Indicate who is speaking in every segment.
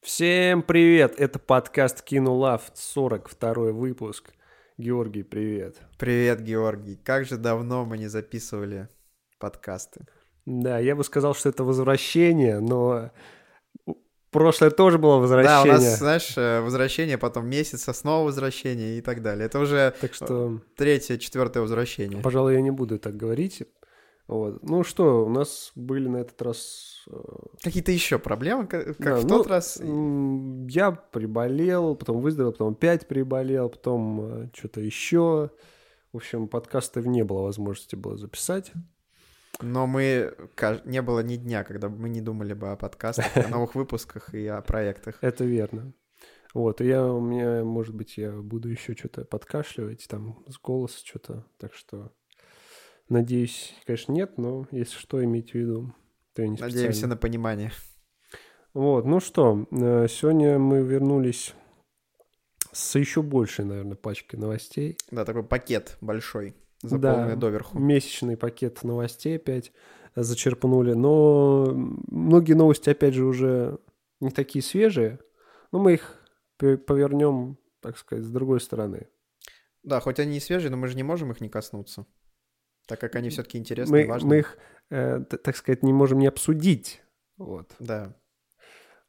Speaker 1: Всем привет! Это подкаст Кинулав, 42 выпуск. Георгий, привет.
Speaker 2: Привет, Георгий. Как же давно мы не записывали подкасты.
Speaker 1: Да, я бы сказал, что это возвращение, но прошлое тоже было
Speaker 2: Да, у
Speaker 1: возвращение.
Speaker 2: нас, знаешь, э, возвращение, потом месяца, снова возвращение и так далее. Это уже
Speaker 1: Так что,
Speaker 2: третье, четвертое возвращение.
Speaker 1: пожалуй, я не буду так говорить. Вот. Ну что, у нас были на этот раз... э,
Speaker 2: Какие-то еще проблемы, ка- как
Speaker 1: Да,
Speaker 2: в
Speaker 1: ну,
Speaker 2: тот раз.
Speaker 1: м, Я приболел, потом выздоровел, потом опять приболел, потом э, что-то еще. В общем, подкастов не было возможности было записать.
Speaker 2: Но мы каж- не было ни дня, когда бы мы не думали бы о подкастах, о новых выпусках и о проектах.
Speaker 1: Это верно. Вот, и я, у меня, может быть, я буду еще что-то подкашливать, там, с голоса что-то, так что, надеюсь, конечно, нет, но если что, имейте в виду, то я не специально.
Speaker 2: Надеемся на понимание.
Speaker 1: Вот, ну что, э, сегодня мы вернулись с еще большей, наверное, пачкой новостей.
Speaker 2: Да, такой пакет большой, заполненный
Speaker 1: Да.
Speaker 2: доверху.
Speaker 1: Месячный пакет новостей опять зачерпнули, но м, многие новости, опять же, уже не такие свежие, но мы их пе- повернем, так сказать, с другой стороны.
Speaker 2: Да, хоть они и свежие, но мы же не можем их не коснуться. Так как они все-таки интересны и
Speaker 1: мы,
Speaker 2: важны.
Speaker 1: мы их, э, т- так сказать, не можем не обсудить. Вот.
Speaker 2: Да.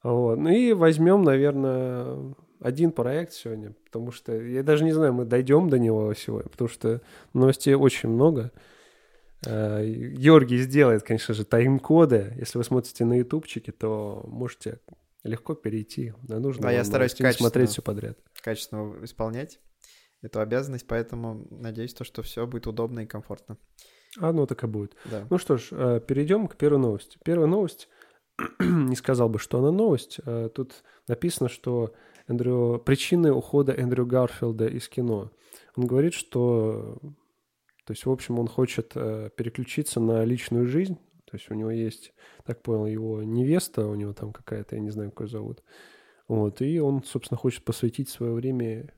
Speaker 1: Вот. Ну и возьмем, наверное, один проект сегодня, потому что я даже не знаю, мы дойдем до него сегодня, потому что новостей очень много. Э, Георгий сделает, конечно же, тайм-коды. Если вы смотрите на ютубчике, то можете легко перейти. Да, нужно
Speaker 2: Да, А я
Speaker 1: вам
Speaker 2: стараюсь
Speaker 1: новостей не смотреть
Speaker 2: качественно.
Speaker 1: все подряд.
Speaker 2: качественно исполнять эту обязанность, поэтому надеюсь, то, что все будет удобно и комфортно.
Speaker 1: А, ну так и будет.
Speaker 2: Да.
Speaker 1: Ну что ж, э, перейдем к первой новости. Первая новость, не сказал бы, что она новость. Э, Тут написано, что Эндрю... причины ухода Эндрю Гарфилда из кино. Он говорит, что... То есть, в общем, он хочет э, переключиться на личную жизнь. То есть у него есть, так понял, его невеста, у него там какая-то, я не знаю, какой зовут. Вот, и он, собственно, хочет посвятить свое время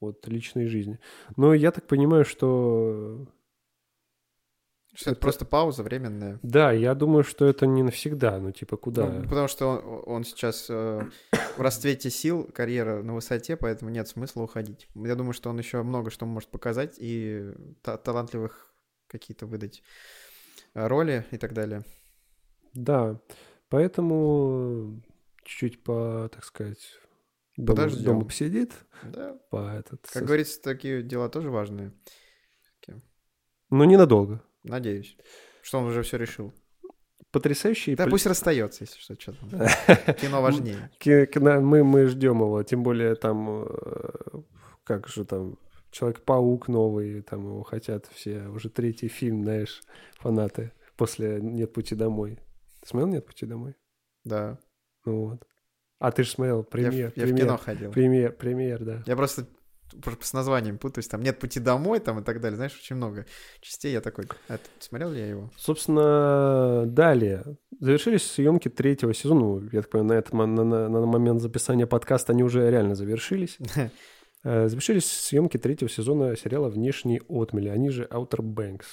Speaker 1: вот личной жизни. Но я так понимаю, что
Speaker 2: Что это, просто пауза временная.
Speaker 1: да, я думаю, что это не навсегда, ну типа куда.
Speaker 2: Ну, потому что он, он сейчас э, в расцвете сил, карьера на высоте, поэтому нет смысла уходить. Я думаю, что он еще много что может показать и та- талантливых какие-то выдать э, роли и так далее.
Speaker 1: Да, поэтому чуть-чуть по, так сказать, дома,
Speaker 2: Подождём.
Speaker 1: дома посидит,
Speaker 2: Да.
Speaker 1: по этот.
Speaker 2: Как говорится, такие дела тоже важные.
Speaker 1: Но Ну, ненадолго.
Speaker 2: Надеюсь, что он уже все решил.
Speaker 1: Потрясающий.
Speaker 2: Да
Speaker 1: пл-
Speaker 2: пусть расстается, если что, что там. Кино важнее.
Speaker 1: Ки- кино- э, Мы мы ждем его, тем более там э, как же там Человек-паук новый, там его хотят все уже третий фильм, знаешь, фанаты после Нет пути домой. Ты смотрел Нет пути домой?
Speaker 2: Да.
Speaker 1: Ну вот. А ты же смотрел
Speaker 2: Я в-
Speaker 1: премьер,
Speaker 2: Я в
Speaker 1: премьер,
Speaker 2: кино ходил.
Speaker 1: премьер, премьер, да.
Speaker 2: Я просто пр- с названием путаюсь, там нет пути домой, там и так далее, знаешь, очень много частей. Я такой, а ты смотрел ли я его?
Speaker 1: Собственно, далее. Завершились съемки третьего сезона. Ну, Я так понимаю, на, этот, мом- на, на- на момент записания подкаста они уже реально завершились. Э, Завершились съемки третьего сезона сериала «Внешние отмели», они же Outer Banks,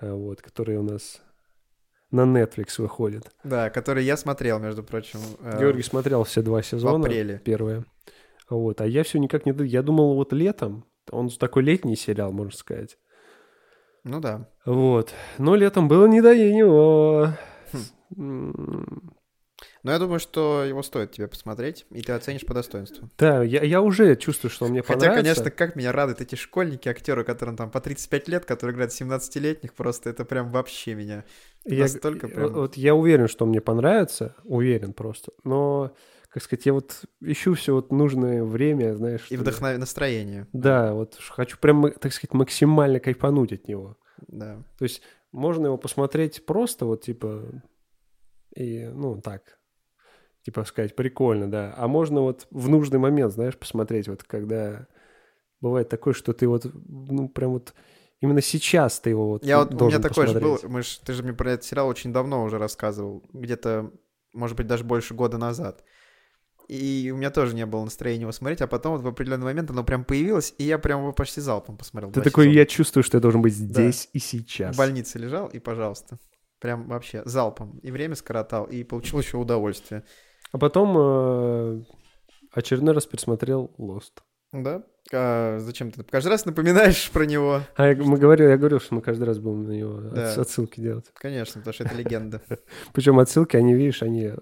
Speaker 1: э, вот, которые у нас на Netflix выходят.
Speaker 2: Да, который я смотрел, между прочим, э,
Speaker 1: Георгий смотрел все два
Speaker 2: в
Speaker 1: сезона.
Speaker 2: апреле.
Speaker 1: Первое. Вот. А я все никак не... д- Я думал, вот летом, он такой летний сериал, можно сказать.
Speaker 2: Ну да.
Speaker 1: Вот. Но летом было не до него. М,
Speaker 2: Но я думаю, что его стоит тебе посмотреть, и ты оценишь по достоинству.
Speaker 1: Да, я, я уже чувствую, что он мне
Speaker 2: Хотя,
Speaker 1: понравится.
Speaker 2: конечно, как меня радуют эти школьники, актеры, которым там по 35 лет, которые играют 17-летних, просто это прям вообще меня.
Speaker 1: я,
Speaker 2: настолько прям-
Speaker 1: Вот я уверен, что он мне понравится, уверен просто. Но, как сказать, я вот ищу все вот нужное время, знаешь. что
Speaker 2: И
Speaker 1: ли.
Speaker 2: вдохновение, настроение.
Speaker 1: Да, вот ш- хочу прям, так сказать, максимально кайфануть от него.
Speaker 2: Да.
Speaker 1: То есть можно его посмотреть просто вот типа и ну так типа сказать прикольно, да. А можно вот в нужный момент, знаешь, посмотреть вот когда бывает такое, что ты вот ну прям вот именно сейчас ты его вот
Speaker 2: Я вот, у меня
Speaker 1: должен
Speaker 2: такое же было,
Speaker 1: посмотреть.
Speaker 2: мы ж, ты же мне про этот сериал очень давно уже рассказывал, где-то, может быть, даже больше года назад. И у меня тоже не было настроения его смотреть, а потом вот в определенный момент оно прям появилось, и я прям его почти залпом посмотрел.
Speaker 1: Ты
Speaker 2: два
Speaker 1: такой,
Speaker 2: сезона.
Speaker 1: я чувствую, что я должен быть здесь и
Speaker 2: в
Speaker 1: сейчас.
Speaker 2: больнице лежал, и пожалуйста. Прям вообще залпом. И время скоротал, и получил еще удовольствие.
Speaker 1: А потом э, очередной раз пересмотрел Lost.
Speaker 2: Да? А зачем ты каждый раз напоминаешь про него?
Speaker 1: А я, мы говорили, я говорил, что мы каждый раз будем на него отс-
Speaker 2: Да.
Speaker 1: отсылки делать.
Speaker 2: Конечно, потому что это легенда.
Speaker 1: Причем отсылки, они, видишь, они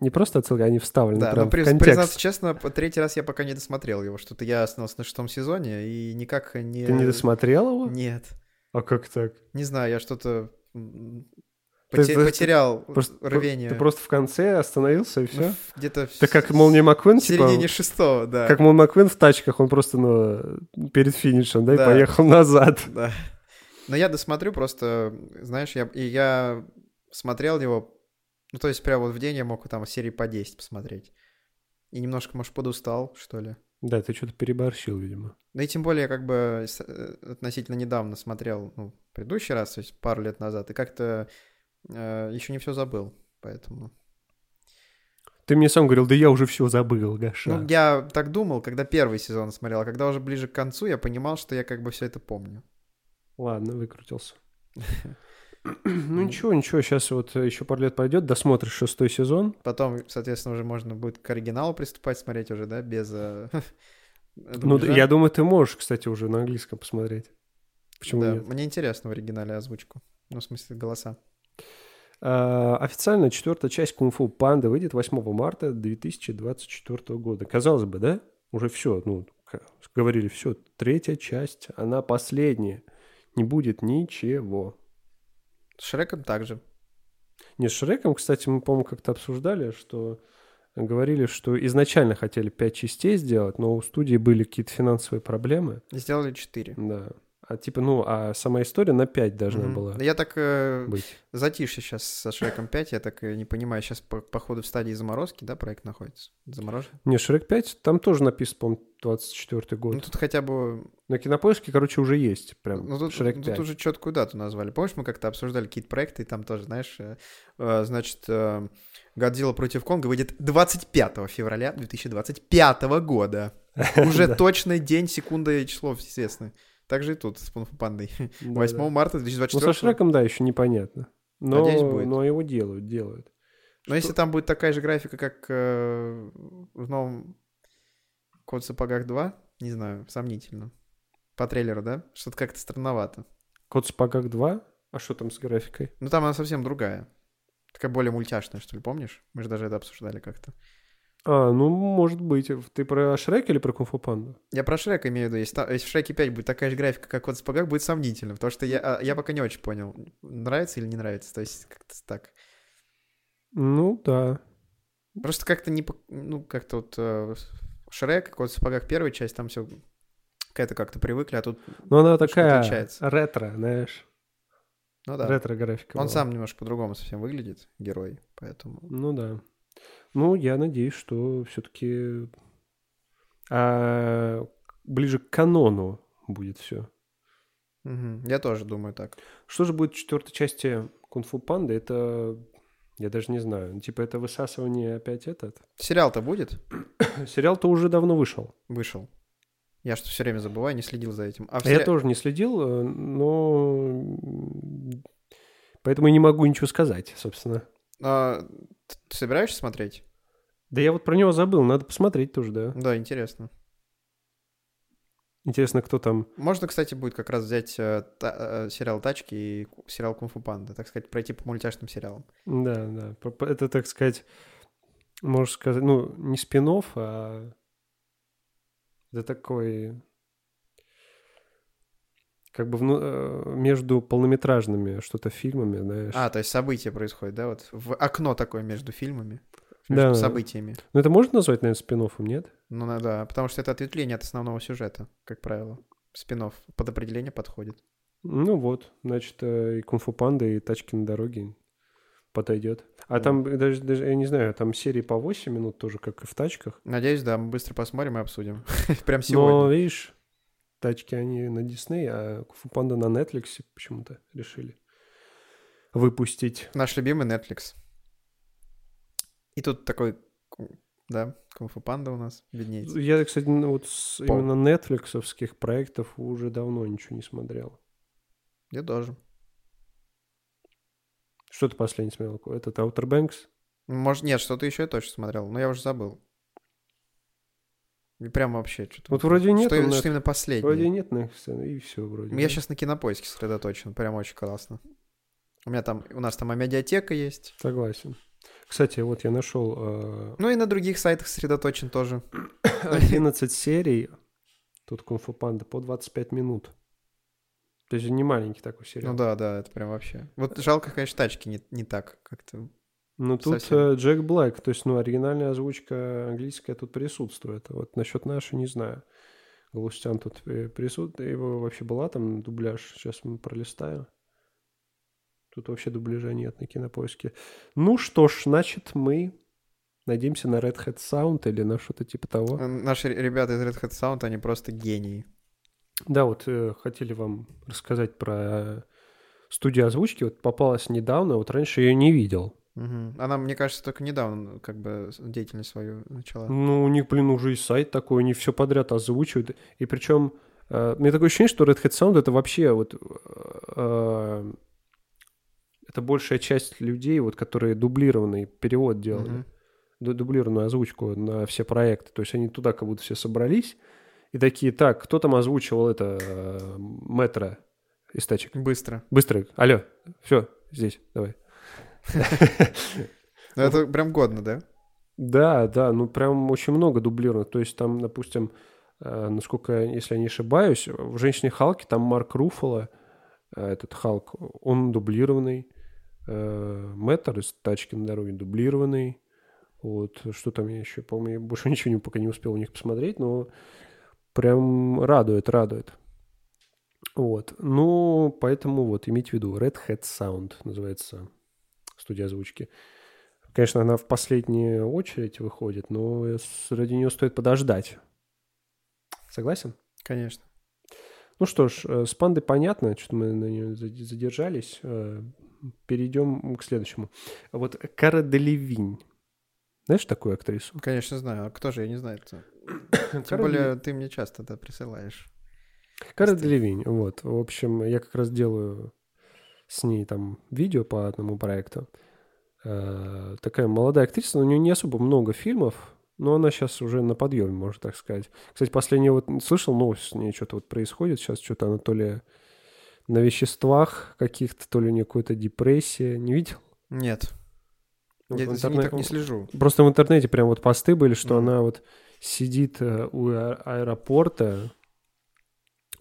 Speaker 1: не просто отсылки, они вставлены
Speaker 2: Да,
Speaker 1: Ну, прям в
Speaker 2: ну, но при-
Speaker 1: контекст.
Speaker 2: признаться честно, по- третий раз я пока не досмотрел его. Что-то я остался на шестом сезоне и никак не...
Speaker 1: Ты не досмотрел его?
Speaker 2: Нет.
Speaker 1: А как так?
Speaker 2: Не знаю, я что-то м,
Speaker 1: Ты-
Speaker 2: поте-
Speaker 1: ты-
Speaker 2: потерял
Speaker 1: Просто,
Speaker 2: Ну, рвение. Ну,
Speaker 1: Ты просто в конце остановился и все?
Speaker 2: Где-то
Speaker 1: Ты
Speaker 2: в
Speaker 1: как Молния Маквин,
Speaker 2: в
Speaker 1: типа,
Speaker 2: середине шестого, да.
Speaker 1: как Мол Маквин в тачках, он просто ну, перед финишем, да, и
Speaker 2: Да.
Speaker 1: поехал назад.
Speaker 2: Да. Но я досмотрю просто, знаешь, я, и я смотрел его, ну, то есть прямо вот в день я мог там серии по 10 посмотреть. И немножко, может, подустал, что ли.
Speaker 1: Да, ты что-то переборщил, видимо.
Speaker 2: Ну и тем более, я как бы с- э, относительно недавно смотрел, ну, предыдущий раз, то есть пару лет назад, и как-то еще не все забыл, поэтому...
Speaker 1: Ты мне сам говорил, да я уже все забыл, Гаша.
Speaker 2: Ну, я так думал, когда первый сезон смотрел, а когда уже ближе к концу, я понимал, что я как бы все это помню.
Speaker 1: Ладно, выкрутился. Ну ничего, ничего, сейчас вот еще пару лет пойдет, досмотришь шестой сезон.
Speaker 2: Потом, соответственно, уже можно будет к оригиналу приступать, смотреть уже, да, без... э,
Speaker 1: Ну,
Speaker 2: дубляжа.
Speaker 1: д- я думаю, ты можешь, кстати, уже на английском посмотреть. Почему
Speaker 2: Да,
Speaker 1: нет?
Speaker 2: Мне интересно в оригинале озвучку. Ну, в смысле, голоса.
Speaker 1: А, Официально четвертая часть кунг-фу панды выйдет 8 марта 2024 года. Казалось бы, да? Уже все, ну, к- говорили, все, третья часть, она последняя. Не будет ничего.
Speaker 2: С Шреком также.
Speaker 1: Не, с Шреком, кстати, мы, по-моему, как-то обсуждали, что говорили, что изначально хотели пять частей сделать, но у студии были какие-то финансовые проблемы.
Speaker 2: Сделали 4.
Speaker 1: Да. А типа, ну, а сама история на 5 должна была
Speaker 2: Я так э,
Speaker 1: быть.
Speaker 2: затишье сейчас со Шреком 5, я так и не понимаю, сейчас по, походу в стадии заморозки, да, проект находится? Заморожен?
Speaker 1: Не, Шрек 5, там тоже написано, по-моему, 24 год.
Speaker 2: Ну, тут хотя бы...
Speaker 1: На кинопоиске, короче, уже есть прям
Speaker 2: Ну, тут,
Speaker 1: Шрек
Speaker 2: тут
Speaker 1: 5.
Speaker 2: уже четкую дату назвали. Помнишь, мы как-то обсуждали какие-то проекты, и там тоже, знаешь, э, э, значит, э, «Годзилла против Конга» выйдет 25 февраля 2025 года. Уже точный день, секунда и число известны. Так же и тут с «Кунг-фу пандой. 8
Speaker 1: Да-да.
Speaker 2: марта
Speaker 1: Ну, со
Speaker 2: 2024
Speaker 1: Шреком, да, еще непонятно. Но,
Speaker 2: Надеюсь, будет.
Speaker 1: но его делают, делают.
Speaker 2: Но если там будет такая же графика, как э, в новом «Кот в сапогах 2», не знаю, сомнительно. По трейлеру, да? Что-то как-то странновато.
Speaker 1: Кот в сапогах 2. А что там с графикой?
Speaker 2: Но там она совсем другая. Такая более мультяшная, что ли, помнишь? Мы же даже это обсуждали как-то.
Speaker 1: А, ну, может быть. Ты про Шрек или про Кунг-фу Панду?
Speaker 2: Я про Шрека имею в виду. Если, та- если в Шреке 5 будет такая же графика, как в «Кот в сапогах», будет сомнительно. Потому что я, а, я пока не очень понял, нравится или не нравится. То есть как-то так.
Speaker 1: Ну, да.
Speaker 2: Просто как-то не... пок- Ну, как-то вот э, Шрек, «Кот в сапогах» первая часть, там все к это как-то привыкли, а тут...
Speaker 1: Но она такая
Speaker 2: отличается?
Speaker 1: ретро, знаешь.
Speaker 2: Ну да.
Speaker 1: Ретро-графика.
Speaker 2: Он
Speaker 1: была.
Speaker 2: сам немножко по-другому совсем выглядит, герой, поэтому...
Speaker 1: Ну, да. Ну, я надеюсь, что все-таки а, ближе к канону будет все.
Speaker 2: Мгм. Я тоже думаю так.
Speaker 1: Что же будет в четвертой части Кунг-фу Панды? Это... Я даже не знаю. Ну, Типа это высасывание опять этот?
Speaker 2: Сериал-то будет?
Speaker 1: Сериал-то уже давно вышел.
Speaker 2: Вышел. Я что все время забываю, не следил за этим. А в
Speaker 1: А Я
Speaker 2: сери-
Speaker 1: тоже не следил, э, но... м, Поэтому и не могу ничего сказать, собственно.
Speaker 2: А, т- ты собираешься смотреть?
Speaker 1: Да я вот про него забыл, надо посмотреть тоже, да.
Speaker 2: Да, интересно.
Speaker 1: Интересно, кто там...
Speaker 2: Можно, кстати, будет как раз взять э, та- э, сериал «Тачки» и ку- сериал «Кунг-фу панда», так сказать, пройти по мультяшным сериалам.
Speaker 1: Да, да. Про- про- Это, так сказать, можно сказать, ну, не спин а... Это такой... Как бы вну- э, между полнометражными что-то фильмами, знаешь.
Speaker 2: А, то есть события происходят, да, вот в окно такое между фильмами, между
Speaker 1: Да.
Speaker 2: событиями.
Speaker 1: Ну, это можно назвать, наверное, спин нет?
Speaker 2: Ну на- да, потому что это ответвление от основного сюжета, как правило. Спинов под определение подходит.
Speaker 1: Ну вот, значит, э, и кунг-фу панда, и тачки на дороге подойдет. А
Speaker 2: Ну.
Speaker 1: там даже, даже, я не знаю, там серии по 8 минут тоже, как и в тачках.
Speaker 2: Надеюсь, да, мы быстро посмотрим и обсудим. Прям
Speaker 1: Но,
Speaker 2: сегодня.
Speaker 1: видишь, тачки они на Дисней, а кунг-фу панда на Netflix почему-то решили выпустить.
Speaker 2: Наш любимый Netflix. И тут такой, ку- да, Кунг-фу Панда у нас виднеется.
Speaker 1: Я, кстати, ну, вот с
Speaker 2: Пол.
Speaker 1: именно Netflix проектов уже давно ничего не смотрел.
Speaker 2: Я тоже.
Speaker 1: Что ты последний смотрел? Это Outer Banks?
Speaker 2: Может, нет, что-то еще я точно смотрел, но я уже забыл. И Прям вообще что-то.
Speaker 1: Вот вроде нет
Speaker 2: Что,
Speaker 1: у нас-
Speaker 2: что именно последнее. Ну,
Speaker 1: Вроде нет Netflix, и все вроде.
Speaker 2: Я
Speaker 1: да.
Speaker 2: сейчас на кинопоиске сосредоточен, прям очень классно. У меня там, у нас там амедиатека есть.
Speaker 1: Согласен. Кстати, вот я э, нашел
Speaker 2: Ну и на других сайтах сосредоточен тоже.
Speaker 1: 11 серий, тут Кунг-фу Панда, по 25 минут. То есть не маленький такой сериал.
Speaker 2: Ну да, да, это прям вообще. Вот жалко, конечно, тачки не, не так как-то.
Speaker 1: Ну тут
Speaker 2: Совсем.
Speaker 1: э, Джек Блэк, то есть, ну, оригинальная озвучка английская тут присутствует. Вот насчет нашей не знаю. Галустян тут э, присутствует. Его вообще была там дубляж? Сейчас мы пролистаем. Тут вообще дубляжа нет на кинопоиске. Ну что ж, значит, мы надеемся на Red Hat Sound или на что-то типа того.
Speaker 2: Э, Наши ребята из Red Hat Sound, они просто гении.
Speaker 1: Да, вот э, хотели вам рассказать про студию озвучки. Вот попалась недавно, вот раньше я ее не видел.
Speaker 2: Мгм. Она, мне кажется, только недавно как бы с- деятельность свою начала.
Speaker 1: Ну, у них, блин, уже и сайт такой, они все подряд озвучивают. И причем, э, у меня такое ощущение, что Red Hat Sound это вообще вот... э, это большая часть людей, вот, которые дублированный перевод делали,
Speaker 2: Мгм.
Speaker 1: ду- дублированную озвучку на все проекты. То есть они туда как будто все собрались и такие, так, кто там озвучивал это э, метро из тачек?
Speaker 2: Быстро.
Speaker 1: Быстро, алло, все, здесь, давай.
Speaker 2: Ну, это прям годно, да?
Speaker 1: Да, да, ну прям очень много дублированных. То есть там, допустим, э, насколько, я- если я не ошибаюсь, в «Женщине Халке» там Марк Руффало, э, этот Халк, он дублированный. Э, Мэттер из «Тачки на дороге» дублированный. Вот, что там я еще, по-моему, я больше ничего не, пока не успел у них посмотреть, но прям радует, радует. Вот, ну, поэтому вот, имейте в виду, Red Hat Sound называется студия озвучки. Конечно, она в последнюю очередь выходит, но с- ради нее стоит подождать. Согласен?
Speaker 2: Конечно.
Speaker 1: Ну что ж, э, с пандой понятно, что мы на нее заде- задержались. Э, Перейдем к следующему. Вот Кара Делевинь. Знаешь такую актрису?
Speaker 2: Конечно, знаю. А кто же, я не знаю. кто. Тем
Speaker 1: Кара
Speaker 2: более, ты мне часто это присылаешь.
Speaker 1: Кара Делевинь, вот. В общем, я как раз делаю с ней там видео по одному проекту. Э, Такая молодая актриса, но у нее не особо много фильмов, но она сейчас уже на подъеме, можно так сказать. Кстати, последнее вот слышал новость, с ней что-то вот происходит. Сейчас что-то она то ли на веществах каких-то, то ли у нее какая-то депрессия. Не видел?
Speaker 2: Нет.
Speaker 1: Ну, Вот
Speaker 2: я
Speaker 1: в
Speaker 2: не-
Speaker 1: интернет-
Speaker 2: так не слежу.
Speaker 1: Просто в интернете прям вот посты были, что
Speaker 2: Мгм.
Speaker 1: она вот сидит э, у аэ- аэропорта,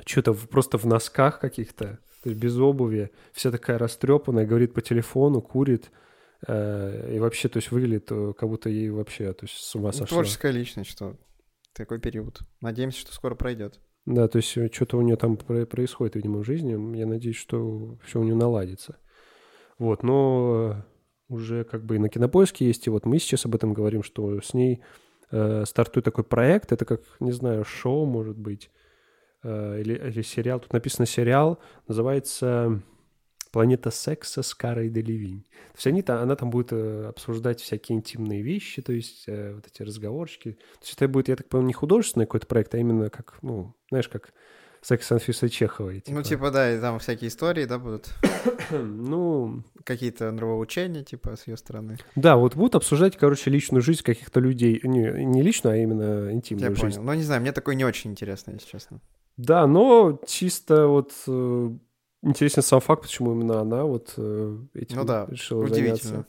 Speaker 1: что-то просто в носках каких-то, то есть без обуви, вся такая растрепанная, говорит по телефону, курит, э, и вообще, то есть выглядит, э, как будто ей вообще, то есть с ума
Speaker 2: Ну,
Speaker 1: сошла.
Speaker 2: Творческая личность, что такой период. Надеемся, что скоро пройдет.
Speaker 1: Да, то есть что-то у нее там про- происходит, видимо, в жизни. Я надеюсь, что все у нее наладится. Вот, но э, уже как бы и на кинопоиске есть, и вот мы сейчас об этом говорим, что с ней э, стартует такой проект. Это как, не знаю, шоу, может быть, э, или, или сериал. Тут написано сериал, называется «Планета секса с Карой Делевинь». То есть они, та- она там будет э, обсуждать всякие интимные вещи, то есть э, вот эти разговорчики. То есть это будет, я так понимаю, не художественный какой-то проект, а именно как, ну, знаешь, как секс с Анфисой Чеховой.
Speaker 2: Ну, типа, да, и там всякие истории, да, будут.
Speaker 1: ну,
Speaker 2: Какие-то нравоучения, типа, с ее стороны.
Speaker 1: Да, вот будут обсуждать, короче, личную жизнь каких-то людей. Не, не личную, а именно
Speaker 2: Я
Speaker 1: интимную
Speaker 2: понял.
Speaker 1: жизнь.
Speaker 2: Ну, не знаю, мне такое не очень интересно, если честно.
Speaker 1: Да, но чисто вот э, интересен сам факт, почему именно она вот э, этим
Speaker 2: Ну да,
Speaker 1: решила
Speaker 2: удивительно.
Speaker 1: заняться.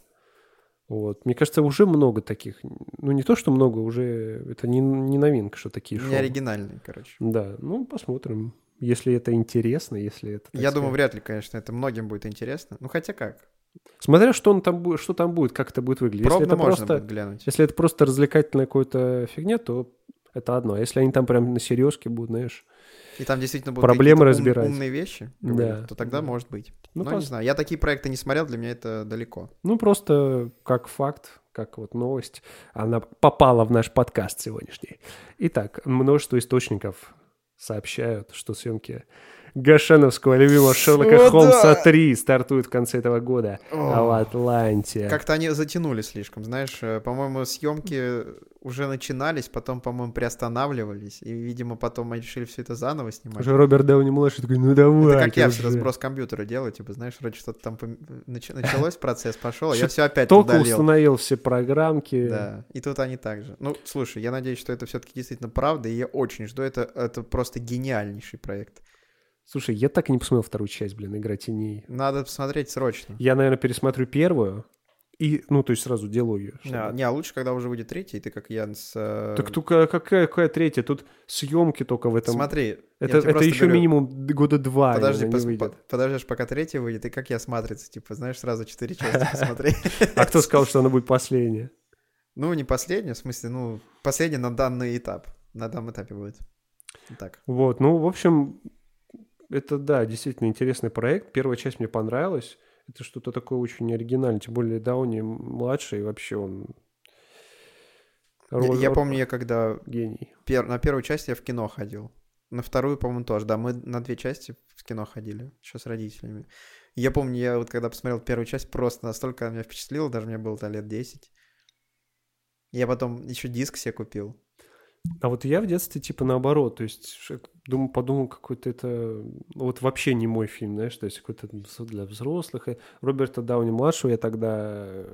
Speaker 1: Вот. Мне кажется, уже много таких. Ну, не то, что много, уже это не, не новинка, что такие шоу.
Speaker 2: Не оригинальный, короче.
Speaker 1: Да, ну, посмотрим. Если это интересно, если это... так
Speaker 2: Я думаю,
Speaker 1: сказать.
Speaker 2: вряд ли, конечно, это многим будет интересно. Ну, хотя как.
Speaker 1: Смотря, что, он там, будет- что там будет, как это будет выглядеть.
Speaker 2: Пробно
Speaker 1: если это
Speaker 2: можно
Speaker 1: просто...
Speaker 2: будет глянуть.
Speaker 1: Если это просто развлекательная какая-то фигня, то это одно. А Если они там прям на серьезке будут, знаешь...
Speaker 2: И там действительно будут
Speaker 1: Проблемы
Speaker 2: какие-то ум-
Speaker 1: разбирать.
Speaker 2: умные вещи,
Speaker 1: Да.
Speaker 2: говорят, то тогда
Speaker 1: Да.
Speaker 2: может быть.
Speaker 1: Ну,
Speaker 2: Но
Speaker 1: пос-
Speaker 2: не знаю, я такие проекты не смотрел, для меня это далеко.
Speaker 1: ну, просто как факт, как вот новость, она попала в наш подкаст сегодняшний. Итак, множество источников сообщают, что съемки Гашеновского любимого Шерлока
Speaker 2: О,
Speaker 1: Холмса
Speaker 2: да.
Speaker 1: 3 стартует в конце этого года
Speaker 2: О.
Speaker 1: в Атланте.
Speaker 2: Как-то они затянули слишком, знаешь, э, по-моему, съемки уже начинались, потом, по-моему, приостанавливались, и, видимо, потом они решили все это заново снимать.
Speaker 1: Уже Роберт Дауни-младший такой, ну давай.
Speaker 2: Это как я всегда
Speaker 1: уже».
Speaker 2: сброс компьютера делаю, типа, знаешь, вроде что-то там пом- э, нач- началось, процесс пошел, а я все опять
Speaker 1: Только
Speaker 2: удалил.
Speaker 1: установил все программки.
Speaker 2: Да, и тут они так же. Ну, слушай, я надеюсь, что это все-таки действительно правда, и я очень жду. Это, это просто гениальнейший проект.
Speaker 1: Слушай, я так и не посмотрел вторую часть, блин, «Игра теней».
Speaker 2: Надо посмотреть срочно.
Speaker 1: Я, наверное, пересмотрю первую, и, ну, то есть сразу делаю ее.
Speaker 2: Да, Не, а лучше, когда уже выйдет третий, и ты как Ян с... э,
Speaker 1: Так только какая, какая третья? Тут съемки только в этом.
Speaker 2: Смотри, я
Speaker 1: это
Speaker 2: тебе
Speaker 1: это
Speaker 2: просто
Speaker 1: еще
Speaker 2: говорю,
Speaker 1: минимум д- года два.
Speaker 2: Подожди,
Speaker 1: наверное, не
Speaker 2: пос-
Speaker 1: выйдет.
Speaker 2: по- подождешь, пока третий выйдет, и как я с «Матрицей», типа, знаешь, сразу четыре части посмотреть.
Speaker 1: А кто сказал, что она будет последняя?
Speaker 2: Ну, не последняя, в смысле, ну, последняя на данный этап. На данном этапе будет. Так.
Speaker 1: Вот, ну, в общем, это, да, действительно интересный проект. Первая часть мне понравилась. Это что-то такое очень оригинальное. Тем более Дауни младший вообще он...
Speaker 2: Я- Я
Speaker 1: Ро-
Speaker 2: помню, я когда
Speaker 1: Гений.
Speaker 2: пер- на первую часть я в кино ходил. На вторую, по-моему, тоже. Да, мы на две части в кино ходили, еще с родителями. Я помню, я вот когда посмотрел первую часть, просто настолько она меня впечатлила, даже мне было то лет 10. Я потом еще диск себе купил.
Speaker 1: А вот я в детстве типа наоборот, то есть ш- думал, подумал, какой-то это ну, вот вообще не мой фильм, знаешь, то есть какой-то вз- для взрослых. И Роберта Дауни младшего я тогда э,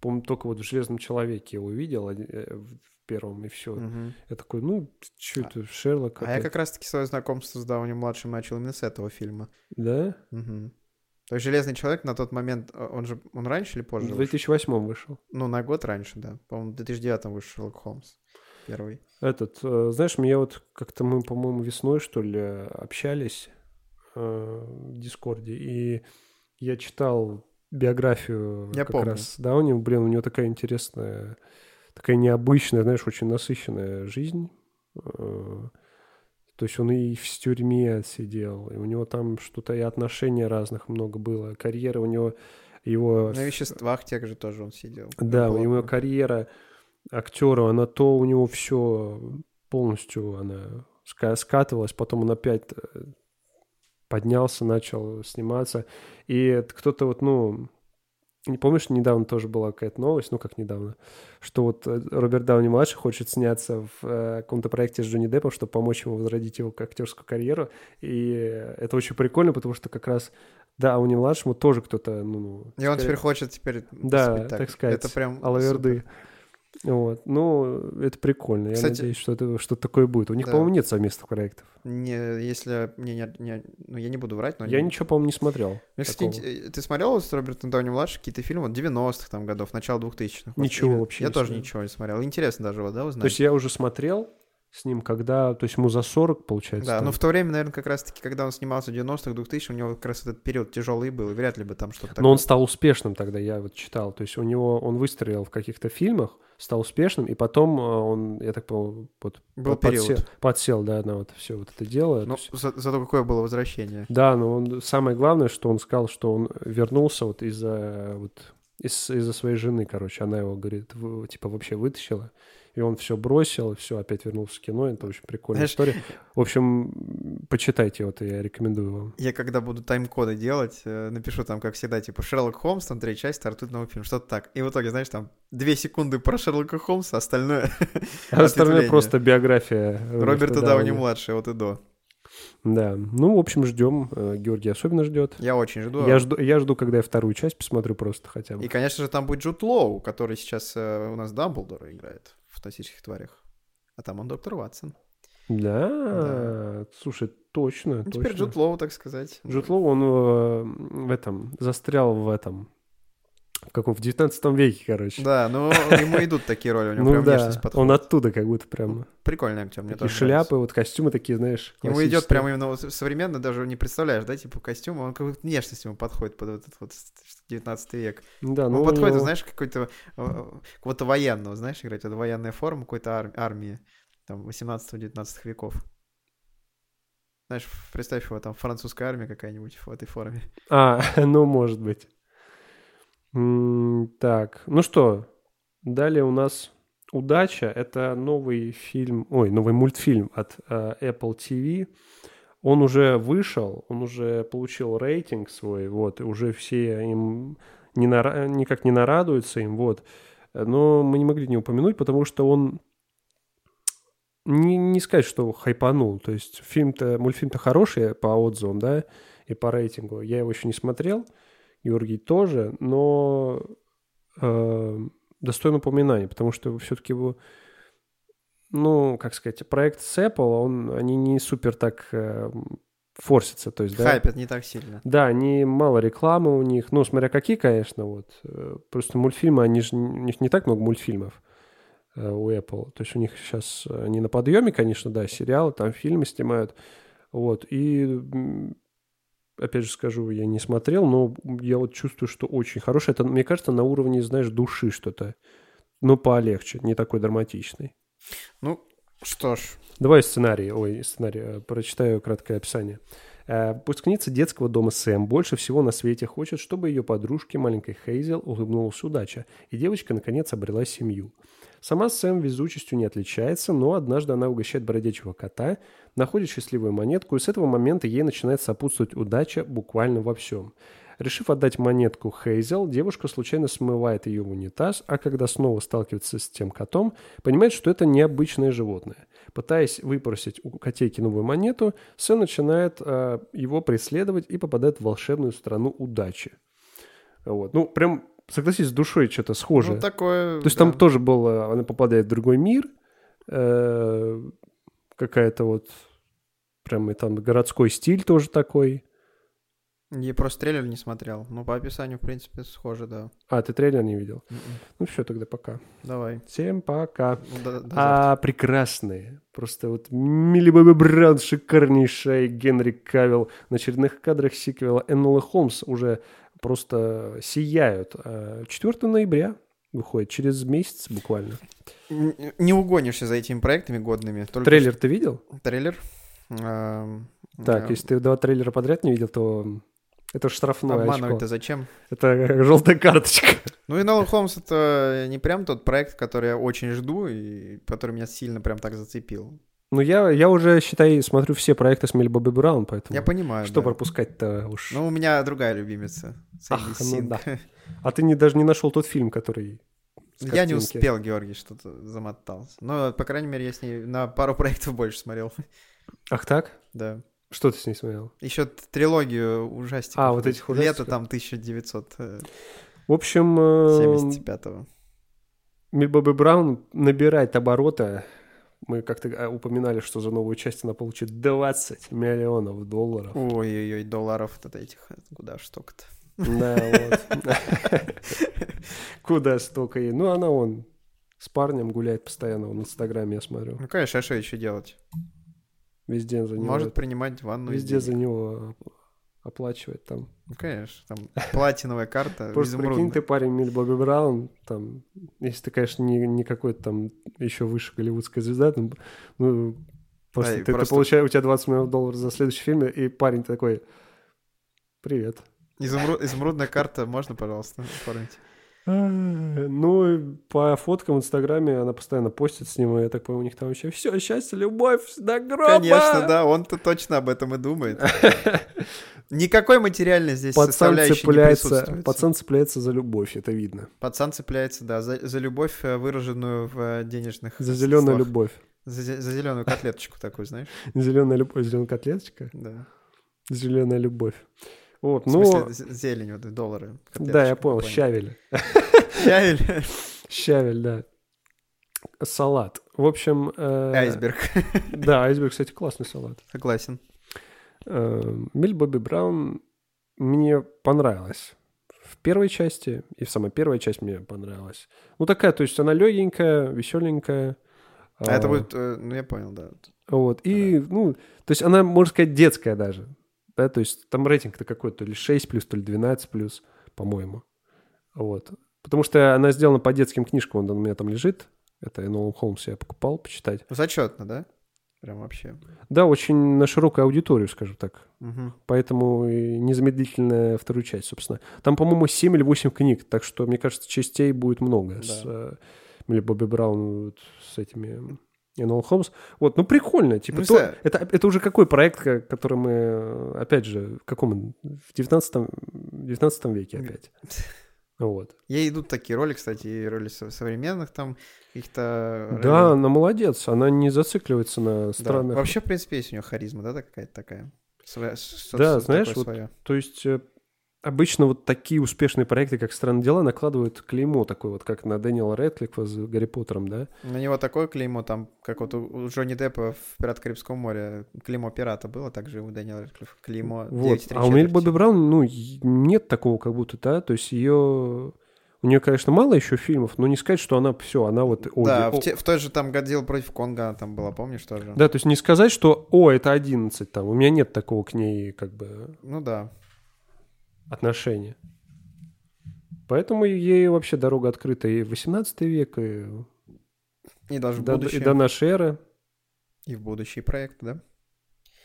Speaker 1: помню только вот в Железном человеке его видел э, в первом и все.
Speaker 2: Мгм.
Speaker 1: Я такой, ну что это Шерлок?
Speaker 2: А я
Speaker 1: опять?»
Speaker 2: как раз-таки свое знакомство с Дауни-младшим начал именно с этого фильма.
Speaker 1: Да?
Speaker 2: Мгм. То есть «Железный человек» на тот момент, э, он же, он раньше или позже
Speaker 1: В
Speaker 2: вышел?
Speaker 1: 2008 вышел.
Speaker 2: Ну, на год раньше, да. По-моему, в 2009 вышел Шерлок Холмс первый.
Speaker 1: Этот, э, знаешь, меня вот как-то мы, по-моему, весной, что ли, э, общались э, в Дискорде, и я читал биографию
Speaker 2: Я
Speaker 1: как
Speaker 2: помню.
Speaker 1: раз Дауни. Блин, у него такая интересная, такая необычная, знаешь, очень насыщенная жизнь. Э, То есть он и в тюрьме сидел, и у него там что-то и отношений разных много было. Карьера у него, его
Speaker 2: На веществах тех же тоже он сидел.
Speaker 1: да, у
Speaker 2: Было.
Speaker 1: него карьера актера, она то у него все полностью она ска- скатывалась, потом он опять э, поднялся, начал сниматься. И это кто-то вот, ну, не помнишь, недавно тоже была какая-то новость, ну как недавно, что вот э, Роберт Дауни младший хочет сняться в э, каком-то проекте с Джонни Деппом, чтобы помочь ему возродить его актерскую карьеру. И это очень прикольно, потому что как раз Дауни младшему тоже кто-то, ну,
Speaker 2: И он
Speaker 1: скорее-
Speaker 2: теперь хочет теперь
Speaker 1: Да,
Speaker 2: спектакль.
Speaker 1: так сказать,
Speaker 2: Это прям супер.
Speaker 1: Алаверды. Вот. Ну, это прикольно. Я
Speaker 2: Кстати-
Speaker 1: надеюсь, что это что такое будет. У них,
Speaker 2: Да.
Speaker 1: по-моему, нет совместных проектов.
Speaker 2: Не, если мне не, не- ну я не буду врать, но
Speaker 1: Я
Speaker 2: не-
Speaker 1: ничего, по-моему, не смотрел.
Speaker 2: Мне, кстати,
Speaker 1: такого.
Speaker 2: инте- э, ты смотрел вот с Робертом Дауни младшим какие-то фильмы вот 90-х там годов, начало 2000-х? Вот
Speaker 1: Ничего
Speaker 2: именно.
Speaker 1: вообще
Speaker 2: Я
Speaker 1: не
Speaker 2: тоже
Speaker 1: смотрел.
Speaker 2: ничего не смотрел. Интересно даже вот, да, узнать.
Speaker 1: То есть я уже смотрел с ним, когда... То есть ему за 40, получается.
Speaker 2: да,
Speaker 1: там.
Speaker 2: но в то время, наверное, как раз-таки, когда он снимался в 90-х, 2000 у него как раз этот период тяжелый был, и вряд ли бы там что-то
Speaker 1: Но
Speaker 2: такое.
Speaker 1: он стал успешным тогда, я вот читал. То есть у него... Он выстрелил в каких-то фильмах, стал успешным, и потом э, он, я так понял, вот
Speaker 2: Был
Speaker 1: подсел,
Speaker 2: период.
Speaker 1: подсел, да, на вот все вот это дело. То
Speaker 2: Ну,
Speaker 1: есть-
Speaker 2: за- зато какое было возвращение.
Speaker 1: Да, но он, самое главное, что он сказал, что он вернулся вот из-за вот, из, за своей жены, короче. Она его, говорит, в- типа вообще вытащила. И он все бросил, и все, опять вернулся в кино. Это очень прикольная
Speaker 2: Знаешь-
Speaker 1: история. В общем, почитайте, вот я рекомендую вам.
Speaker 2: Я когда буду тайм-коды делать, э, напишу там, как всегда, типа «Шерлок Холмс», там три части, стартует новый фильм, что-то так. И в итоге, знаешь, там две секунды про Шерлока Холмса, остальное
Speaker 1: А остальное
Speaker 2: Ответвление.
Speaker 1: просто биография
Speaker 2: Роберта Дауни-младшего, вот и до.
Speaker 1: Да. Ну, в общем, ждем. Э, Георгий особенно ждет.
Speaker 2: Я очень жду.
Speaker 1: Я жду, я жду, когда я вторую часть посмотрю просто хотя бы.
Speaker 2: И, конечно же, там будет Джуд Лоу, который сейчас э, у нас Дамблдора играет в «Фантастических тварях». А там он доктор Ватсон.
Speaker 1: Да, слушай, точно,
Speaker 2: Ну,
Speaker 1: точно.
Speaker 2: Теперь Джуд Лоу, так сказать.
Speaker 1: Джуд Лоу, он э, в этом, застрял в этом, в каком, в 19 веке, короче.
Speaker 2: Да, но ему идут такие роли, у него
Speaker 1: ну
Speaker 2: прям
Speaker 1: да,
Speaker 2: внешность подходит.
Speaker 1: он оттуда как будто прям.
Speaker 2: Прикольный актер, мне
Speaker 1: Такие
Speaker 2: тоже
Speaker 1: шляпы, вот костюмы такие, знаешь,
Speaker 2: Ему идет
Speaker 1: классические.
Speaker 2: прямо именно вот современно, даже не представляешь, да, типа костюм, он как бы внешность ему подходит под вот этот вот 19 век.
Speaker 1: Ну Да,
Speaker 2: Он
Speaker 1: ну, у
Speaker 2: подходит,
Speaker 1: него-
Speaker 2: знаешь, какой-то э, какого-то военного, знаешь, играть, это военная форма какой-то ар- армии, там, 18-19 веков. Знаешь, представь его, там, французская армия какая-нибудь в этой форме.
Speaker 1: А, ну, может быть. М, так, ну что, далее у нас «Удача». Это новый фильм, ой, новый мультфильм от э, Apple TV он уже вышел, он уже получил рейтинг свой, вот, и уже все им не нара- э, никак не нарадуются им, вот. Но мы не могли не упомянуть, потому что он не, не сказать, что хайпанул. То есть фильм-то, мультфильм-то хороший по отзывам, да, и по рейтингу. Я его еще не смотрел, Георгий тоже, но э, достойно упоминания, потому что все-таки его, ну, как сказать, проект с Apple, он, они не супер так э, форсятся, то есть, да.
Speaker 2: Хайпят не так сильно.
Speaker 1: Да, они мало рекламы у них, ну, смотря какие, конечно, вот. Э, Просто мультфильмы, они же, у них не так много мультфильмов э, у Apple. То есть у них сейчас они на подъеме, конечно, да, сериалы, там фильмы снимают. Вот, и м, опять же скажу, я не смотрел, но я вот чувствую, что очень хорошее. Это, мне кажется, на уровне, знаешь, души что-то. Но полегче, не такой драматичный.
Speaker 2: Ну, что ж,
Speaker 1: Давай сценарий, ой, сценарий, э, прочитаю краткое описание. Э, Выпускница детского дома Сэм больше всего на свете хочет, чтобы ее подружке, маленькой Хейзел, улыбнулась удача, и девочка, наконец, обрела семью. Сама Сэм везучестью не отличается, но однажды она угощает бродячего кота, находит счастливую монетку, и с этого момента ей начинает сопутствовать удача буквально во всем. Решив отдать монетку Хейзел, девушка случайно смывает ее в унитаз, а когда снова сталкивается с тем котом, понимает, что это необычное животное. Пытаясь выпросить у котейки новую монету, Сэм начинает э, его преследовать и попадает в волшебную страну удачи. Вот. Ну, прям, согласись, с душой что-то схоже.
Speaker 2: ну такое...
Speaker 1: То есть
Speaker 2: да.
Speaker 1: там тоже было, она попадает в другой мир, э, какая-то вот прям и там городской стиль тоже такой.
Speaker 2: Я просто трейлер не смотрел, но по описанию, в принципе, схоже, да.
Speaker 1: А, ты трейлер не видел?
Speaker 2: Мгм.
Speaker 1: Ну все, тогда пока.
Speaker 2: Давай.
Speaker 1: Всем пока.
Speaker 2: Ну, до- до завтра.
Speaker 1: А, прекрасные. Просто вот Милли Бобби Браун, шикарнейшая Генри Кавилл. На очередных кадрах сиквела Эннола Холмс уже просто сияют. А, 4 ноября выходит, через месяц буквально.
Speaker 2: Н- Не угонишься за этими проектами годными. Только
Speaker 1: Трейлер ты видел?
Speaker 2: что- Трейлер. Эм,
Speaker 1: Так,
Speaker 2: да.
Speaker 1: если ты два трейлера подряд не видел, то это штрафное
Speaker 2: Обманывать-то
Speaker 1: очко.
Speaker 2: зачем?
Speaker 1: Это желтая карточка.
Speaker 2: Ну, и Нола Холмс это не прям тот проект, который я очень жду и который меня сильно прям так зацепил.
Speaker 1: Ну, я, я уже, считай, смотрю все проекты с Милли Бобби Браун, поэтому...
Speaker 2: Я понимаю.
Speaker 1: Что
Speaker 2: да.
Speaker 1: пропускать-то уж?
Speaker 2: Ну, у меня другая любимица. Сэнди
Speaker 1: Ах, ну
Speaker 2: Синг.
Speaker 1: да. А ты не, даже не нашел тот фильм, который... с
Speaker 2: Я не
Speaker 1: картинки.
Speaker 2: успел, Георгий, что-то замотался. Но, по крайней мере, я с ней на пару проектов больше смотрел.
Speaker 1: Ах так?
Speaker 2: Да.
Speaker 1: Что ты с ней смотрел?
Speaker 2: Еще трилогию ужастиков.
Speaker 1: А, вот этих
Speaker 2: Лето
Speaker 1: ужастиков.
Speaker 2: там э, 1975-го.
Speaker 1: В общем, э, Милли Бобби Браун набирает обороты. Мы как-то э, упоминали, что за новую часть она получит 20 миллионов долларов.
Speaker 2: Ой-ой-ой, долларов вот этих. Куда ж столько-то.
Speaker 1: Да, вот. Куда столько ей. Ну, она он с парнем гуляет постоянно, он в Инстаграме, я смотрю.
Speaker 2: Ну, конечно, а что еще делать?
Speaker 1: Везде за него.
Speaker 2: Может ну, принимать ванну. и
Speaker 1: Везде
Speaker 2: деньги.
Speaker 1: за него оплачивает там.
Speaker 2: Ну, конечно, там платиновая карта,
Speaker 1: Просто прикинь, ты
Speaker 2: изумрудная.
Speaker 1: парень Милли Бобби Браун, там, если ты, конечно, не, не какой-то там еще выше голливудская звезда, там, ну, просто,
Speaker 2: Да, и
Speaker 1: ты, ты
Speaker 2: просто-
Speaker 1: получаешь, у тебя 20 миллионов долларов за следующий фильм, и парень такой, привет.
Speaker 2: Изумру- Изумрудная карта, можно, пожалуйста, оформить?
Speaker 1: Ну, и по фоткам в Инстаграме она постоянно постит с ним, и я так понимаю, у них там вообще все, счастье, любовь, до гроба.
Speaker 2: Конечно, да, он-то точно об этом и думает. Никакой материальной здесь
Speaker 1: Пацан
Speaker 2: составляющей не
Speaker 1: цепляется,
Speaker 2: присутствует.
Speaker 1: пацан цепляется за любовь, это видно.
Speaker 2: Пацан цепляется, да, за, за любовь, э, выраженную в э, денежных
Speaker 1: За зеленую
Speaker 2: словах.
Speaker 1: любовь.
Speaker 2: За, зе- за зеленую котлеточку такую, знаешь?
Speaker 1: Зеленая любовь, зеленая котлеточка,
Speaker 2: Да.
Speaker 1: зеленая любовь. Вот,
Speaker 2: В
Speaker 1: ну,
Speaker 2: смысле, з- зелень, вот, доллары.
Speaker 1: да, я
Speaker 2: котлеточку,
Speaker 1: понял, щавель.
Speaker 2: Щавель.
Speaker 1: Щавель, да. Салат. В общем... э,
Speaker 2: Айсберг.
Speaker 1: Да, айсберг, кстати, классный салат.
Speaker 2: Согласен.
Speaker 1: Э, Милли Бобби Браун мне понравилась. В первой части, и в самой первой часть мне понравилась. Ну, такая, то есть она легенькая, веселенькая.
Speaker 2: А это будет, э, ну я понял, да.
Speaker 1: Вот, и, ну, то есть она, можно сказать, детская даже. Да, то есть там рейтинг-то какой-то, то ли 6 плюс, то ли 12 плюс, по-моему. Вот. Потому что она сделана по детским книжкам, он у меня там лежит. Это Энолан Холмс я покупал почитать.
Speaker 2: Зачетно, да? Прям вообще.
Speaker 1: Да, очень на широкую аудиторию, скажем так.
Speaker 2: Мгм.
Speaker 1: Поэтому и незамедлительно вторую часть, собственно. Там, по-моему, 7 или 8 книг, так что, мне кажется, частей будет много. С
Speaker 2: Да.
Speaker 1: э, Милли Бобби Браун вот с этими Энол Холмс. Вот, ну прикольно. Типа,
Speaker 2: Ну,
Speaker 1: то-
Speaker 2: да.
Speaker 1: это, это уже какой проект, ко- который мы, э, опять же, в каком он? В 19, 19 веке опять. Вот.
Speaker 2: Ей идут такие роли, кстати, и роли со- современных там каких-то...
Speaker 1: Да,
Speaker 2: ролей.
Speaker 1: она молодец. Она не зацикливается на
Speaker 2: Э, Да.
Speaker 1: странных...
Speaker 2: Вообще, в принципе, есть у нее харизма, да, да, какая-то такая? Своя- что-то
Speaker 1: Да,
Speaker 2: такое
Speaker 1: знаешь, вот
Speaker 2: своё.
Speaker 1: То есть э, обычно вот такие успешные проекты, как «Странные дела», накладывают клеймо такое, вот как на Дэниела Рэдклифа с Гарри Поттером, да?
Speaker 2: На него такое клеймо там, как вот у у Джонни Деппа в «Пират Карибского моря» клеймо пирата было, также и у Дэниела Рэдклиффа клеймо
Speaker 1: Вот.
Speaker 2: 9
Speaker 1: А у Мель Бобби Браун, ну, и нет такого как будто, да? То есть ее... У нее, конечно, мало еще фильмов, но не сказать, что она все, она вот... о,
Speaker 2: Да,
Speaker 1: о-
Speaker 2: в, те- в той же там «Годзилла против Конга» она там была, помнишь тоже?
Speaker 1: Да, то есть не сказать, что «О, это 11 там». У меня нет такого к ней как бы
Speaker 2: Ну да.
Speaker 1: отношения. Поэтому ей вообще дорога открыта и в 18 век, и,
Speaker 2: И даже в
Speaker 1: до, и
Speaker 2: будущее.
Speaker 1: до нашей эры.
Speaker 2: И в будущий проект, да?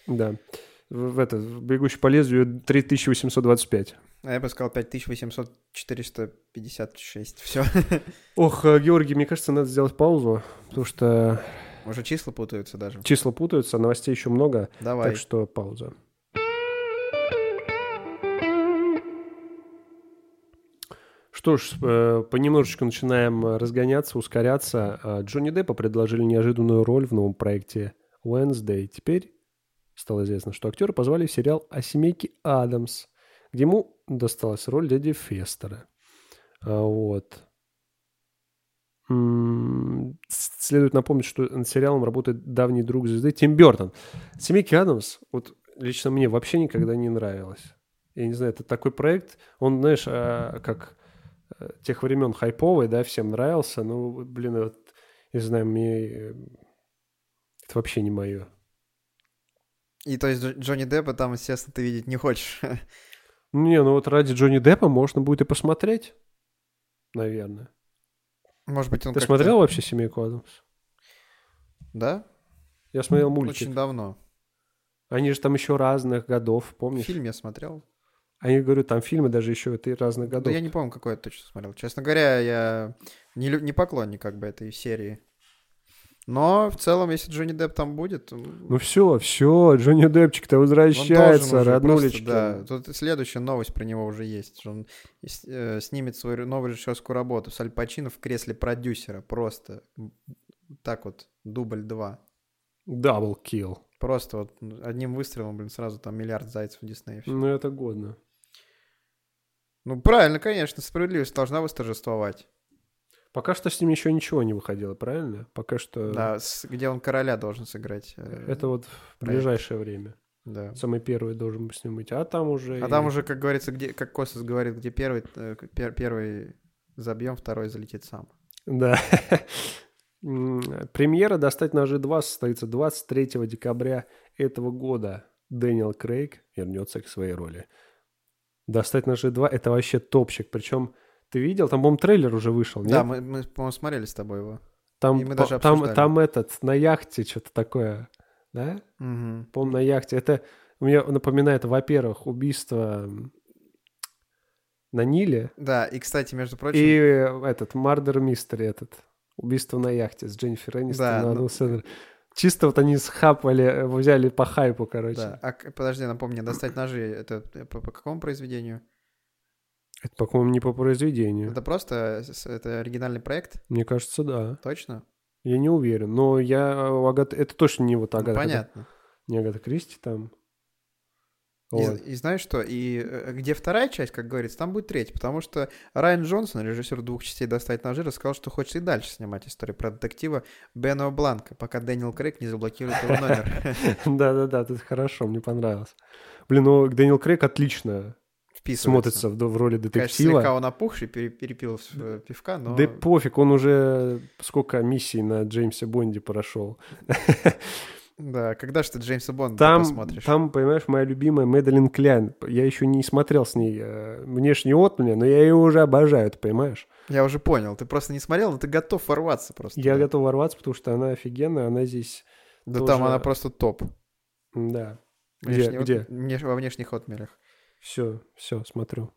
Speaker 1: Да. В, в это, в «Бегущий по лезвию» 3825.
Speaker 2: А я бы сказал 5800-456. Все.
Speaker 1: Ох, э, Георгий, мне кажется, надо сделать паузу, потому что
Speaker 2: Уже числа путаются даже.
Speaker 1: числа путаются, новостей еще много.
Speaker 2: Давай.
Speaker 1: Так что пауза. Что ж, э, понемножечку начинаем э, разгоняться, ускоряться. А Джонни Деппа предложили неожиданную роль в новом проекте Wednesday. Теперь стало известно, что актера позвали в сериал о семейке Адамс, где ему досталась роль дяди Фестера. А, Вот. М, с- Следует напомнить, что над сериалом работает давний друг звезды Тим Бертон. Семейки Адамс, вот лично мне вообще никогда не нравилось. Я не знаю, это такой проект, он, знаешь, а, как э, тех времен хайповый, да, всем нравился, но, блин, вот, не знаю, мне э, это вообще не мое.
Speaker 2: И то есть Дж- Джонни Деппа там, естественно, ты видеть не хочешь.
Speaker 1: Не, ну вот ради Джонни Деппа можно будет и посмотреть, наверное.
Speaker 2: Может быть, он
Speaker 1: Ты
Speaker 2: Ну, как-то-
Speaker 1: смотрел вообще «Семейку Адамс»?
Speaker 2: Да?
Speaker 1: Я смотрел мультик.
Speaker 2: Очень давно.
Speaker 1: Они же там еще разных годов, помнишь?
Speaker 2: Фильм я смотрел.
Speaker 1: А я говорю, там фильмы даже еще это и разных
Speaker 2: Да
Speaker 1: годов.
Speaker 2: я не помню, какой я точно смотрел. Честно говоря, я не, лю- не поклонник как бы этой серии. Но в целом, если Джонни Депп там будет, м,
Speaker 1: Ну все, все, Джонни Депчик-то
Speaker 2: он должен
Speaker 1: возвращается,
Speaker 2: уже
Speaker 1: роднулечки.
Speaker 2: просто, Да, тут следующая новость про него уже есть. что Он с- э, снимет свою рю- новую режиссерскую работу. Саль Пачино в кресле продюсера. Просто м, так вот, дубль два.
Speaker 1: Дабл килл.
Speaker 2: Просто вот м, одним выстрелом, блин, сразу там миллиард зайцев в Диснее. всё.
Speaker 1: Ну это годно.
Speaker 2: Ну, правильно, конечно, справедливость должна восторжествовать.
Speaker 1: Пока что с ним еще ничего не выходило, правильно? Пока что
Speaker 2: Да, с- где он короля должен сыграть. э,
Speaker 1: это вот в
Speaker 2: проект.
Speaker 1: ближайшее время.
Speaker 2: Да.
Speaker 1: Самый первый должен с ним быть. А там уже...
Speaker 2: А там уже, как говорится, где, как Косас говорит, где первый, э, к- пер- первый забьем, второй залетит сам.
Speaker 1: Да. М, Премьера «Достать ножи 2» состоится 23 декабря этого года. Дэниел Крейг вернется к своей роли. «Достать ножи 2» — это вообще топчик. Причем ты видел, там, по-моему, трейлер уже вышел,
Speaker 2: Да,
Speaker 1: нет?
Speaker 2: мы, мы, по-моему, смотрели с тобой его.
Speaker 1: Там,
Speaker 2: и мы
Speaker 1: по-
Speaker 2: даже
Speaker 1: там,
Speaker 2: обсуждали.
Speaker 1: там этот, на яхте что-то такое, да?
Speaker 2: Мгм.
Speaker 1: По-моему, на яхте. Это мне напоминает, во-первых, убийство м, на Ниле
Speaker 2: Да, и, кстати, между прочим,
Speaker 1: и э, этот, Мардер Мистер этот, убийство на яхте с Дженнифер Энистон.
Speaker 2: Да,
Speaker 1: и
Speaker 2: ну-
Speaker 1: Адамом Сэндлером. Чисто вот они схапали, э, взяли по хайпу, короче.
Speaker 2: да, а, к- подожди, напомни, «Достать ножи» — это по, по какому произведению?
Speaker 1: Это, по-моему, не по произведению.
Speaker 2: Это просто, с- это оригинальный проект?
Speaker 1: Мне кажется, да.
Speaker 2: Точно?
Speaker 1: Я не уверен. Но я... э, у Агаты- Это точно не вот
Speaker 2: Ну,
Speaker 1: Агата...
Speaker 2: понятно.
Speaker 1: Не Агата Кристи там.
Speaker 2: И,
Speaker 1: Вот.
Speaker 2: и знаешь что? И э, где вторая часть, как говорится, там будет третья, потому что Райан Джонсон, режиссер двух частей «Достать ножи», рассказал, что хочет и дальше снимать историю про детектива Бена Бланка, пока Дэниел Крейг не заблокирует его номер
Speaker 1: Да-да-да, это хорошо, мне понравилось. Блин, ну Дэниел Крейг отлично
Speaker 2: вписывается.
Speaker 1: смотрится в, в роли
Speaker 2: Конечно, слегка
Speaker 1: детектива.
Speaker 2: он опухший, пере- перепил с- э, пивка, но...
Speaker 1: Да пофиг, он уже сколько миссий на Джеймсе Бонде прошел.
Speaker 2: Да, когда же ты Джеймса Бонда
Speaker 1: Там,
Speaker 2: посмотришь?
Speaker 1: там, понимаешь, моя любимая Мэдалин Кляйн. Я еще не смотрел с ней э, внешний отмель, но я ее уже обожаю, ты понимаешь?
Speaker 2: Я уже понял, ты просто не смотрел, но ты готов ворваться просто.
Speaker 1: Я
Speaker 2: да.
Speaker 1: готов ворваться, потому что она офигенная, она здесь,
Speaker 2: Да
Speaker 1: тоже-
Speaker 2: там она просто топ.
Speaker 1: м, да. Где,
Speaker 2: Внешний от-
Speaker 1: где?
Speaker 2: внеш- Во внешних отмерях.
Speaker 1: Все, все, смотрю.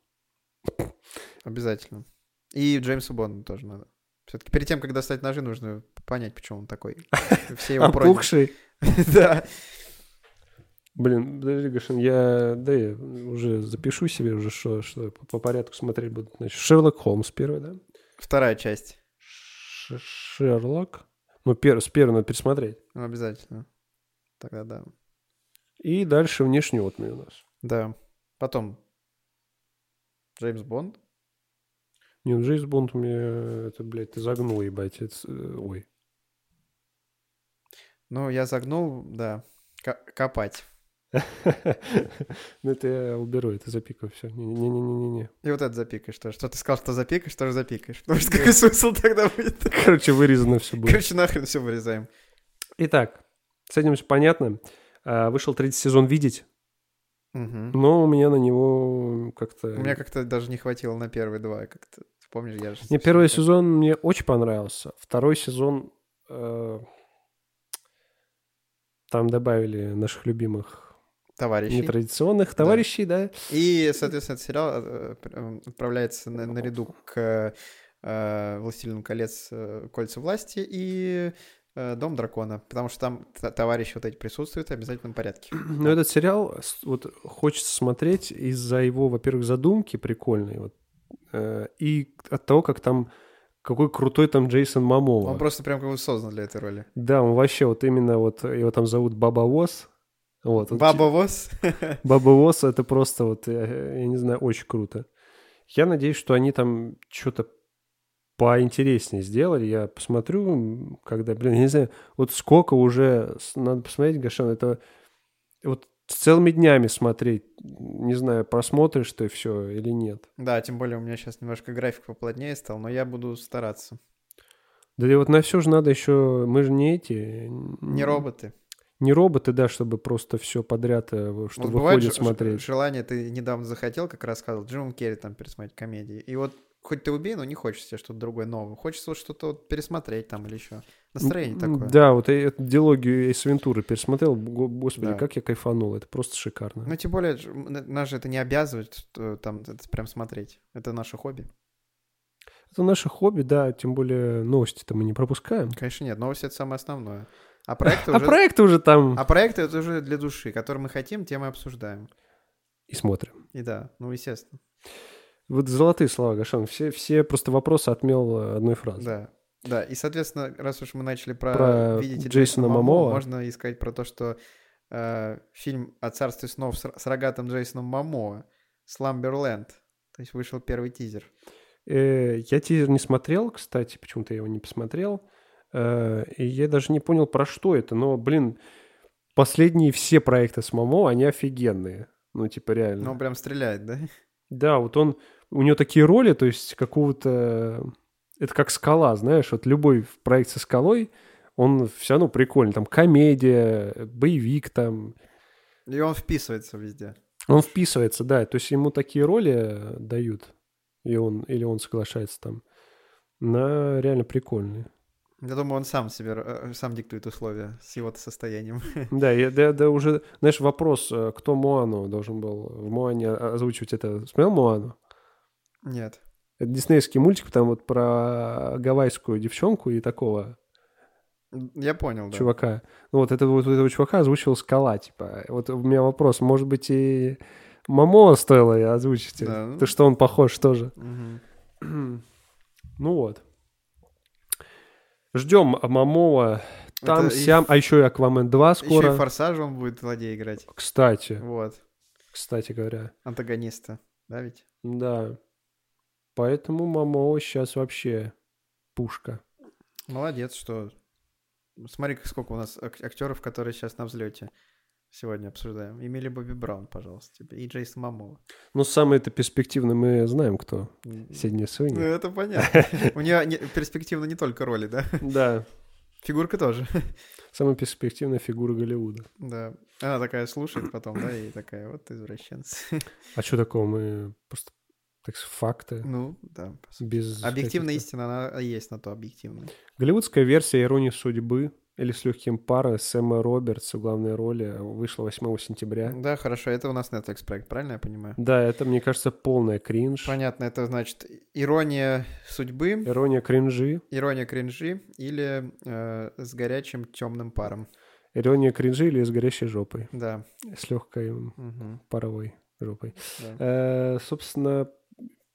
Speaker 2: Обязательно. И Джеймсу Бонду тоже надо. Все-таки перед тем, как достать ножи, нужно понять, почему он такой. Все его проняли.
Speaker 1: Опухший.
Speaker 2: Да.
Speaker 1: Блин, подожди, Гошин, я, да, я уже запишу себе уже, что, что по, по порядку смотреть буду. Значит, Шерлок Холмс первый, да?
Speaker 2: Вторая часть.
Speaker 1: Ш- Шерлок. Ну, пер, с первой надо пересмотреть.
Speaker 2: Ну, обязательно. Тогда да.
Speaker 1: И дальше внешнеотный у нас.
Speaker 2: Да. Потом. Джеймс Бонд.
Speaker 1: Не, ну, Джеймс Бонд мне... Это, блядь, ты загнул, ебать. это с- э, ой.
Speaker 2: Ну, я загнул, да. Ко- Копать.
Speaker 1: Ну, это я уберу, это запикаю все. Не-не-не-не-не.
Speaker 2: И вот это запикаешь тоже. Что ты сказал, что запикаешь, тоже запикаешь. Потому что какой смысл тогда будет?
Speaker 1: Короче, вырезано все будет.
Speaker 2: Короче, нахрен все вырезаем.
Speaker 1: Итак, с этим все понятно. А, Вышел третий сезон «Видеть»,
Speaker 2: Мгм.
Speaker 1: но у меня на него как-то...
Speaker 2: У меня как-то даже не хватило на первые два. Как-то помнишь, я же...
Speaker 1: Мне первый
Speaker 2: совсем-
Speaker 1: сезон мне очень понравился. Второй сезон... э, Там добавили наших любимых
Speaker 2: Товарищи.
Speaker 1: нетрадиционных товарищей, да?
Speaker 2: И, соответственно, этот сериал э, пр- э, отправляется на- наряду к э, «Властелину колец. э, Кольца власти» и э, «Дом дракона», потому что там т- товарищи вот эти присутствуют в обязательном порядке.
Speaker 1: Но этот сериал с- вот хочется смотреть из-за его, во-первых, задумки прикольной, вот, э, и от того, как там какой крутой там Джейсон Мамова.
Speaker 2: Он просто прям как бы создан для этой роли.
Speaker 1: Да, он вообще вот именно вот его там зовут Баба Воз. Вот, он
Speaker 2: Баба Вос.
Speaker 1: ч- Баба Воз это просто вот, э, я не знаю, очень круто. Я надеюсь, что они там что-то поинтереснее сделали. Я посмотрю, м, когда, блин, я не знаю, вот сколько уже, с- надо посмотреть, Гашан, это вот с целыми днями смотреть, не знаю, просмотришь ты все или нет.
Speaker 2: Да, тем более у меня сейчас немножко график поплотнее стал, но я буду стараться.
Speaker 1: Да и вот на все же надо еще, мы же не эти... н-
Speaker 2: Не роботы.
Speaker 1: Не роботы, да, чтобы просто все подряд, э, в- что
Speaker 2: Вот бывает
Speaker 1: выходит,
Speaker 2: ж-
Speaker 1: смотреть.
Speaker 2: желание, ты недавно захотел, как рассказывал, Джимом Керри там пересмотреть комедии. И вот хоть ты убей, но не хочется тебе что-то другое новое. Хочется вот что-то вот пересмотреть там или еще. Настроение
Speaker 1: М,
Speaker 2: такое.
Speaker 1: Да, вот я эту диалогию Эйс Вентуры пересмотрел. го- Господи,
Speaker 2: Да.
Speaker 1: как я кайфанул. Это просто шикарно.
Speaker 2: Ну, тем более, ж- м, н- нас же это не обязывает что э, там это прям смотреть. Это наше хобби.
Speaker 1: Это наше хобби, да, тем более новости-то мы не пропускаем.
Speaker 2: Конечно, нет, новости — это самое основное. А проекты
Speaker 1: А
Speaker 2: уже...
Speaker 1: проекты уже там
Speaker 2: А проекты — это уже для души, которые мы хотим, те мы обсуждаем.
Speaker 1: и смотрим.
Speaker 2: И да, ну, естественно,
Speaker 1: Вот золотые слова, Гашан. Все, все просто вопросы отмел э, одной фразой.
Speaker 2: да. Да, и, соответственно, раз уж мы начали про,
Speaker 1: Про
Speaker 2: «Видите
Speaker 1: Джейсона Момоа».
Speaker 2: можно и сказать про то, что э, фильм «О царстве снов» с, с рогатым Джейсоном Момоа «Сламберленд», то есть вышел первый тизер.
Speaker 1: Э, я тизер не смотрел, кстати, почему-то я его не посмотрел. Э, и я даже не понял, про что это. Но, блин, последние все проекты с Мамо, они офигенные. Ну, типа, реально.
Speaker 2: Ну, он прям стреляет, да?
Speaker 1: Да, вот он, у него такие роли, то есть какого-то... Это как скала, знаешь, вот любой в- проект со скалой, он все равно прикольный. Там комедия, боевик там.
Speaker 2: И он вписывается везде.
Speaker 1: Он вписывается, да. То есть ему такие роли э, дают, и он, или он соглашается там на реально прикольные.
Speaker 2: Я думаю, он сам себе, э, сам диктует условия с его состоянием.
Speaker 1: Да, я, да, да, уже, знаешь, вопрос, э, кто Моану должен был в Моане озвучивать это. Смотрел Моану?
Speaker 2: Нет.
Speaker 1: Это диснеевский мультик, там вот про гавайскую девчонку и такого
Speaker 2: Я понял, да.
Speaker 1: чувака. Ну вот этого, вот этого чувака озвучил Скала, типа. Вот у меня вопрос, может быть, и Мамо стоило и озвучить?
Speaker 2: Да, ну.
Speaker 1: То, что он похож тоже.
Speaker 2: Мгм.
Speaker 1: ну вот. Ждем Мамова там,
Speaker 2: Это и-
Speaker 1: сям, а еще и Аквамен 2 скоро.
Speaker 2: Еще и Форсаж он будет злодей играть.
Speaker 1: Кстати,
Speaker 2: Вот.
Speaker 1: кстати говоря.
Speaker 2: Антагониста. Да ведь?
Speaker 1: Да. Поэтому Мамова сейчас вообще пушка.
Speaker 2: Молодец, что... Смотри, как сколько у нас ак- актеров, которые сейчас на взлете сегодня обсуждаем. Эмили Бобби Браун, пожалуйста, тебе. И Джейсон Мамова.
Speaker 1: Но самый-то перспективный мы знаем, кто. Сидни
Speaker 2: Ну,
Speaker 1: Суини.
Speaker 2: это понятно. У нее не- перспективно не только роли, да?
Speaker 1: Да.
Speaker 2: Фигурка тоже.
Speaker 1: Самая перспективная фигура Голливуда.
Speaker 2: Да. Она такая слушает потом, да, и такая, вот извращенец.
Speaker 1: А что такого? Мы просто так сказать, факты.
Speaker 2: Ну, да. по сути.
Speaker 1: Без
Speaker 2: Объективная
Speaker 1: каких-то-
Speaker 2: истина, она есть на то объективная.
Speaker 1: Голливудская версия иронии судьбы Или с легким пара Сэма Робертса в главной роли вышла 8 сентября.
Speaker 2: Да, хорошо, это у нас Netflix проект, правильно я понимаю?
Speaker 1: Да, это, мне кажется, полная кринж.
Speaker 2: Понятно, это значит ирония судьбы,
Speaker 1: Ирония кринжи.
Speaker 2: ирония кринжи или э, с горячим темным паром.
Speaker 1: Ирония кринжи или с горящей жопой.
Speaker 2: Да.
Speaker 1: С легкой
Speaker 2: мгм,
Speaker 1: паровой жопой.
Speaker 2: да.
Speaker 1: Э, собственно,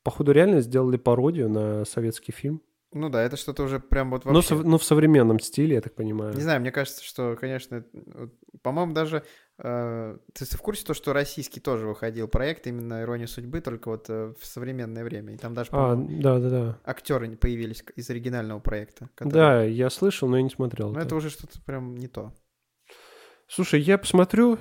Speaker 1: походу реально сделали пародию на советский фильм.
Speaker 2: Ну да, это что-то уже прям вот
Speaker 1: Но,
Speaker 2: вообще...
Speaker 1: Ну, сов- но в современном стиле, я так понимаю.
Speaker 2: Не знаю, мне кажется, что, конечно, это, вот, по-моему, даже э, ты в курсе то, что российский тоже выходил проект именно «Ирония судьбы», только вот э, в современное время. И там даже
Speaker 1: А,
Speaker 2: по-моему,
Speaker 1: да, да, да.
Speaker 2: актеры появились к- из оригинального проекта.
Speaker 1: Да, я слышал, но я не смотрел.
Speaker 2: Но
Speaker 1: это.
Speaker 2: Ну, это уже что-то прям не то.
Speaker 1: Слушай, я посмотрю,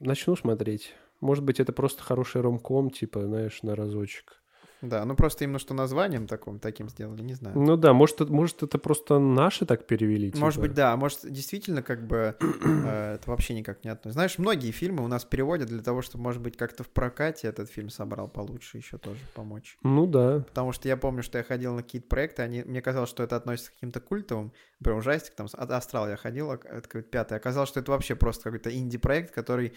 Speaker 1: начну смотреть. Может быть, это просто хороший ромком, типа, знаешь, на разочек.
Speaker 2: Да, ну просто именно что названием таком, таким сделали, не знаю.
Speaker 1: Ну да, может, это- может это просто наши так перевели.
Speaker 2: Может
Speaker 1: типа.
Speaker 2: быть, да, а может, действительно, как бы э, это вообще никак не относится. Знаешь, многие фильмы у нас переводят для того, чтобы, может быть, как-то в прокате этот фильм собрал получше, еще тоже помочь.
Speaker 1: Ну да.
Speaker 2: Потому что я помню, что я ходил на какие-то проекты, они, мне казалось, что это относится к каким-то культовым, прям ужастик, там, с- от Астрал я ходил, ок- это какой-то пятый, оказалось, что это вообще просто какой-то инди-проект, который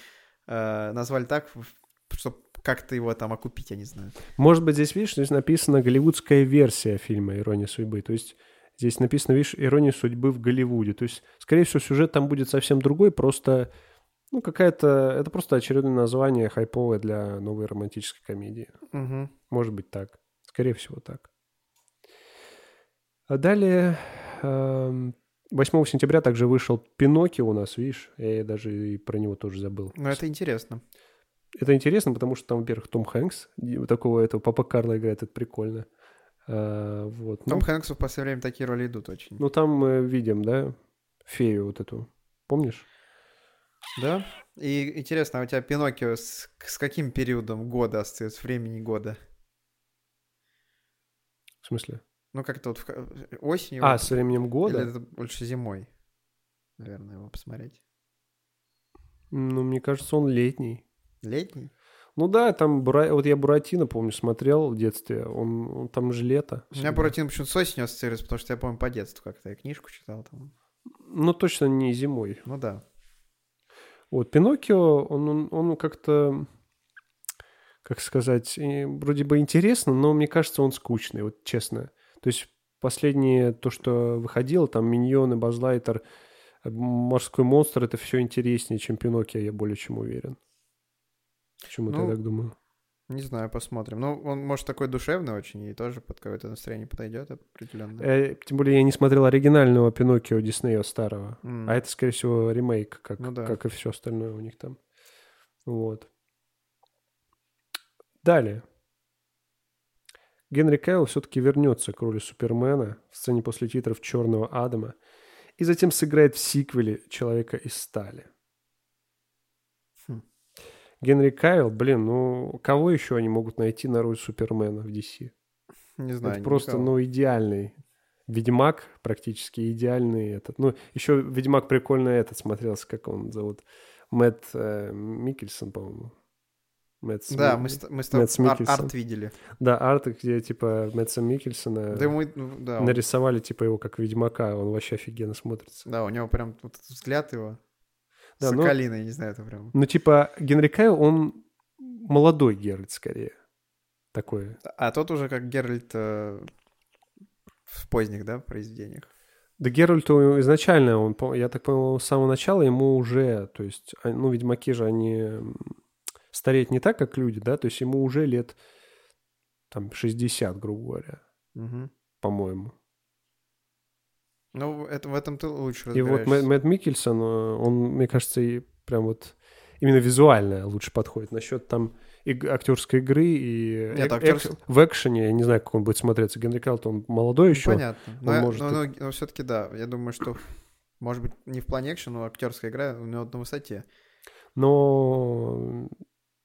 Speaker 2: э, назвали так, чтобы как-то его там окупить, я не знаю.
Speaker 1: Может быть, здесь, видишь, здесь написана голливудская версия фильма «Ирония судьбы». То есть здесь написано, видишь, «Ирония судьбы в Голливуде». То есть, скорее всего, сюжет там будет совсем другой, просто... Ну, какая-то... Это просто очередное название хайповое для новой романтической комедии.
Speaker 2: Мгм.
Speaker 1: Может быть так. Скорее всего так. А далее... эм, 8 сентября также вышел «Пиноккио» у нас, видишь? Я даже и про него тоже забыл.
Speaker 2: Но Ну, это интересно.
Speaker 1: Это интересно, потому что там, во-первых, Том Хэнкс, и вот такого этого папа Карла играет, это прикольно. А, вот.
Speaker 2: Том
Speaker 1: Ну,
Speaker 2: Хэнксу в последнее время такие роли идут очень.
Speaker 1: ну, там мы видим, да, фею вот эту. Помнишь?
Speaker 2: Да? И интересно, а у тебя Пиноккио с, с каким периодом года ассоциируется, с времени года?
Speaker 1: В смысле?
Speaker 2: Ну, как-то вот в ка- осенью?
Speaker 1: А,
Speaker 2: вот,
Speaker 1: с временем
Speaker 2: или
Speaker 1: года?
Speaker 2: это больше зимой? Наверное, его посмотреть.
Speaker 1: Ну, мне кажется, он летний.
Speaker 2: Летний?
Speaker 1: Ну да, там, Бура- вот я Буратино, помню, смотрел в детстве, он, он- там же лето.
Speaker 2: У меня
Speaker 1: всегда.
Speaker 2: Буратино почему-то с осенью ассоциируется, потому что я помню по детству как-то я книжку читал там.
Speaker 1: Ну, точно не зимой.
Speaker 2: Ну да.
Speaker 1: Вот, Пиноккио, он, он, он как-то, как сказать, э, вроде бы интересно, но мне кажется, он скучный, вот честно. То есть последнее то, что выходило, там Миньоны, Базлайтер, э, Морской монстр, это все интереснее, чем Пиноккио, я более чем уверен. Почему-то
Speaker 2: Ну,
Speaker 1: я так думаю.
Speaker 2: Не знаю, посмотрим. Ну, он, может, такой душевный очень, и тоже под какое-то настроение подойдет определенно.
Speaker 1: Э, тем более я не смотрел оригинального Пиноккио Диснея старого.
Speaker 2: М.
Speaker 1: А это, скорее всего, ремейк, как,
Speaker 2: Ну да.
Speaker 1: как и все остальное у них там. Вот. Далее. Генри Кайл все-таки вернется к роли Супермена в сцене после титров «Черного Адама» и затем сыграет в сиквеле «Человека из стали».
Speaker 2: Хм.
Speaker 1: Генри Кайл, блин, ну кого еще они могут найти на роль Супермена в DC?
Speaker 2: Не знаю.
Speaker 1: это просто,
Speaker 2: никого.
Speaker 1: ну, идеальный Ведьмак, практически идеальный этот. Ну, еще Ведьмак прикольно этот смотрелся, как он зовут. Мэтт э, Микельсон, по-моему. Мэтт Сми-
Speaker 2: Да, мы, с- мы с тобой
Speaker 1: Мэтт
Speaker 2: ар-
Speaker 1: Миккельсон.
Speaker 2: арт видели.
Speaker 1: Да, арт, где, типа, Мэтта Микельсона
Speaker 2: Да, мы, ну, да, он-
Speaker 1: нарисовали, типа, его как Ведьмака. Он вообще офигенно смотрится.
Speaker 2: да, у него прям вот этот взгляд его.
Speaker 1: Да, ну-
Speaker 2: Соколиный, я не знаю, это прям.
Speaker 1: Ну, типа, Генри Кайл, он молодой Геральт, скорее. Такой.
Speaker 2: А тот уже как Геральт э, в поздних, да, произведениях.
Speaker 1: Да Геральту изначально, он, по- я так понял, с самого начала ему уже, то есть, а- ну, ведьмаки же, они м, стареют не так, как люди, да, то есть ему уже лет, там, 60, грубо говоря,
Speaker 2: Мгм.
Speaker 1: по-моему.
Speaker 2: Ну, это, в этом ты лучше
Speaker 1: И вот Мэ-
Speaker 2: разбираешься.
Speaker 1: Мэтт Микельсон, э, он, мне кажется, и прям вот именно визуально лучше подходит насчет там иг- актерской игры и э,
Speaker 2: Нет,
Speaker 1: эк-
Speaker 2: актерс-
Speaker 1: эк- в экшене, я не знаю, как он будет смотреться. Генри Калт, он молодой
Speaker 2: Ну,
Speaker 1: еще.
Speaker 2: Понятно. Но,
Speaker 1: он
Speaker 2: я-
Speaker 1: может
Speaker 2: но- но- но все-таки да. Я думаю, что, может быть, не в плане экшена, но актерская игра у него на высоте.
Speaker 1: Но м,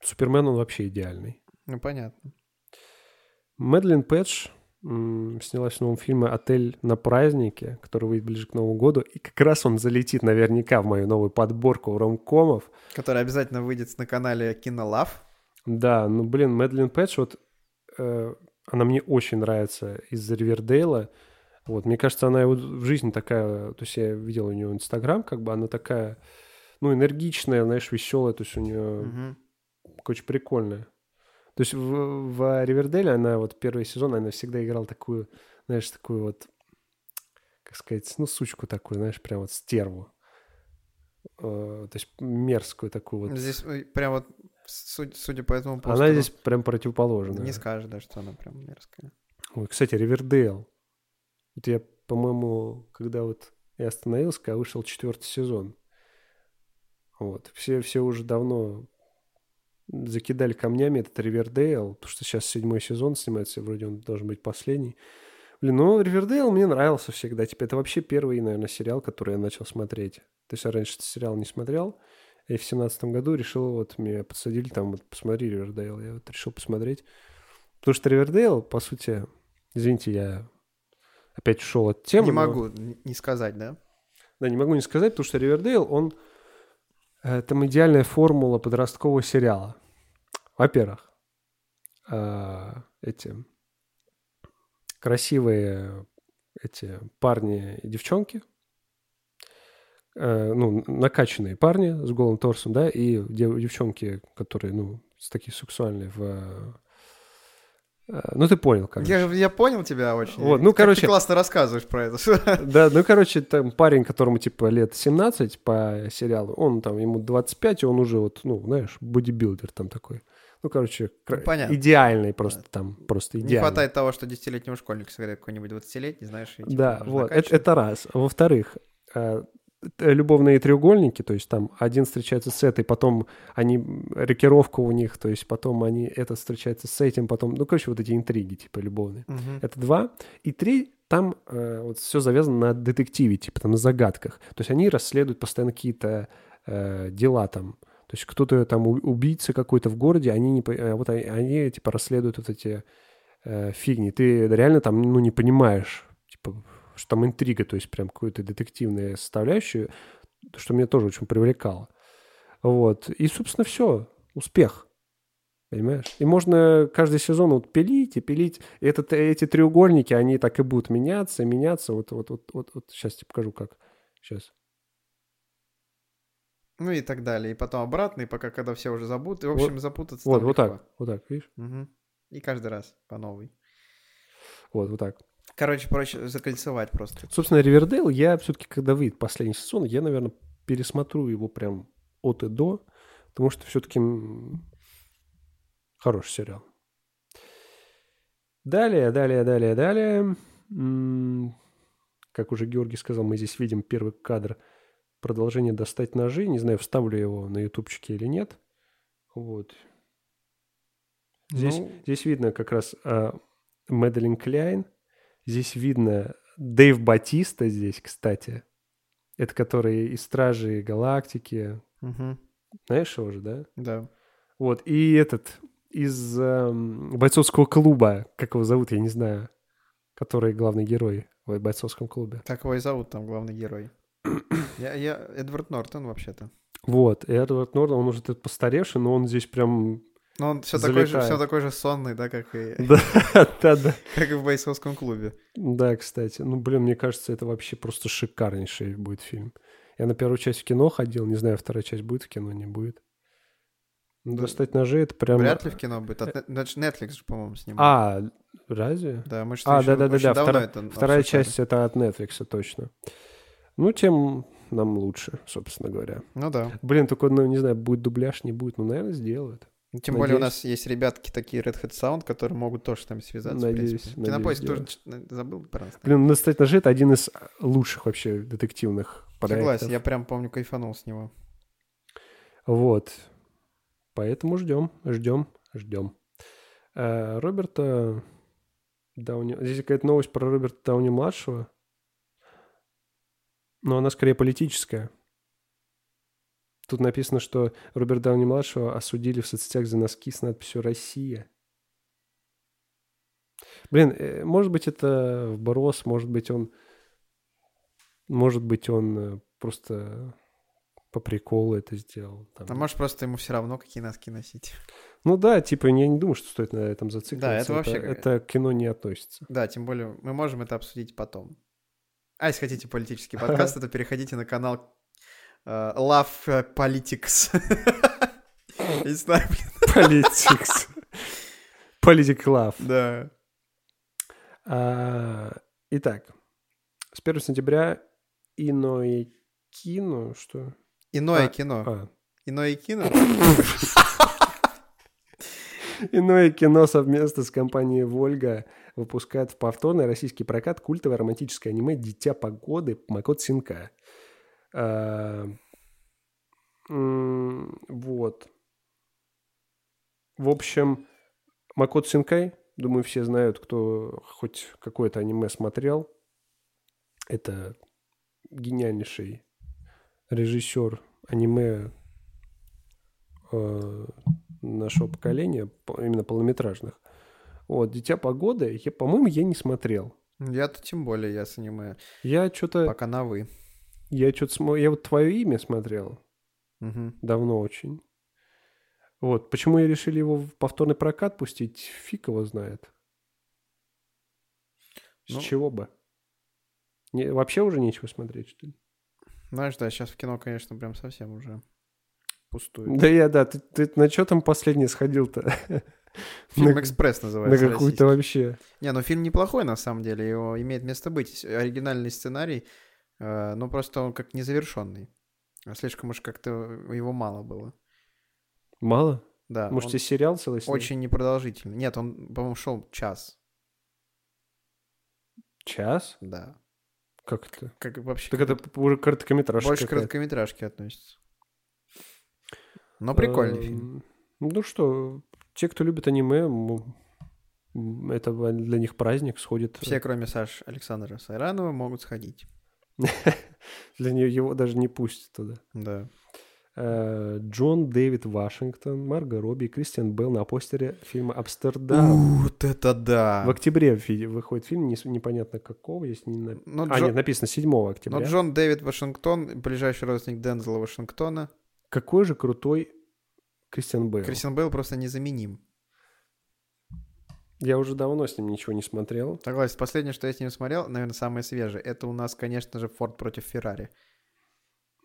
Speaker 1: Супермен, он вообще идеальный.
Speaker 2: Ну, понятно.
Speaker 1: Мэдлин Пэтч м, снялась в новом фильме «Отель на празднике», который выйдет ближе к Новому году. И как раз он залетит наверняка в мою новую подборку ромкомов.
Speaker 2: Который обязательно выйдет на канале Кинолав.
Speaker 1: Да, ну, блин, Мэдлин Пэтч, вот э, она мне очень нравится из «Ривердейла». Вот, мне кажется, она вот в жизни такая, то есть я видел у нее Инстаграм, как бы она такая, ну, энергичная, знаешь, веселая, то есть у нее
Speaker 2: Мгм.
Speaker 1: очень прикольная. То есть в, в Риверделе она вот первый сезон, она всегда играла такую, знаешь, такую вот, как сказать, ну, сучку такую, знаешь, прям вот стерву. Э, То есть мерзкую такую вот.
Speaker 2: Здесь э, прям вот, су- судя по этому посту,
Speaker 1: Она здесь прям противоположная.
Speaker 2: не скажешь, да, что она прям мерзкая.
Speaker 1: Ой, кстати, Ривердейл. Вот я, по-моему, когда вот я остановился, когда вышел четвертый сезон. Вот. Все, все уже давно закидали камнями этот Ривердейл, потому что сейчас седьмой сезон снимается, и вроде он должен быть последний. Блин, ну, Ривердейл мне нравился всегда. Типа, это вообще первый, наверное, сериал, который я начал смотреть. То есть я раньше этот сериал не смотрел, и в семнадцатом году решил, вот, меня подсадили там, вот, посмотри Ривердейл. Я вот решил посмотреть. Потому что Ривердейл, по сути, извините, я опять ушел от темы.
Speaker 2: не
Speaker 1: но-
Speaker 2: могу н- не сказать, да?
Speaker 1: да, не могу не сказать, потому что Ривердейл, он... э, Там идеальная формула подросткового сериала. Во-первых, а, эти красивые эти парни и девчонки, э, ну, накачанные парни с голым торсом, да, и дев- девчонки, которые, ну, с- такие сексуальные в... э, Ну, ты понял, короче.
Speaker 2: Я, я понял тебя очень.
Speaker 1: Вот, ну,
Speaker 2: Как ты
Speaker 1: короче-
Speaker 2: классно рассказываешь про это.
Speaker 1: Да, ну, короче, там парень, которому, типа, лет 17 по сериалу, он там, ему 25, и он уже вот, ну, знаешь, бодибилдер там такой. Ну, короче, кра-
Speaker 2: Ну, понятно.
Speaker 1: идеальный просто там, просто идеальный.
Speaker 2: Не хватает того, что 10-летнему школьнику сыграет какой-нибудь 20-летний, знаешь, и, типа,
Speaker 1: Да,
Speaker 2: уже
Speaker 1: вот, это,
Speaker 2: накачан.
Speaker 1: это раз. Во-вторых, э, т- любовные треугольники, то есть там один встречается с этой, потом они, м, рокировка у них, то есть потом они, этот встречается с этим, потом, ну, короче, вот эти интриги, типа, любовные.
Speaker 2: Мгм.
Speaker 1: Это два. И три, там э, вот все завязано на детективе, типа там на загадках. То есть они расследуют постоянно какие-то э, дела там. То есть кто-то там у- убийца какой-то в городе, они не по- э, вот они, они, типа расследуют вот эти э, фигни. Ты реально там ну не понимаешь, типа что там интрига, то есть прям какую-то детективную составляющую, что меня тоже очень привлекало. Вот. И, собственно, все. Успех. Понимаешь? И можно каждый сезон вот пилить и пилить. И этот, эти треугольники, они так и будут меняться, меняться. Вот, вот, вот, вот, вот. сейчас тебе покажу, как. Сейчас.
Speaker 2: Ну и так далее. И потом обратно, и пока когда все уже забудут. И, в
Speaker 1: Вот-
Speaker 2: общем, запутаться
Speaker 1: Вот,
Speaker 2: там
Speaker 1: вот
Speaker 2: легко.
Speaker 1: так. Вот так, видишь?
Speaker 2: Мгм. И каждый раз по новой.
Speaker 1: Вот, вот так.
Speaker 2: Короче, проще закольцевать просто.
Speaker 1: Собственно, Ривердейл, я все-таки, когда выйдет последний сезон, я, наверное, пересмотрю его прям от и до, потому что все-таки хороший сериал. Далее, далее, далее, далее. М, Как уже Георгий сказал, мы здесь видим первый кадр продолжения «Достать ножи». Не знаю, вставлю его на ютубчике или нет. Вот. Здесь,
Speaker 2: Ну,
Speaker 1: здесь видно как раз а, Мэдалин Кляйн. Здесь видно Дэйв Батиста здесь, кстати. Это который из «Стражи Галактики».
Speaker 2: мгм.
Speaker 1: Знаешь его же, да?
Speaker 2: Да.
Speaker 1: Вот. И этот из ам, бойцовского клуба. Как его зовут, я не знаю. Который главный герой в бойцовском клубе.
Speaker 2: Так его и зовут там главный герой. Я, я Эдвард Нортон вообще-то.
Speaker 1: Вот. И Эдвард Нортон, он уже тут постаревший, но он здесь прям...
Speaker 2: Но он все такой, же,
Speaker 1: Залетает.
Speaker 2: все такой же сонный, да, как и,
Speaker 1: Да, да, да.
Speaker 2: как и в бойцовском клубе.
Speaker 1: Да, кстати. Ну, блин, мне кажется, это вообще просто шикарнейший будет фильм. Я на первую часть в кино ходил, не знаю, вторая часть будет в кино, не будет. Ну,
Speaker 2: Да.
Speaker 1: Достать ножи это прям...
Speaker 2: Вряд ли в кино будет.
Speaker 1: э,
Speaker 2: От Нет- Net- Netflix же, по-моему, снимал.
Speaker 1: А, разве?
Speaker 2: да, мы что
Speaker 1: А,
Speaker 2: ещё
Speaker 1: да-да-да-да,
Speaker 2: очень давно
Speaker 1: вторая-
Speaker 2: это
Speaker 1: Вторая
Speaker 2: обсуждали.
Speaker 1: часть это от Netflix, точно. Ну, тем нам лучше, собственно говоря.
Speaker 2: Ну да.
Speaker 1: Блин, только, ну, не знаю, будет дубляж, не будет, ну, наверное, сделают.
Speaker 2: Тем более у
Speaker 1: Надеюсь.
Speaker 2: нас есть ребятки такие Red Hat Sound, которые могут тоже там связаться.
Speaker 1: Надеюсь,
Speaker 2: в принципе.
Speaker 1: надеюсь,
Speaker 2: Кинопоиск тоже
Speaker 1: делают.
Speaker 2: ч- забыл про нас.
Speaker 1: Блин, «Достать ножи» — это один из лучших вообще детективных проектов.
Speaker 2: Согласен, я прям помню, кайфанул с него.
Speaker 1: Вот. Поэтому ждем, ждем, ждем. Э, Роберта Дауни... Здесь какая-то новость про Роберта Дауни-младшего. Но она скорее политическая. Тут написано, что Роберт Дауни-младшего осудили в соцсетях за носки с надписью «Россия». Блин, э, может быть, это вброс, может быть, он... Может быть, он э, просто по приколу это сделал. Там.
Speaker 2: А может, просто ему все равно, какие носки носить.
Speaker 1: Ну да, типа, я не думаю, что стоит на этом зацикливаться.
Speaker 2: Да, это вообще
Speaker 1: это,
Speaker 2: как-
Speaker 1: это к кино не относится.
Speaker 2: Да, тем более мы можем это обсудить потом. А если хотите политический подкаст, то переходите на канал э, Love Politics. Не знаю, блин,
Speaker 1: Политикс. Политик лав.
Speaker 2: да.
Speaker 1: А, Итак, с 1 сентября Иное кино, что?
Speaker 2: Иное
Speaker 1: А,
Speaker 2: кино.
Speaker 1: А,
Speaker 2: Иное кино?
Speaker 1: Иное кино совместно с компанией «Вольга» выпускает в повторный российский прокат культовое романтическое аниме «Дитя погоды» Макот Синка. А, м, Вот. В общем, Макот Синкай, думаю, все знают, кто хоть какое-то аниме смотрел. Это гениальнейший режиссер аниме э, нашего поколения, по- именно полнометражных. Вот, «Дитя погоды», я, по-моему, я не смотрел.
Speaker 2: Я-то тем более, я с аниме.
Speaker 1: Я что-то...
Speaker 2: Пока на вы.
Speaker 1: Я что-то... смо- Я вот твое имя смотрел
Speaker 2: Мгм.
Speaker 1: давно очень. Вот, почему и решили его в повторный прокат пустить, фиг его знает. С
Speaker 2: Ну.
Speaker 1: чего бы? Не- вообще уже нечего смотреть, что ли?
Speaker 2: Знаешь, да, сейчас в кино, конечно, прям совсем уже пустую.
Speaker 1: Да я, да, ты, ты на что там последний сходил-то?
Speaker 2: Фильм
Speaker 1: на-
Speaker 2: «Экспресс»
Speaker 1: На
Speaker 2: называется. российский.
Speaker 1: какую-то вообще.
Speaker 2: Не, ну фильм неплохой на самом деле, его имеет место быть. Оригинальный сценарий, э, но просто он как незавершенный. Слишком уж как-то его мало было.
Speaker 1: Мало?
Speaker 2: Да,
Speaker 1: Может,
Speaker 2: он
Speaker 1: тебе сериал целый снять?
Speaker 2: очень непродолжительный. Нет, он, по-моему, шел час,
Speaker 1: Час?
Speaker 2: да.
Speaker 1: Как это?
Speaker 2: Как вообще
Speaker 1: Так это п- уже короткометражка
Speaker 2: больше к
Speaker 1: какая-то.
Speaker 2: короткометражке относится. Но А, прикольный фильм.
Speaker 1: Эм, Ну что, те, кто любит аниме, м, м, это в- для них праздник сходит.
Speaker 2: Все, кроме Саш Александра Сайранова, могут сходить.
Speaker 1: Для нее его даже не пустят туда.
Speaker 2: Да.
Speaker 1: Э, Джон Дэвид Вашингтон, Марго Робби, и Кристиан Белл на постере фильма «Амстердам».
Speaker 2: Вот это да!
Speaker 1: В октябре ви- выходит фильм, не с- непонятно какого, если не... на-
Speaker 2: Но,
Speaker 1: А,
Speaker 2: Ну, Джо- Ну,
Speaker 1: нет, написано 7
Speaker 2: но
Speaker 1: октября.
Speaker 2: Джон Дэвид Вашингтон, ближайший родственник Дензела Вашингтона,
Speaker 1: Какой же крутой Кристиан Белл.
Speaker 2: Кристиан Бейл просто незаменим.
Speaker 1: Я уже давно с ним ничего не смотрел.
Speaker 2: Согласен. Последнее, что я с ним смотрел, наверное, самое свежее, это у нас, конечно же, Форд против Феррари.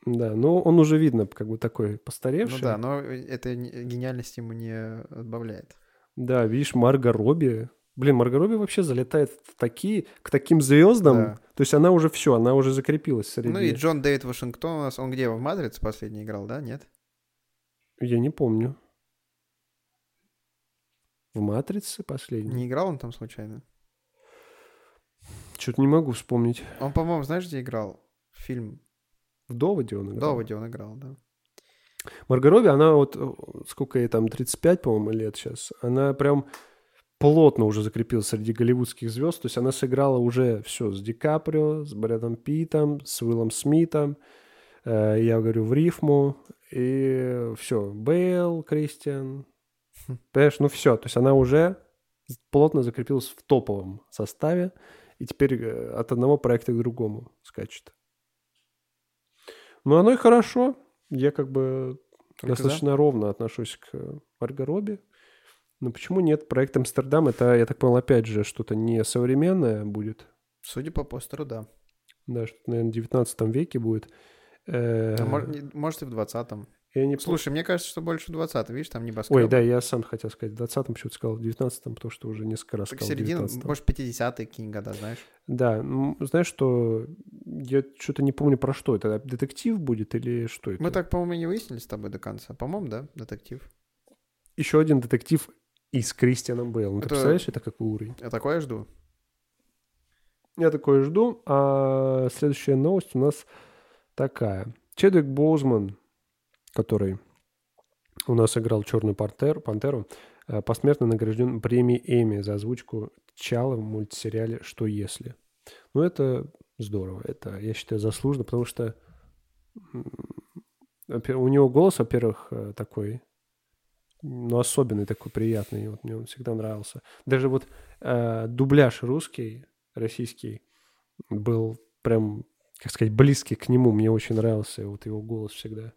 Speaker 1: Да, но он уже видно, как бы такой
Speaker 2: Ну
Speaker 1: постаревший.
Speaker 2: да, но это не- гениальность ему не отбавляет.
Speaker 1: Да, видишь, Марго Робби. Блин, Марго Робби вообще залетает в такие, к таким звездам.
Speaker 2: Да.
Speaker 1: То есть она уже все, она уже закрепилась среди...
Speaker 2: Ну и Джон Дэвид Вашингтон у нас, он где, в «Матрице» последний играл, да, нет?
Speaker 1: Я не помню. В «Матрице» последний?
Speaker 2: Не играл он там случайно?
Speaker 1: Что-то не могу вспомнить.
Speaker 2: Он, по-моему, знаешь, где играл? Фильм
Speaker 1: В «Доводе» он
Speaker 2: в
Speaker 1: играл.
Speaker 2: «Доводе» он играл, да.
Speaker 1: Марго Робби, она вот, э, сколько ей там, 35, по-моему, лет сейчас, она прям плотно уже закрепилась среди голливудских звезд. То есть она сыграла уже все с Ди Каприо, с Брэдом Питом, с Уиллом Смитом, э, я говорю, в рифму, и все, Бейл, Кристиан, понимаешь, ну все, то есть она уже плотно закрепилась в топовом составе, и теперь э, от одного проекта к другому скачет. Ну, оно и хорошо. Я как бы
Speaker 2: Только за.
Speaker 1: достаточно ровно отношусь к э, Марго Робби. Но почему нет? Проект «Амстердам» — это, я так понял, опять же, что-то не современное будет.
Speaker 2: Судя по постеру, да.
Speaker 1: Да, что-то, наверное, в 19 веке будет. Э,
Speaker 2: А мор- не- Может, и в 20-м.
Speaker 1: я не
Speaker 2: Слушай, мне кажется, что больше 20-м, видишь, там небоскреб.
Speaker 1: Ой, да, я сам хотел сказать в 20-м, почему-то сказал в 19-м, потому что уже несколько раз
Speaker 2: Так
Speaker 1: сказал в
Speaker 2: середина,
Speaker 1: 19-м.
Speaker 2: может, 50-е какие-нибудь года, знаешь?
Speaker 1: Да, м, знаешь, что я что-то не помню, про что это. А, Детектив будет или что это?
Speaker 2: Мы так, по-моему, и не выяснили с тобой до конца. По-моему, да, детектив.
Speaker 1: Еще один детектив и с Кристианом Бейлом. Ты
Speaker 2: Это-
Speaker 1: представляешь, это какой уровень?
Speaker 2: Я такое жду.
Speaker 1: Я такое жду. А следующая новость у нас такая. Чедвик Боузман, который у нас играл «Черную пантер- пантеру», э, посмертно награжден премией Эми за озвучку Чала в мультсериале «Что если?». Ну, это здорово. Это, я считаю, заслуженно, потому что м, во-пе- у него голос, во-первых, э, такой, ну, особенный такой, приятный. Вот мне он всегда нравился. Даже вот э, дубляж русский, российский, был прям, как сказать, близкий к нему. Мне очень нравился вот его голос всегда.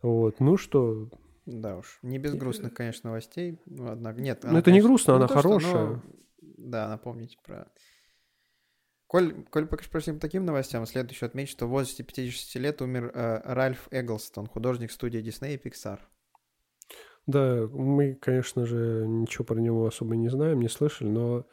Speaker 1: Вот, ну что,
Speaker 2: Да уж. Не без грустных, конечно, новостей. Ну, однако, нет.
Speaker 1: ну это не
Speaker 2: конечно,
Speaker 1: грустно,
Speaker 2: ну,
Speaker 1: она
Speaker 2: то, что, но-
Speaker 1: хорошая.
Speaker 2: Да, напомните про... Коль, коль пока пришли по таким новостям, следует еще отметить, что в возрасте 56 лет умер э, Ральф Эглстон, художник студии Disney и Pixar.
Speaker 1: Да, мы, конечно же, ничего про него особо не знаем, не слышали, но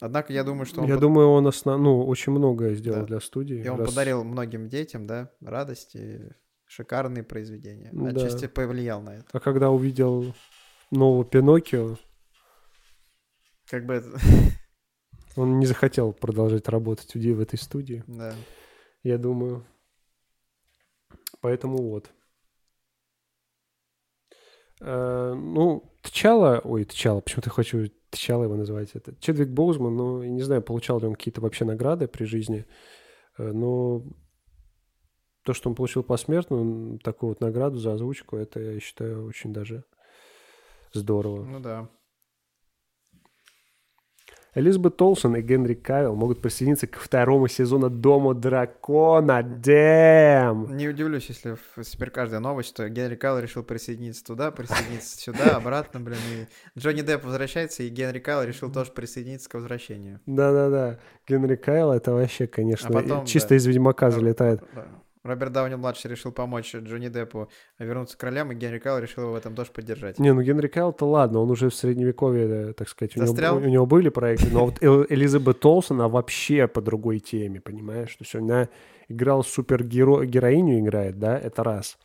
Speaker 2: Однако я думаю, что он,
Speaker 1: я
Speaker 2: под-
Speaker 1: думаю, он основ... ну, очень многое сделал
Speaker 2: Да.
Speaker 1: для студии.
Speaker 2: и он
Speaker 1: раз-
Speaker 2: подарил многим детям, да, радость и шикарные произведения.
Speaker 1: Ну Да.
Speaker 2: Отчасти повлиял на это.
Speaker 1: А когда увидел нового Пиноккио,
Speaker 2: Как бы, это-
Speaker 1: он не захотел продолжать работать в в этой студии,
Speaker 2: да.
Speaker 1: я думаю. Поэтому вот. Э, ну, Тчала, ой, Тчала, почему-то хочу Тчала его называть. Это Чедвик Боузман, ну, я не знаю, получал ли он какие-то вообще награды при жизни, э, но то, что он получил посмертно, м, такую вот награду за озвучку, это, я считаю, очень даже здорово.
Speaker 2: Ну да.
Speaker 1: Элизабет Толсон и Генри Кавилл могут присоединиться к второму сезону Дома Дракона. Дэм!
Speaker 2: Не удивлюсь, если в- теперь каждая новость, что Генри Калл решил присоединиться туда, присоединиться сюда, обратно, блин, и Джонни Депп возвращается, и Генри Калл решил тоже присоединиться к возвращению.
Speaker 1: Да-да-да, Генри Кайл это вообще, конечно,
Speaker 2: А потом,
Speaker 1: и- чисто
Speaker 2: да.
Speaker 1: из Ведьмака залетает.
Speaker 2: Да. Роберт Дауни-младший решил помочь Джонни Деппу вернуться к ролям, и Генри Калл решил его в этом тоже поддержать.
Speaker 1: Не, ну Генри Кайл-то ладно, он уже в средневековье, э, так сказать, у него,
Speaker 2: Застрял?
Speaker 1: у него были проекты, но вот Эл- Элизабет Толсон, она вообще по другой теме, понимаешь? То есть она играла супергероиню, играет, да, это раз.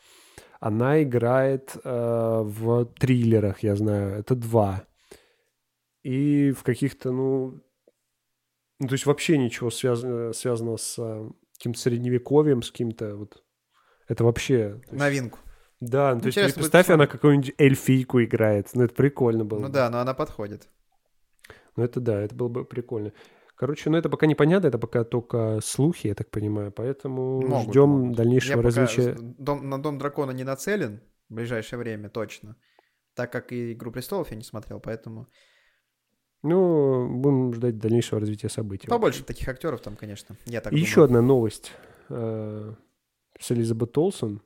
Speaker 1: Она играет э, в триллерах, я знаю, это два. И в каких-то, ну... ну, то есть вообще ничего связано- связанного с э, каким-то средневековьем, с каким-то вот... Это вообще... то есть-
Speaker 2: Новинку.
Speaker 1: да, ну, то есть
Speaker 2: Интересно
Speaker 1: ты
Speaker 2: будет
Speaker 1: представь, она какую-нибудь эльфийку играет. Ну, это прикольно было.
Speaker 2: Ну
Speaker 1: бы.
Speaker 2: да, но она подходит.
Speaker 1: Ну, это да, это было бы прикольно. Короче, ну это пока непонятно, это пока только слухи, я так понимаю. Поэтому
Speaker 2: Могут,
Speaker 1: ждем
Speaker 2: могут. Я
Speaker 1: дальнейшего
Speaker 2: пока
Speaker 1: развития.
Speaker 2: с- дом- на Дом Дракона не нацелен в ближайшее время, точно. Так как и «Игру престолов» я не смотрел, поэтому...
Speaker 1: Ну, будем ждать дальнейшего развития событий.
Speaker 2: Побольше таких актеров там, конечно. Я так
Speaker 1: И
Speaker 2: думаю.
Speaker 1: еще одна новость э, с Элизабет Толсон.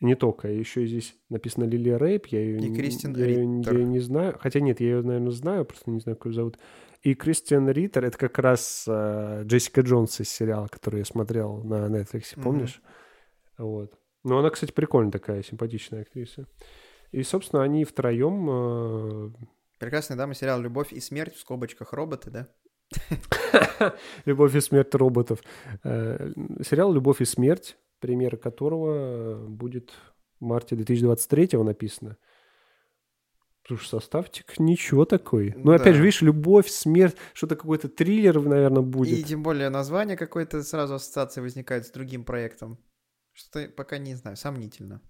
Speaker 1: Не только, еще и здесь написано Лили Рейп, я ее,
Speaker 2: И
Speaker 1: н-
Speaker 2: Кристин
Speaker 1: я ее н- я
Speaker 2: Риттер.
Speaker 1: ее не знаю. Хотя нет, я ее, наверное, знаю, просто не знаю, как ее зовут. И Кристиан Риттер, это как раз э, Джессика Джонс из сериала, который я смотрел на Netflix,
Speaker 2: Мгм.
Speaker 1: помнишь? Вот. Но она, кстати, прикольная такая, симпатичная актриса. И, собственно, они втроем... э,
Speaker 2: Прекрасная дама, сериал «Любовь и смерть» в скобочках роботы, да?
Speaker 1: «Любовь и смерть роботов». Э, Сериал «Любовь и смерть», премьера которого э, будет в марте 2023 написано. Слушай, составчик ничего такой. Ну,
Speaker 2: Да.
Speaker 1: опять же, видишь, «Любовь, смерть», что-то какой-то триллер, наверное,
Speaker 2: И
Speaker 1: будет.
Speaker 2: тем более название какое-то сразу ассоциации возникает с другим проектом. Что-то пока не знаю, сомнительно.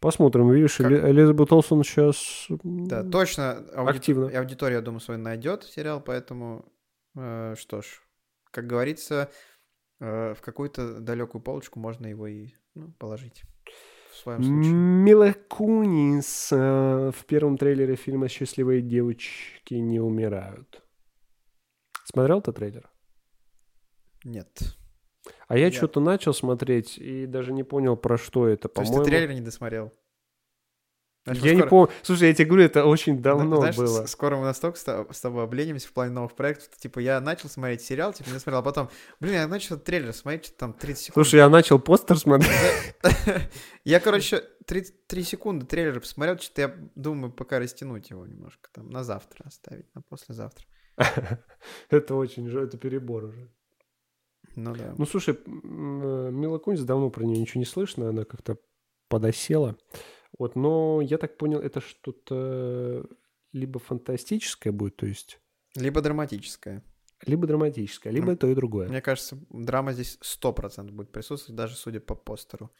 Speaker 1: Посмотрим. Видишь,
Speaker 2: Как-
Speaker 1: Эли- Элизабет Олсон сейчас...
Speaker 2: Да, точно ауди-
Speaker 1: Ну, Активно.
Speaker 2: аудитория, я думаю, свой найдет сериал, поэтому э, что ж, как говорится, э, в какую-то далекую полочку можно его и ну, положить. В своем случае.
Speaker 1: Мила Кунис э, в первом трейлере фильма «Счастливые девочки не умирают». Смотрел ты трейлер?
Speaker 2: Нет.
Speaker 1: А я
Speaker 2: Я-
Speaker 1: что-то начал смотреть и даже не понял, про что это,
Speaker 2: То есть ты
Speaker 1: по-моему.
Speaker 2: трейлер не досмотрел? Знаешь, мы
Speaker 1: Я не
Speaker 2: скоро-
Speaker 1: помню. Слушай, я тебе говорю, это очень давно
Speaker 2: Знаешь,
Speaker 1: было.
Speaker 2: с- Скоро мы настолько с то- с тобой обленимся в плане новых проектов. что, Типа, я начал смотреть сериал, типа, не смотрел, а потом, блин, я начал трейлер смотреть, что-то там 30 секунд.
Speaker 1: Слушай, я начал постер смотреть.
Speaker 2: Я, короче, 33 секунды трейлера посмотрел, что-то я думаю пока растянуть его немножко, там, на завтра оставить, на послезавтра.
Speaker 1: Это очень же, это перебор уже.
Speaker 2: Ну да.
Speaker 1: Ну, слушай, м, э, Мила Кунис, давно про нее ничего не слышно, она как-то подосела. Вот, но я так понял, это что-то либо фантастическое будет, то есть,
Speaker 2: Либо драматическое.
Speaker 1: либо драматическое, либо
Speaker 2: М.
Speaker 1: и то, и другое.
Speaker 2: Мне кажется, драма здесь 100% будет присутствовать, даже судя по постеру.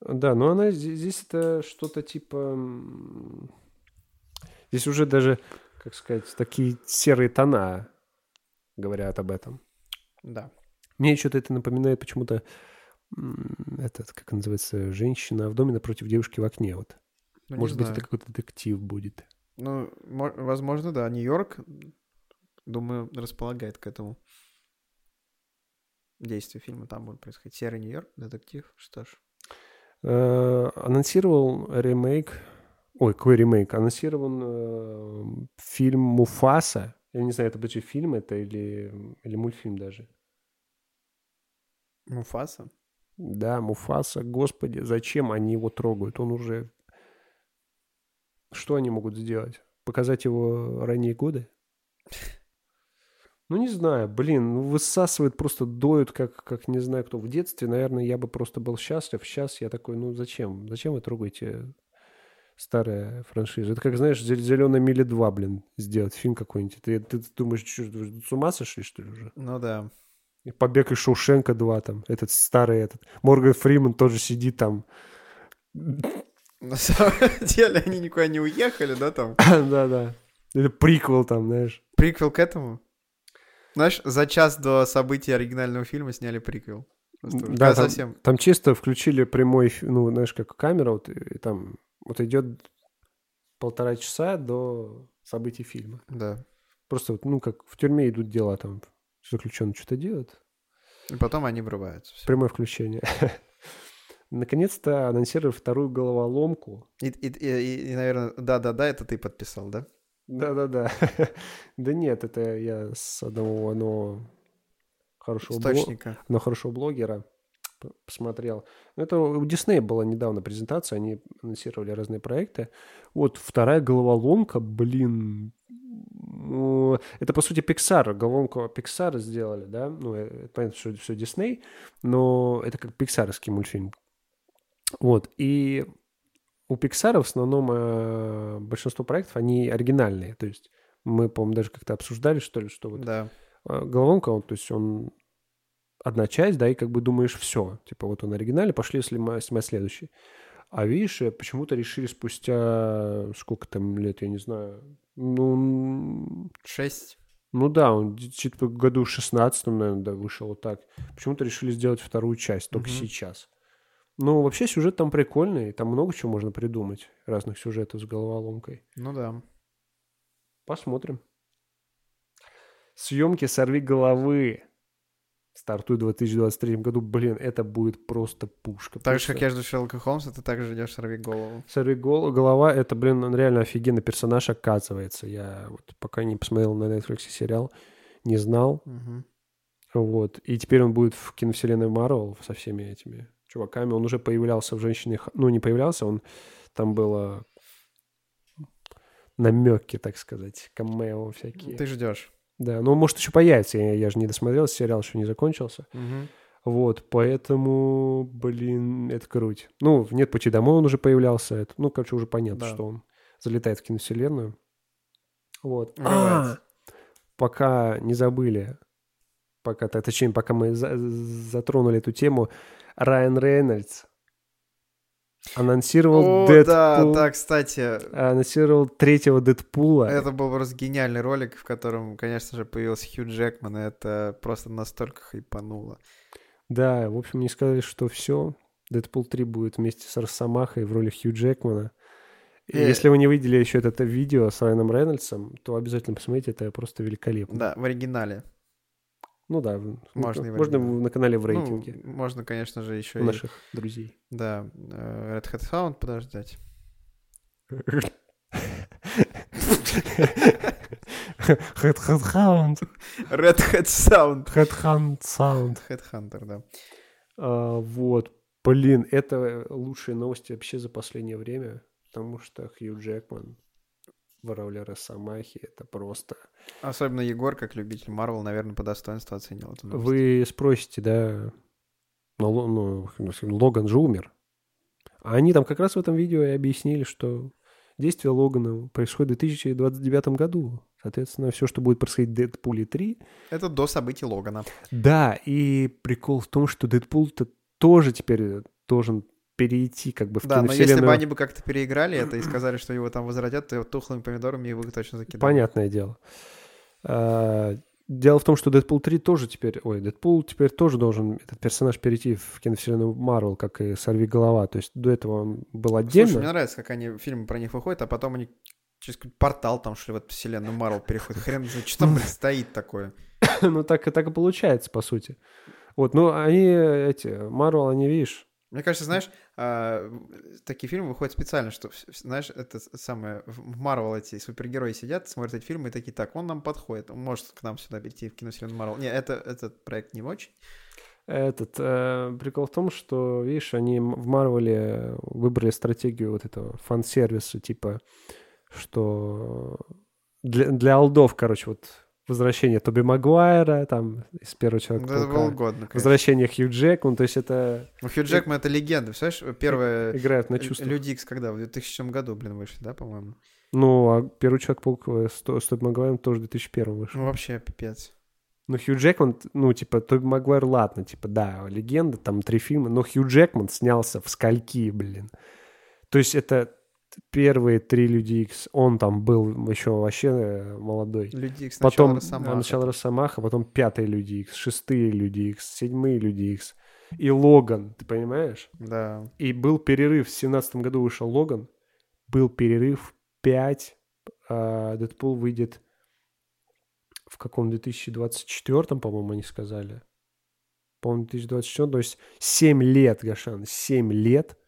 Speaker 1: Да, но она здесь, здесь это что-то типа... м, Здесь уже даже, как сказать, такие серые тона говорят об этом.
Speaker 2: Да.
Speaker 1: Мне что-то это напоминает почему-то м, этот, как он называется, женщина в доме напротив девушки в окне. Вот.
Speaker 2: Ну, не
Speaker 1: Может быть,
Speaker 2: знаю.
Speaker 1: это какой-то детектив будет.
Speaker 2: Ну, мо- возможно, да. Нью-Йорк, думаю, располагает к этому. Действие фильма там будет происходить. Серый Нью-Йорк, детектив, что ж.
Speaker 1: э, анонсировал ремейк, ой, какой ремейк, анонсирован э, фильм «Муфаса». Я не знаю, это будет фильм это или, или мультфильм даже.
Speaker 2: Муфаса?
Speaker 1: Да, Муфаса, господи, зачем они его трогают? Он уже... Что они могут сделать? Показать его ранние годы? Ну, не знаю, блин, ну, высасывает, просто доют, как, как не знаю кто. В детстве, наверное, я бы просто был счастлив. Сейчас я такой, ну, зачем? Зачем вы трогаете старая франшиза? Это как, знаешь, «Зел- «Зеленая миля 2», блин, сделать фильм какой-нибудь. Ты, ты думаешь, чё, вы с ума сошли, что ли, уже?
Speaker 2: Ну да.
Speaker 1: И «Побег из Шоушенка 2» там, этот старый этот. Морган Фриман тоже сидит там.
Speaker 2: На самом деле они никуда не уехали, да, там?
Speaker 1: Да-да. Это приквел там, знаешь.
Speaker 2: Приквел к этому? Знаешь, за час до событий оригинального фильма сняли приквел. Просто уже, когда
Speaker 1: там,
Speaker 2: совсем.
Speaker 1: там чисто включили прямой, эф- ну, знаешь, как камера, вот, и, и там вот идет полтора часа до событий фильма.
Speaker 2: Да.
Speaker 1: Просто, вот, ну, как в тюрьме идут дела там, заключенный что-то делает.
Speaker 2: И потом они врываются. всё.
Speaker 1: Прямое включение. Наконец-то анонсировали вторую головоломку.
Speaker 2: И, и, и- и, наверное, да-да-да, это ты подписал, да?
Speaker 1: Да-да-да. Да нет, это я с одного, оно хорошего бло-
Speaker 2: Источника.
Speaker 1: но хорошего блогера п- посмотрел. Ну, это у Диснея была недавно презентация, они анонсировали разные проекты. Вот вторая головоломка, блин, ну, это, по сути, Pixar, головоломку Pixar сделали, да? Ну, э, это понятно, что все Дисней, но это как пиксаровский мультфильм. Вот, и у Pixar в основном э, большинство проектов, они оригинальные, то есть мы, по-моему, даже как-то обсуждали, что ли, что вот
Speaker 2: Да.
Speaker 1: а, головоломка, он, то есть он одна часть, да, и как бы думаешь, все, типа вот он оригинальный, пошли слима- снимать следующий. А видишь, э, почему-то решили спустя сколько там лет, я не знаю, ну, м,
Speaker 2: Шесть.
Speaker 1: ну да, он д- типа в году в 16 наверное, да, вышел вот так. Почему-то решили сделать вторую часть только
Speaker 2: Мгм.
Speaker 1: сейчас. Ну, вообще сюжет там прикольный, там много чего можно придумать, разных сюжетов с головоломкой.
Speaker 2: Ну да.
Speaker 1: Посмотрим. Съемки «Сорви головы» стартует в 2023 году. Блин, это будет просто пушка.
Speaker 2: Так же, как я жду Шерлока Холмса, ты также ждешь «Сорви голову».
Speaker 1: «Сорви гол- голова» — это, блин, он реально офигенный персонаж, оказывается. Я вот пока не посмотрел на Netflix сериал, не знал.
Speaker 2: Мгм.
Speaker 1: Вот. И теперь он будет в киновселенной Марвел со всеми этими чуваками. Он уже появлялся в «Женщине...» Х- Ну, не появлялся, он... Там было намеки, так сказать, камео всякие.
Speaker 2: Ты ждешь.
Speaker 1: Да, ну, может, еще появится. Я, я же не досмотрел, сериал еще не закончился.
Speaker 2: Мгм.
Speaker 1: Вот, поэтому, блин, это круть. Ну, в «Нет пути домой» он уже появлялся. Это, ну, короче, уже понятно,
Speaker 2: Да.
Speaker 1: что он залетает в киновселенную. Вот.
Speaker 2: Врывается.
Speaker 1: А, пока не забыли, пока, то- точнее, пока мы за- затронули эту тему, Райан Рейнольдс анонсировал
Speaker 2: О, да,
Speaker 1: Дэдпул.
Speaker 2: да, кстати,
Speaker 1: Анонсировал третьего Дэдпула.
Speaker 2: Это был просто гениальный ролик, в котором, конечно же, появился Хью Джекман, и это просто настолько хайпануло.
Speaker 1: Да, в общем, мне сказали, что все. Дэдпул 3 будет вместе с Росомахой в роли Хью Джекмана. И
Speaker 2: Э.
Speaker 1: если вы не видели еще это, это видео с Райаном Рейнольдсом, то обязательно посмотрите, это просто великолепно.
Speaker 2: Да, в оригинале.
Speaker 1: Ну да, в-
Speaker 2: Можно и
Speaker 1: ну,
Speaker 2: в
Speaker 1: можно
Speaker 2: оригинале.
Speaker 1: на канале в
Speaker 2: Ну,
Speaker 1: рейтинге
Speaker 2: можно, конечно же, еще
Speaker 1: у
Speaker 2: и
Speaker 1: наших друзей.
Speaker 2: да, э, Red Hat Sound подождать.
Speaker 1: Хэдхаунд.
Speaker 2: Red Hat Sound.
Speaker 1: Хэдхаунд саунд.
Speaker 2: Headhunter, да.
Speaker 1: А, Вот. Блин, это лучшие новости вообще за последнее время, потому что Хью Джекман в роли Росомахи, это просто...
Speaker 2: Особенно Егор, как любитель Марвел, наверное, по достоинству оценил эту новость.
Speaker 1: Вы спросите, да, но Ло- ну, как сказать, Логан же умер. А они там как раз в этом видео и объяснили, что действие Логана происходит в 2029 году. Соответственно, все, что будет происходить в Дэдпуле 3.
Speaker 2: Это до событий Логана.
Speaker 1: Да, и прикол в том, что Дэдпул-то тоже теперь должен перейти как бы в
Speaker 2: Да, но
Speaker 1: киновселенную.
Speaker 2: если бы они бы как-то переиграли это и сказали, что его там возродят, то тухлыми помидорами его точно закидают.
Speaker 1: Понятное дело. А, Дело в том, что Дэдпул 3 тоже теперь... Ой, Дэдпул теперь тоже должен этот персонаж перейти в киновселенную Марвел, как и Сорви Голова. То есть до этого он был отдельно.
Speaker 2: Слушай, мне нравится, как они фильмы про них выходят, а потом они через какой-то портал там, что ли, в эту вселенную Марвел переходят. Хрен знает, что там блин, стоит такое.
Speaker 1: ну, так, и- так и получается, по сути. Вот, ну, они эти... Марвел, они, видишь,
Speaker 2: Мне кажется, знаешь, а, такие фильмы выходят специально, что, знаешь, это самое, в Марвел эти супергерои сидят, смотрят эти фильмы и такие, так, он нам подходит, он может к нам сюда прийти в киновселенную Марвел. Не, это, этот проект не очень.
Speaker 1: Этот, э, прикол в том, что, видишь, они в Марвеле выбрали стратегию вот этого фан-сервиса, типа, что для, для алдов, короче, вот возвращение Тоби Магуайра, там, из первого человека.
Speaker 2: Ну, это было угодно, конечно.
Speaker 1: Возвращение Хью Джекман, то есть это
Speaker 2: Ну, Хью Джекман — это легенда, представляешь? Первая...
Speaker 1: играет на
Speaker 2: Э, Лю-
Speaker 1: чувствах.
Speaker 2: Люди Икс когда? В 2000 году, блин, вышли, да, по-моему?
Speaker 1: Ну, а первый Человек-паук э, с То- с Тоби Магуайром тоже в 2001 вышел.
Speaker 2: Ну, вообще, пипец.
Speaker 1: Ну, Хью Джекман, ну, типа, Тоби Магуайр, ладно, типа, да, легенда, там три фильма, но Хью Джекман снялся в скольки, блин. То есть это т- первые три Люди Икс, он там был еще вообще э, молодой.
Speaker 2: Люди Икс
Speaker 1: Потом
Speaker 2: начало
Speaker 1: э,
Speaker 2: Росомаха.
Speaker 1: начало Росомаха, потом пятые Люди Икс, шестые Люди Икс, седьмые Люди Икс и Логан, ты понимаешь?
Speaker 2: Да.
Speaker 1: И был перерыв, в семнадцатом году вышел Логан, был перерыв 5, а Дэдпул выйдет в каком 2024, по-моему, они сказали. По-моему, 2024, то есть 7 лет, Гашан, 7 лет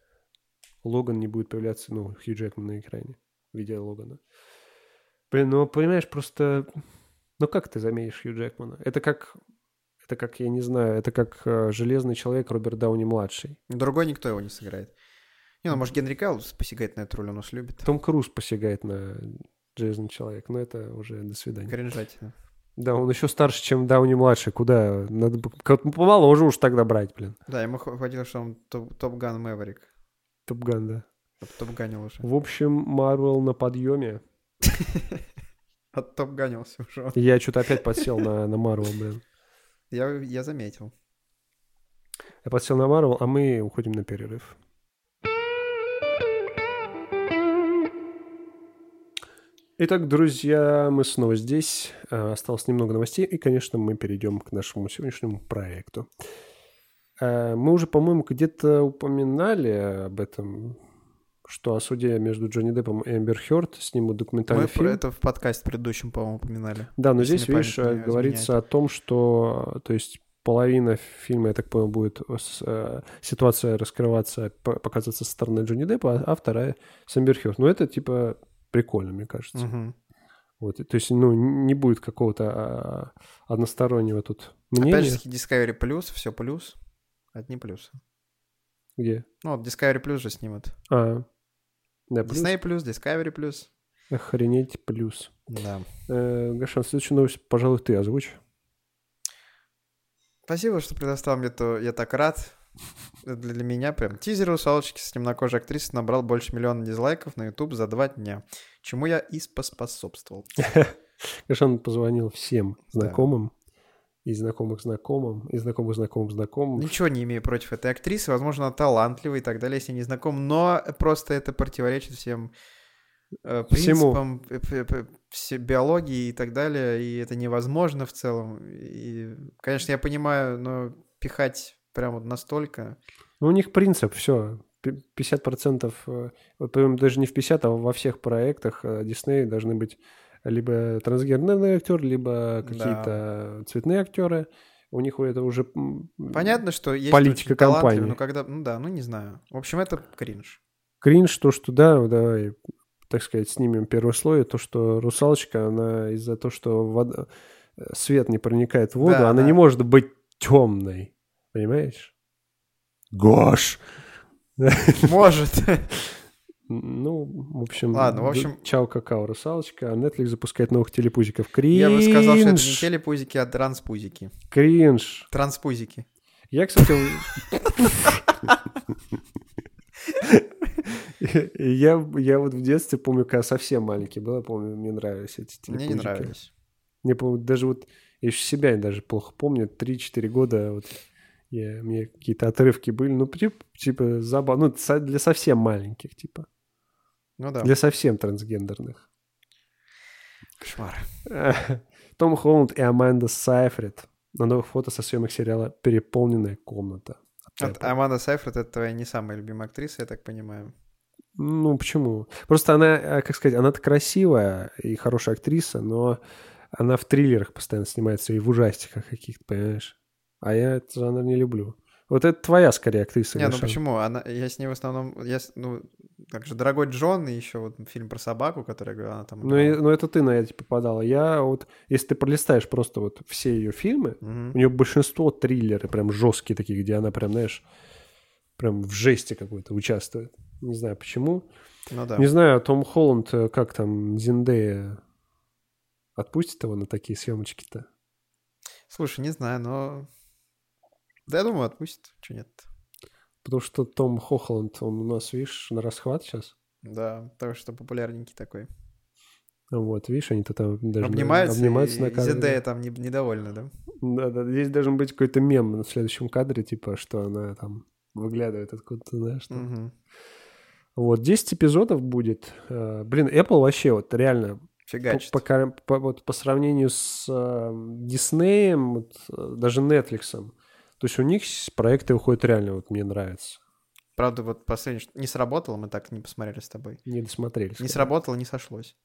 Speaker 1: Логан не будет появляться, ну, Хью Джекман на экране, в виде Логана. Блин, ну, понимаешь, просто... Ну, как ты заменишь Хью Джекмана? Это как... Это как, я не знаю, это как э, Железный Человек Роберт Дауни-младший.
Speaker 2: Другой никто его не сыграет. Не, ну, может, Генри Кайл посягает на эту роль, он нас любит.
Speaker 1: Том Круз посягает на Железный Человек, но это уже до свидания.
Speaker 2: Кринжатина.
Speaker 1: Да, он еще старше, чем Дауни младший. Куда? Надо бы кого-то помоложе уж тогда брать, блин.
Speaker 2: Да, ему хва- хватило, что он топ- Топ-ган Мэверик.
Speaker 1: Топган, да.
Speaker 2: Топ- Топ-ганил уже.
Speaker 1: В общем, Марвел на подъеме.
Speaker 2: От топ-ганился уже. он.
Speaker 1: Я что-то опять подсел на, на Марвел, блин.
Speaker 2: Я, я заметил.
Speaker 1: Я подсел на Марвел, а мы уходим на перерыв. Итак, друзья, мы снова здесь. Э, Осталось немного новостей, и, конечно, мы перейдем к нашему сегодняшнему проекту. Э, Мы уже, по-моему, где-то упоминали об этом, что о суде между Джонни Деппом и Эмбер Хёрд снимут документальный
Speaker 2: Мы
Speaker 1: фильм.
Speaker 2: про это в подкасте предыдущем, по-моему, упоминали.
Speaker 1: Да, но
Speaker 2: Если
Speaker 1: здесь,
Speaker 2: мне
Speaker 1: видишь,
Speaker 2: память не
Speaker 1: э, говорится о том, что, э, то есть, половина фильма, я так понял, будет с, э, ситуация раскрываться, п- показываться со стороны Джонни Деппа, а, а вторая с Эмбер Хёрд. Ну, это, типа, прикольно, мне кажется.
Speaker 2: Мгм.
Speaker 1: Вот, и- то есть, ну, н- не будет какого-то а, одностороннего тут мнения.
Speaker 2: Опять же, таки, Discovery Plus, все плюс. Одни плюсы.
Speaker 1: Где?
Speaker 2: Ну, вот Discovery Plus же снимут.
Speaker 1: А, да, плюс.
Speaker 2: Disney Plus, Discovery Plus.
Speaker 1: Охренеть плюс.
Speaker 2: Да.
Speaker 1: Э, Гошан, следующую новость, пожалуй, ты озвучь.
Speaker 2: Спасибо, что предоставил мне то. Я так рад. Это Для, для меня прям. Тизер «Русалочки» с темнокожей актрисой набрал больше миллиона дизлайков на YouTube за два дня, чему я и поспособствовал.
Speaker 1: Гошан позвонил всем
Speaker 2: Да.
Speaker 1: знакомым, и знакомых знакомым, и знакомых знакомых знакомым,
Speaker 2: Ничего не имею против этой актрисы. Возможно, она талантлива и так далее, если не знаком, но просто это противоречит всем э,
Speaker 1: Всему.
Speaker 2: принципам э, п- п- все- биологии и так далее, и это невозможно в целом. И, конечно, я понимаю, но пихать прям вот настолько...
Speaker 1: Ну, у них принцип, все. 50%, э, вот, по-моему, даже не в 50, а во всех проектах э, Дисней должны быть либо трансгендерный актер, либо
Speaker 2: Да.
Speaker 1: какие-то цветные актеры. У них это уже... м,
Speaker 2: Понятно, что есть
Speaker 1: Политика
Speaker 2: очень талантливые,
Speaker 1: компании.
Speaker 2: но когда, ну да, ну не знаю. В общем, это кринж.
Speaker 1: Кринж, то, что да, давай, так сказать, снимем первое слой, то, что русалочка, она из-за того, что вода- э, свет не проникает в воду,
Speaker 2: Да,
Speaker 1: она
Speaker 2: да.
Speaker 1: не может быть темной. Понимаешь? Гош!
Speaker 2: Может.
Speaker 1: Ну, в общем...
Speaker 2: Ладно, в
Speaker 1: д-
Speaker 2: общем-
Speaker 1: Чао, какао, русалочка. А Netflix запускает новых телепузиков. Кринж!
Speaker 2: Я бы сказал, что это не телепузики, а транспузики.
Speaker 1: Кринж!
Speaker 2: Транспузики.
Speaker 1: Я, кстати... в- Я, я вот в детстве помню, когда совсем маленький был, я помню, мне нравились эти телепузики.
Speaker 2: Мне не нравились.
Speaker 1: Мне, помню, даже вот... Я еще себя даже плохо помню. 3-4 года вот я, мне какие-то отрывки были. Ну, тип- типа, забавно. Ну, со- для совсем маленьких, типа.
Speaker 2: Ну да.
Speaker 1: Для совсем трансгендерных.
Speaker 2: Кошмар.
Speaker 1: Том Холланд и Аманда Сайфред на новых фото со съемок сериала «Переполненная комната».
Speaker 2: Вот Аманда Сайфред — это твоя не самая любимая актриса, я так понимаю.
Speaker 1: Ну, почему? Просто она, э, как сказать, она-то красивая и хорошая актриса, но она в триллерах постоянно снимается и в ужастиках каких-то, понимаешь? А я этот жанр не люблю. Вот это твоя, скорее, актриса.
Speaker 2: Не, ну
Speaker 1: Гриша.
Speaker 2: почему? Она, я с ней в основном... Я, с- ну, так же «Дорогой Джон» и еще вот фильм про собаку, который я говорю, она там...
Speaker 1: Ну, и-
Speaker 2: играла.
Speaker 1: ну, это ты на эти попадала. Я вот, если ты пролистаешь просто вот все ее фильмы,
Speaker 2: Мгм.
Speaker 1: у нее большинство триллеры прям жесткие такие, где она прям, знаешь, прям в жести какой-то участвует. Не знаю почему.
Speaker 2: Ну да.
Speaker 1: Не знаю, Том Холланд, э, как там, Зиндея отпустит его на такие съемочки-то?
Speaker 2: Слушай, не знаю, но... Да я думаю, отпустит. Че нет?
Speaker 1: Потому что Том Хохоланд, он у нас, видишь, на расхват сейчас.
Speaker 2: Да, потому что популярненький такой.
Speaker 1: Вот, видишь, они-то там даже
Speaker 2: обнимаются,
Speaker 1: обнимаются
Speaker 2: и,
Speaker 1: на
Speaker 2: и
Speaker 1: кадре.
Speaker 2: Зендея там не- недовольна, да?
Speaker 1: Да, да, здесь должен быть какой-то мем на следующем кадре, типа, что она там выглядывает откуда-то, знаешь. там.
Speaker 2: Мгм.
Speaker 1: Вот, 10 эпизодов будет. Э, Блин, Apple вообще вот реально по,
Speaker 2: Фигачит.
Speaker 1: по кар- по- вот, по сравнению с э, Диснеем, вот, э, даже Netflix. То есть у них с- проекты выходят реально, вот мне нравится.
Speaker 2: Правда, вот последний, не сработало, мы так не посмотрели с тобой.
Speaker 1: Не досмотрели.
Speaker 2: Не
Speaker 1: скорее.
Speaker 2: сработало, не сошлось.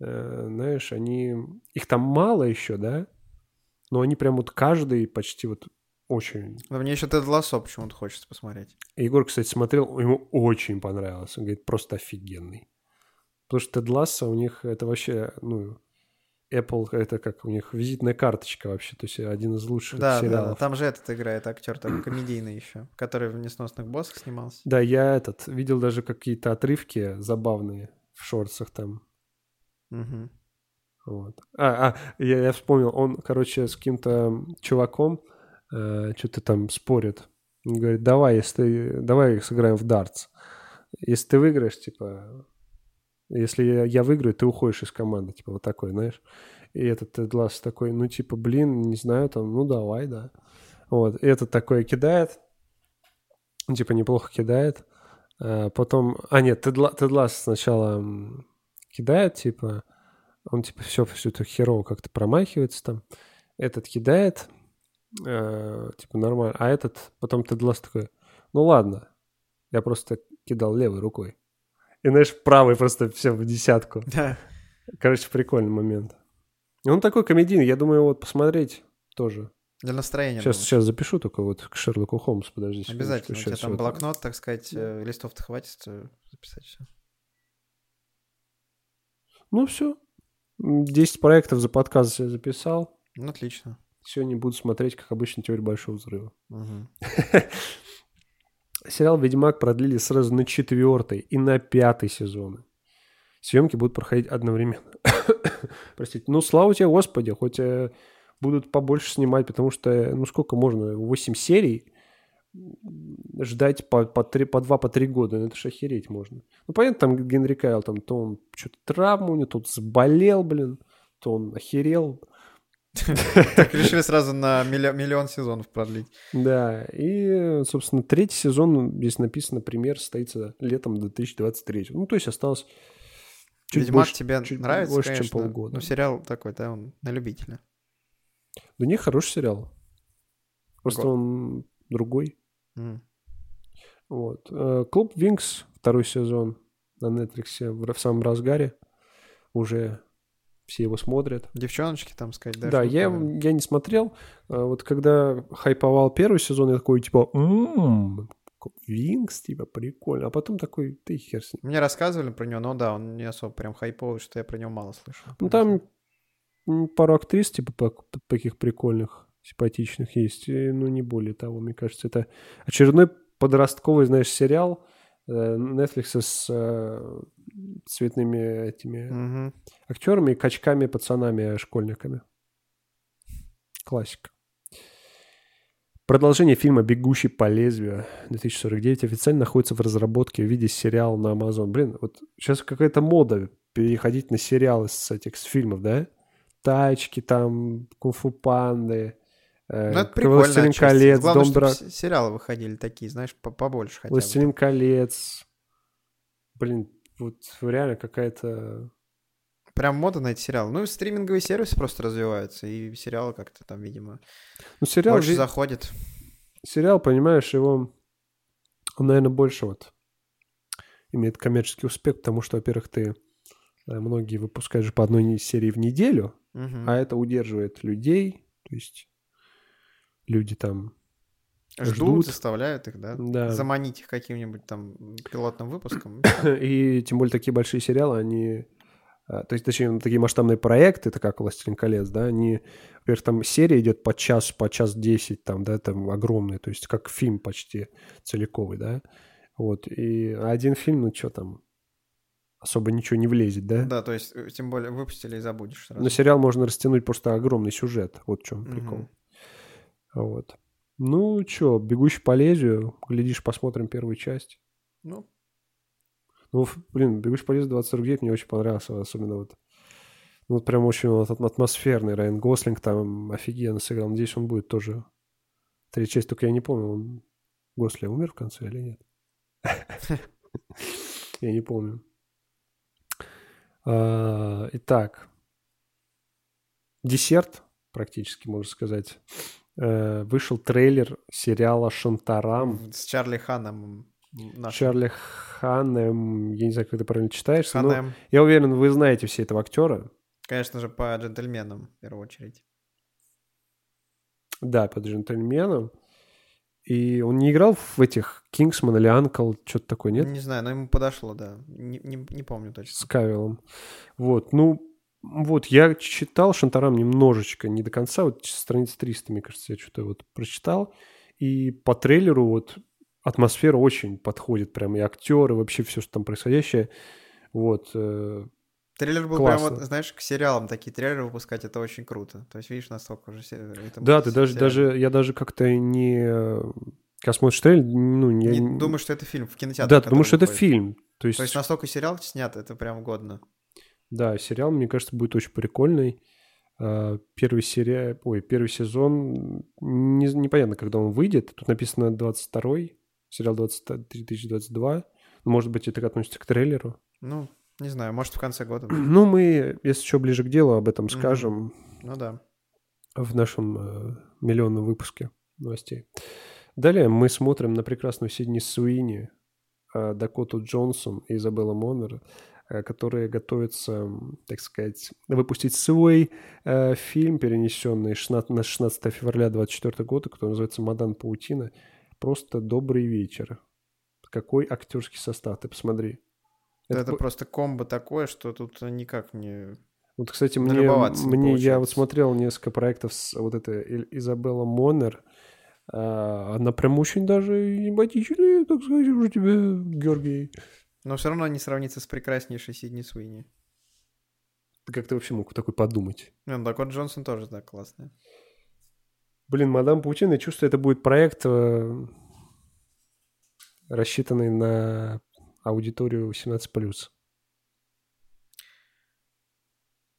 Speaker 1: Э, Знаешь, они... Их там мало еще, да? Но они прям вот каждый почти вот очень...
Speaker 2: Но мне еще Тед Лассо почему-то хочется посмотреть.
Speaker 1: Егор, кстати, смотрел, ему очень понравилось. Он говорит, просто офигенный. Потому что Тед Лассо у них это вообще, ну, Apple это как у них визитная карточка вообще, то есть один из лучших
Speaker 2: Да, да, да,
Speaker 1: сериалов.
Speaker 2: там же этот играет актер такой комедийный еще, который в «Несносных боссах» снимался.
Speaker 1: Да, я этот видел даже какие-то отрывки забавные в шорцах там.
Speaker 2: Мгм.
Speaker 1: Вот. А, а, я, я вспомнил, он, короче, с каким-то чуваком что-то там спорит. Он говорит, давай, если ты- давай сыграем в дартс. Если ты выиграешь, типа, если я, я выиграю, ты уходишь из команды, типа, вот такой, знаешь. И этот Тед Ласс такой, ну, типа, блин, не знаю, там, ну, давай, да. Вот, и этот такой кидает, ну, типа, неплохо кидает. А потом, а нет, Тед, Ла- Тед Ласс сначала м, кидает, типа, он типа все, все это херово как-то промахивается там. Этот кидает, э, типа нормально. А этот потом Тед Ласс такой, ну ладно, я просто кидал левой рукой. И, знаешь, правый просто все в десятку.
Speaker 2: Да.
Speaker 1: Короче, прикольный момент. И Он такой комедийный, я думаю, его вот посмотреть тоже.
Speaker 2: Для настроения.
Speaker 1: сейчас,
Speaker 2: думаю.
Speaker 1: сейчас запишу только вот к Шерлоку Холмсу, подожди. секундочку,
Speaker 2: Обязательно. У тебя
Speaker 1: щас
Speaker 2: там
Speaker 1: вот.
Speaker 2: блокнот, так сказать, э, листов-то хватит чтобы записать все.
Speaker 1: Ну все, 10 проектов за подкаст я записал.
Speaker 2: Ну, отлично.
Speaker 1: Сегодня буду смотреть, как обычно, теорию Большого Взрыва.
Speaker 2: Мгм.
Speaker 1: Сериал «Ведьмак» продлили сразу на четвертый и на пятый сезоны. Съемки будут проходить одновременно. Простите. Ну, слава тебе, Господи, хоть э, будут побольше снимать, потому что, э, ну, сколько можно, 8 серий м, ждать по, по, три- по 2 по 3 года, Ну, это же охереть можно. Ну, понятно, там Генри Кайл, там, то он что-то травму у него, тут заболел, блин, то он охерел,
Speaker 2: Так решили сразу на миллион, миллион сезонов продлить.
Speaker 1: Да, и, собственно, третий сезон, здесь написано, премьер состоится летом 2023. Ну, то есть осталось чуть
Speaker 2: Ведьмак
Speaker 1: больше,
Speaker 2: тебе
Speaker 1: чуть
Speaker 2: нравится,
Speaker 1: больше, чем
Speaker 2: конечно,
Speaker 1: полгода.
Speaker 2: но сериал такой, да, он на любителя.
Speaker 1: Да не, хороший сериал. Просто
Speaker 2: Го-
Speaker 1: он другой.
Speaker 2: М.
Speaker 1: Вот. Э, Клуб Винкс, второй сезон на Netflix в, ра- в самом разгаре. Уже все его смотрят.
Speaker 2: Девчоночки там сказать, да?
Speaker 1: Да,
Speaker 2: что-то,
Speaker 1: я,
Speaker 2: наверное.
Speaker 1: я не смотрел. А Вот когда хайповал первый сезон, я такой, типа, «М, Винкс, типа, прикольно. А потом такой, ты хер с ним.
Speaker 2: Мне рассказывали про него, но да, он не особо прям хайповый, что я про него мало слышал.
Speaker 1: Ну, там м, пару актрис, типа, пак- таких прикольных, симпатичных есть. И, ну, не более того, мне кажется. Это очередной подростковый, знаешь, сериал э, Netflix с э, цветными этими
Speaker 2: Мгм. Ну,
Speaker 1: актерами и качками, пацанами, школьниками. Классика. Продолжение фильма «Бегущий по лезвию» 2049 официально находится в разработке в виде сериала на Amazon. Блин, вот сейчас какая-то мода переходить на сериалы с этих с фильмов, да? Тачки там, кунг-фу панды, э,
Speaker 2: Ну, это прикольно.
Speaker 1: «Властелин
Speaker 2: отчасти.
Speaker 1: колец»,
Speaker 2: Главное,
Speaker 1: «Дом
Speaker 2: чтобы
Speaker 1: дра-
Speaker 2: с- сериалы выходили такие, знаешь, по- побольше хотя бы.
Speaker 1: «Властелин колец». Блин, вот реально какая-то...
Speaker 2: Прям мода на эти сериалы. Ну, и стриминговые сервисы просто развиваются, и сериалы как-то там, видимо,
Speaker 1: Ну, сериал...
Speaker 2: больше
Speaker 1: ви-
Speaker 2: заходит.
Speaker 1: сериал, понимаешь, его, он, наверное, больше вот имеет коммерческий успех, потому что, во-первых, ты э, многие выпускаешь по одной не- серии в неделю,
Speaker 2: Мгм.
Speaker 1: а это удерживает людей, то есть люди там
Speaker 2: Ждут,
Speaker 1: Ждут.
Speaker 2: заставляют их, да?
Speaker 1: Да.
Speaker 2: Заманить их каким-нибудь там пилотным выпуском.
Speaker 1: И тем более такие большие сериалы, они... а, То есть, точнее, такие масштабные проекты, это как «Властелин колец», да, они... Во-первых, там серия идет по час, по час десять, там, да, там огромные, то есть как фильм почти целиковый, да. Вот, и а один фильм, ну что там, особо ничего не влезет, да?
Speaker 2: Да, то есть, э, тем более, выпустили и забудешь сразу.
Speaker 1: На сериал можно растянуть просто огромный сюжет, вот в чем
Speaker 2: Мгм.
Speaker 1: прикол. Вот. Ну, чё, «Бегущий по лезвию», глядишь, посмотрим первую часть.
Speaker 2: Ну,
Speaker 1: Ну, ф- блин, «Бегущий по лесу 2049» мне очень понравился, особенно вот. Ну, вот прям очень вот атм- атмосферный Райан Гослинг там офигенно сыграл. Надеюсь, он будет тоже. Третья часть, только я не помню, он Госли умер в конце или нет? Я не помню. А, Итак, десерт, практически, можно сказать. Э, Вышел трейлер сериала «Шантарам».
Speaker 2: с Чарли Ханом. Наш
Speaker 1: Чарли Ханем, я не знаю, как ты правильно читаешь. но-
Speaker 2: Ханом.
Speaker 1: я уверен, вы знаете все этого актера.
Speaker 2: Конечно же, по джентльменам, в первую очередь.
Speaker 1: Да, по джентльменам. И он не играл в этих Кингсман или Анкл, что-то такое, нет?
Speaker 2: Не знаю, но ему подошло, да. Не, не, не помню точно.
Speaker 1: С Кавиллом. Вот, ну, вот, я читал Шантарам немножечко, не до конца, вот страниц 300, мне кажется, я что-то вот прочитал. И по трейлеру вот атмосфера очень подходит, прям и актеры, вообще все, что там происходящее. Вот, э,
Speaker 2: Трейлер был
Speaker 1: Классно.
Speaker 2: прям вот, знаешь, к сериалам такие трейлеры выпускать, это очень круто. То есть, видишь, настолько уже... се- это
Speaker 1: Да, ты
Speaker 2: с-
Speaker 1: даже,
Speaker 2: сериал.
Speaker 1: даже, я даже как-то не... э, Когда смотришь трейлер, ну, не...
Speaker 2: Не думаешь, что это фильм в кинотеатре.
Speaker 1: да, ты
Speaker 2: который
Speaker 1: думаешь, что это
Speaker 2: выходит.
Speaker 1: фильм. То есть,
Speaker 2: То есть настолько сериал снят, это прям годно.
Speaker 1: да, сериал, мне кажется, будет очень прикольный. А, Первый серия, ой, первый сезон, не, непонятно, когда он выйдет. Тут написано 22-й, сериал 20, 2022. Может быть, это относится к трейлеру.
Speaker 2: Ну, не знаю, может, в конце года. будет.
Speaker 1: Ну, мы, если что, ближе к делу об этом
Speaker 2: Мгм.
Speaker 1: скажем.
Speaker 2: Ну да.
Speaker 1: в нашем э, миллионном выпуске новостей. Далее мы смотрим на прекрасную Сидни Суини, э, Дакоту Джонсон и Изабелла Моннер, э, которые готовятся, м, так сказать, выпустить свой э, фильм, перенесенный 16 на 16 февраля 2024 года, который называется «Мадан Паутина». Просто «Добрый вечер». Какой актерский состав, ты посмотри.
Speaker 2: Это,
Speaker 1: по-
Speaker 2: просто комбо такое, что тут никак не...
Speaker 1: вот, кстати, мне,
Speaker 2: Налюбоваться не
Speaker 1: мне я вот
Speaker 2: получается.
Speaker 1: смотрел несколько проектов с вот этой Эль- Изабелла Монер. А, Она прям очень даже эмпатичная, так сказать, уже тебе, Георгий.
Speaker 2: Но все равно не сравнится с прекраснейшей Сидни Суини.
Speaker 1: Ты Как ты вообще мог такой подумать?
Speaker 2: Ну, Дакот Джонсон тоже, да, классная.
Speaker 1: Блин, «Мадам Паутина», я чувствую, это будет проект, э, рассчитанный на аудиторию 18+.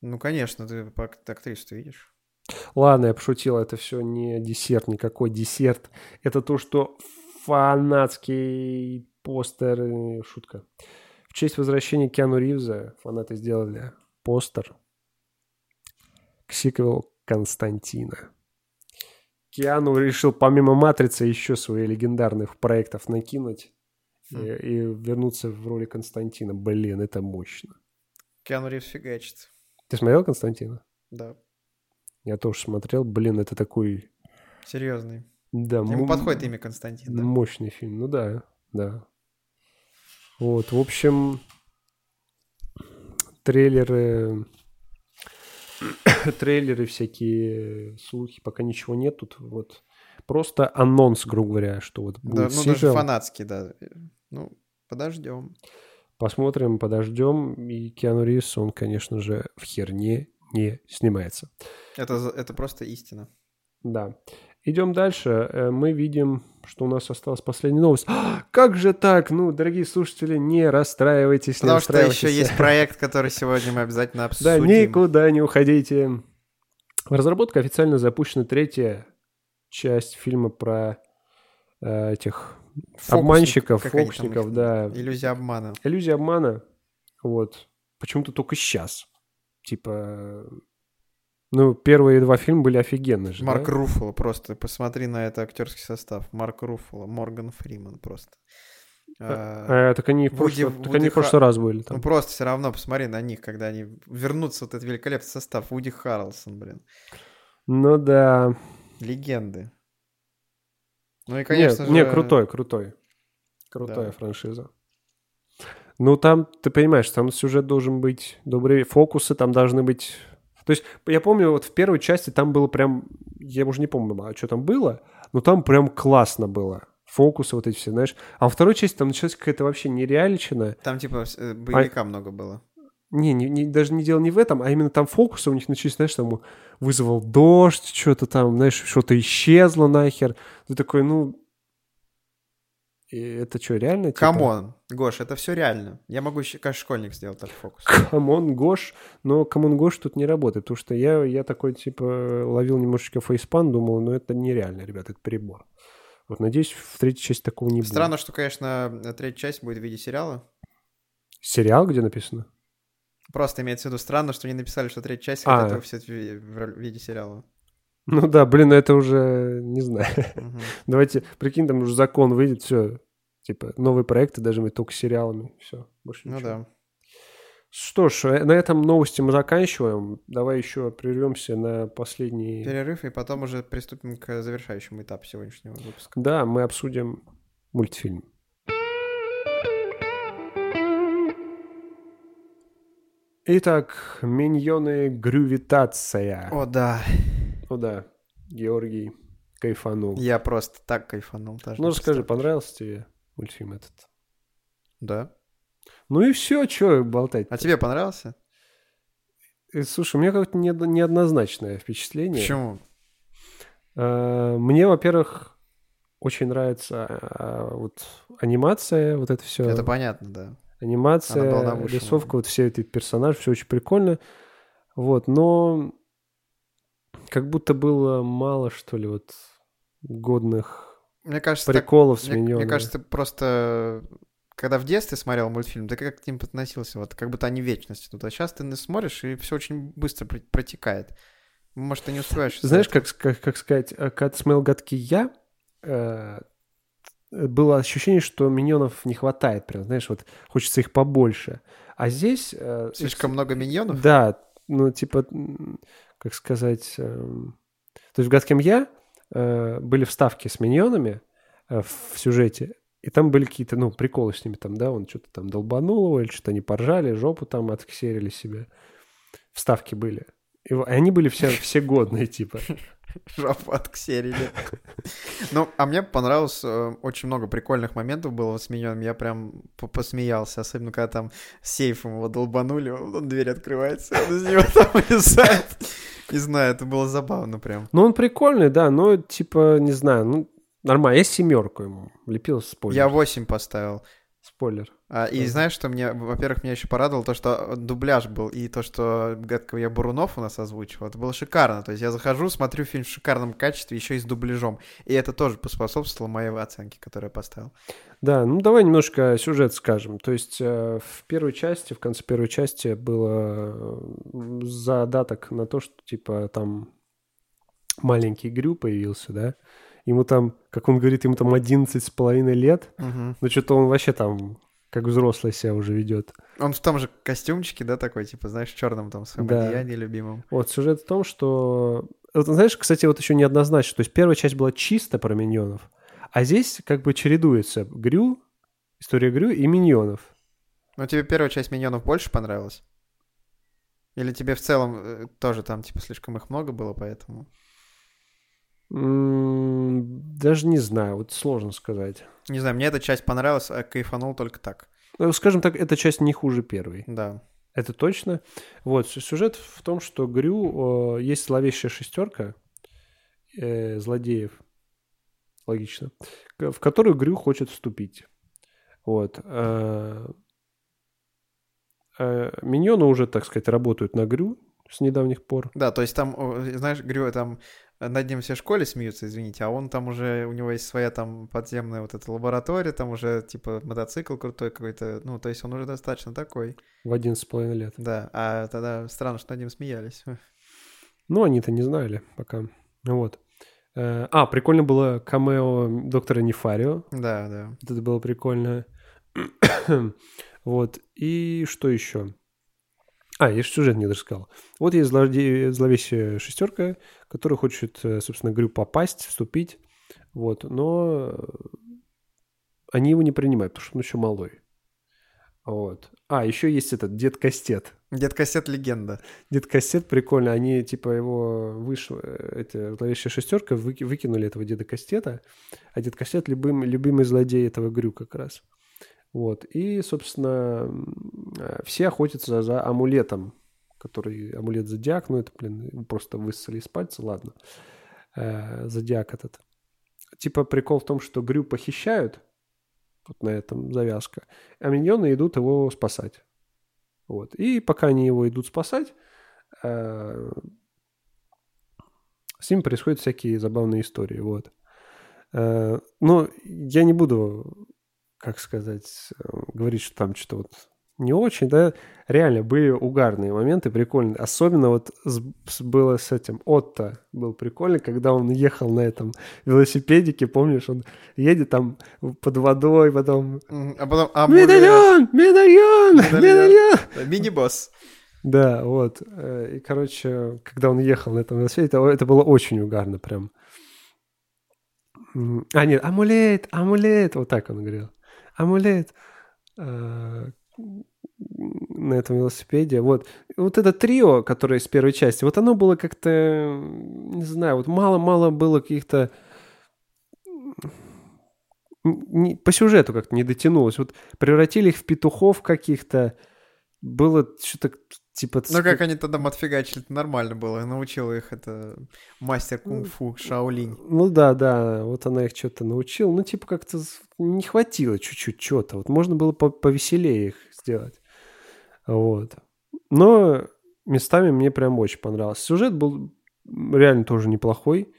Speaker 2: Ну, конечно, ты по акт- актрису видишь.
Speaker 1: Ладно, я пошутил, это все не десерт, никакой десерт. Это то, что фанатский постер, э, шутка. В честь возвращения Киану Ривза фанаты сделали постер к сиквелу Константина. Киану решил помимо «Матрицы» еще своих легендарных проектов накинуть и,
Speaker 2: Хм.
Speaker 1: и вернуться в роли Константина. Блин, это мощно.
Speaker 2: Киану Ривз фигачит.
Speaker 1: Ты смотрел Константина?
Speaker 2: Да,
Speaker 1: Я тоже смотрел. Блин, это такой...
Speaker 2: серьезный.
Speaker 1: Да,
Speaker 2: Ему
Speaker 1: м-
Speaker 2: подходит имя Константин, да?
Speaker 1: Мощный фильм, ну да, да. Вот, в общем, трейлеры, трейлеры всякие, слухи, пока ничего нет тут, вот. Просто анонс, грубо говоря, что вот
Speaker 2: Да,
Speaker 1: будет
Speaker 2: ну, даже
Speaker 1: сиквел.
Speaker 2: фанатский, да. Ну, подождем.
Speaker 1: Посмотрим, подождем. И Киану Ривз, он, конечно же, в херне не снимается.
Speaker 2: Это, за- это просто истина.
Speaker 1: Да. Идем дальше. Э, Мы видим, что у нас осталась последняя новость. А, как же так? Ну, дорогие слушатели, не расстраивайтесь. не
Speaker 2: Потому что еще
Speaker 1: расстраивайтесь.
Speaker 2: есть проект, который сегодня мы обязательно
Speaker 1: Да,
Speaker 2: обсудим.
Speaker 1: никуда не уходите. В разработку официально запущена третья часть фильма про э, этих
Speaker 2: Фокусник,
Speaker 1: обманщиков,
Speaker 2: как они там
Speaker 1: фокусников,
Speaker 2: их-
Speaker 1: да.
Speaker 2: Иллюзия обмана.
Speaker 1: Иллюзия обмана. Вот. Почему-то только сейчас. Типа... Ну, первые два фильма были офигенные же,
Speaker 2: Марк
Speaker 1: да?
Speaker 2: Руффало, просто посмотри на это актерский состав. Марк Руффало, Морган Фриман просто. А,
Speaker 1: Э, так они, в
Speaker 2: Вуди-
Speaker 1: прошло- так
Speaker 2: Вуди
Speaker 1: они в
Speaker 2: Ха-
Speaker 1: прошлый раз были
Speaker 2: Ну
Speaker 1: там.
Speaker 2: просто все равно посмотри на них, когда они вернутся, вот этот великолепный состав. Уди Харрелсон, блин.
Speaker 1: Ну да.
Speaker 2: Легенды. Ну и, конечно
Speaker 1: не,
Speaker 2: же...
Speaker 1: не, крутой, крутой. Крутая
Speaker 2: Да.
Speaker 1: франшиза. Ну, там, ты понимаешь, там сюжет должен быть добрый, фокусы там должны быть... То есть, я помню, вот в первой части там было прям... Я уже не помню, а что там было, но там прям классно было. Фокусы вот эти все, знаешь. А во второй части там началась какая-то вообще нереальщина.
Speaker 2: Там типа с- э, боевика много было.
Speaker 1: Типа. Не, не, не- даже не дело не в этом, а именно там фокусы у них начались, знаешь, там вызвал дождь, что-то там, знаешь, что-то исчезло нахер. Ты такой, ну... и это что, реально? типа?
Speaker 2: Камон, Гош, это все реально. Я могу еще, как школьник, сделать такой фокус.
Speaker 1: Камон Гош, но Камон Гош тут не работает, потому что я, я такой, типа, ловил немножечко фейспан, думал, ну это нереально, ребят, это перебор. Вот надеюсь, в третьей части такого не будет.
Speaker 2: Странно, что, конечно, э, третья часть будет в виде сериала.
Speaker 1: Сериал, где написано?
Speaker 2: Просто имеется в виду странно, что не написали, что третья часть
Speaker 1: А.
Speaker 2: хотят выпустить в ви- в роль- в виде сериала.
Speaker 1: Ну да, блин, это уже не знаю.
Speaker 2: Мгм. Ну
Speaker 1: Давайте, прикинь, там уже закон выйдет, все. Типа, новые проекты должны быть только с сериалами. Все, больше
Speaker 2: Ну
Speaker 1: ничего.
Speaker 2: да.
Speaker 1: Что ж, э, на этом новости мы заканчиваем. Давай еще прервемся на последний
Speaker 2: Перерыв, и потом уже приступим к завершающему этапу сегодняшнего выпуска.
Speaker 1: Да, мы обсудим мультфильм. Итак, миньоны Грювитация.
Speaker 2: О, да.
Speaker 1: О да, Георгий кайфанул.
Speaker 2: Я просто так кайфанул. даже
Speaker 1: Ну
Speaker 2: не
Speaker 1: расскажи,
Speaker 2: представляю.
Speaker 1: понравился тебе мультфильм этот?
Speaker 2: Да.
Speaker 1: Ну и все, что болтать.
Speaker 2: А тебе понравился?
Speaker 1: Э, Слушай, у меня как-то не- неоднозначное впечатление.
Speaker 2: Почему?
Speaker 1: Э, Мне, во-первых, очень нравится э, вот анимация, вот это все.
Speaker 2: Это понятно, да. Она была
Speaker 1: анимация,
Speaker 2: намышена.
Speaker 1: рисовка, вот все эти персонажи, все очень прикольно. Вот, но как будто было мало, что ли, вот годных
Speaker 2: Мне кажется, так-
Speaker 1: приколов с
Speaker 2: Мне, мне
Speaker 1: миньонами.
Speaker 2: кажется, просто когда в детстве смотрел мультфильм, ты как к ним относился, вот как будто они вечности тут. А сейчас ты на- смотришь, и все очень быстро про- протекает. Может, ты не успеваешь. из-за
Speaker 1: Знаешь,
Speaker 2: этого.
Speaker 1: как, с- как, как сказать, э, когда ты смотрел «Гадкий я», э, было ощущение, что миньонов не хватает прям, знаешь, вот хочется их побольше. А здесь... э, их
Speaker 2: слишком много миньонов?
Speaker 1: Да, ну, типа, м, как сказать... эм, То есть в «Гадком я» э, были вставки с миньонами э, в сюжете, и там были какие-то, ну, приколы с ними там, да, он что-то там долбанул его, или что-то они поржали, жопу там отксерили себе. Вставки были. И во- и они были все, все годные, типа.
Speaker 2: Жопу отксерили. Ну, а мне понравилось, э, очень много прикольных моментов было с миньоном. Я прям по- посмеялся, особенно когда там сейфом его долбанули, он дверь открывается, он из него там вылезает. Не знаю, это было забавно прям.
Speaker 1: Ну, он прикольный, да, но, типа, не знаю, ну, нормально. Я семерку ему лепил спойлер.
Speaker 2: Я 8 поставил.
Speaker 1: Спойлер.
Speaker 2: А, и
Speaker 1: Да.
Speaker 2: знаешь, что мне, во-первых, меня еще порадовало то, что э, дубляж был, и то, что гадкого я Бурунов у нас озвучивал, это было шикарно. То есть я захожу, смотрю фильм в шикарном качестве, еще и с дубляжом. И это тоже поспособствовало моей оценке, которую я поставил.
Speaker 1: Да, ну давай немножко сюжет скажем. То есть э, в первой части, в конце первой части было э, задаток на то, что типа там маленький Грю появился, да? Ему там, как он говорит, ему там 11 с половиной лет. Ну что-то он вообще там как взрослый себя уже ведет.
Speaker 2: Он в том же костюмчике, да, такой, типа, знаешь, в черном там своем
Speaker 1: Да.
Speaker 2: одеянии любимом.
Speaker 1: Вот, сюжет в том, что... э, Вот, знаешь, кстати, вот еще неоднозначно. То есть первая часть была чисто про миньонов, а здесь как бы чередуется Грю, история Грю и миньонов.
Speaker 2: Но Ну, тебе первая часть миньонов больше понравилась? Или тебе в целом э, тоже там, типа, слишком их много было, поэтому.
Speaker 1: М, Даже не знаю, вот сложно сказать.
Speaker 2: Не знаю, мне эта часть понравилась, а кайфанул только так.
Speaker 1: Ну, Скажем так, эта часть не хуже первой.
Speaker 2: Да.
Speaker 1: Это точно. Вот, сю- сюжет в том, что Грю э, есть зловещая шестерка э, злодеев, логично, к- в которую Грю хочет вступить. Вот. э, э, Миньоны уже, так сказать, работают на Грю с недавних пор.
Speaker 2: Да, то есть там, о, э, знаешь, говорю, там э, над ним все в школе смеются, извините, а он там уже, у него есть своя там подземная вот эта лаборатория, там уже типа мотоцикл крутой какой-то, ну, то есть он уже достаточно такой,
Speaker 1: в 11,5 лет.
Speaker 2: да, а тогда странно, что над ним смеялись.
Speaker 1: Ну, они-то не знали пока. Вот. Э, А, прикольно было камео доктора Нефарио.
Speaker 2: Да, да.
Speaker 1: Вот Это было прикольно. Вот. И что еще? А, я же сюжет не дорассказал. Вот есть злоде- зловещая шестерка, которая хочет, э, собственно, Грю попасть, вступить. Вот, но они его не принимают, потому что он еще малой. Вот. А, еще есть этот Дед Кастет.
Speaker 2: Дед Кассет легенда.
Speaker 1: Дед Кастет прикольно, они типа его вышло, эти зловещая шестерка выки- выкинули этого Деда Кастета, а Дед Кастет любим, любимый злодей этого Грю как раз. Вот. И, собственно, э, все охотятся за амулетом, который амулет зодиак, ну это, блин, просто высосали из пальца, ладно. Э, Зодиак этот. Типа прикол в том, что Грю похищают, вот на этом завязка, а миньоны идут его спасать. Вот. И пока они его идут спасать, э, с ним происходят всякие забавные истории. Вот. Э, Но я не буду, как сказать, э, говорить, что там что-то вот не очень, да. Реально, были угарные моменты, прикольные. Особенно вот с- с- было с этим Отто. Был прикольный, когда он ехал на этом велосипедике, помнишь, он едет там под водой, потом
Speaker 2: Мгм. А потом... а,
Speaker 1: «Медальон! Медальон!
Speaker 2: Медальон!»
Speaker 1: Медальон!»
Speaker 2: блин, Мини-босс.
Speaker 1: Да, вот. Э, И, короче, когда он ехал на этом велосипеде, это, это было очень угарно прям. М, А, нет, амулет, амулет, вот так он говорил. Амулет. Э, на этом велосипеде. Вот. Вот это трио, которое из первой части, вот оно было как-то, м, не знаю, вот мало-мало было каких-то м, не- по сюжету как-то не дотянулось. Вот превратили их в петухов каких-то. Было что-то типа...
Speaker 2: Ну, как они тогда отфигачили, это нормально было. Научил их это мастер кунг-фу Шаолинь.
Speaker 1: Ну да, да, вот она их что-то научила. Ну, типа, как-то с- не хватило чуть-чуть чего-то. Вот можно было по- повеселее их сделать. Вот. Но местами мне прям очень понравилось. Сюжет был реально тоже неплохой.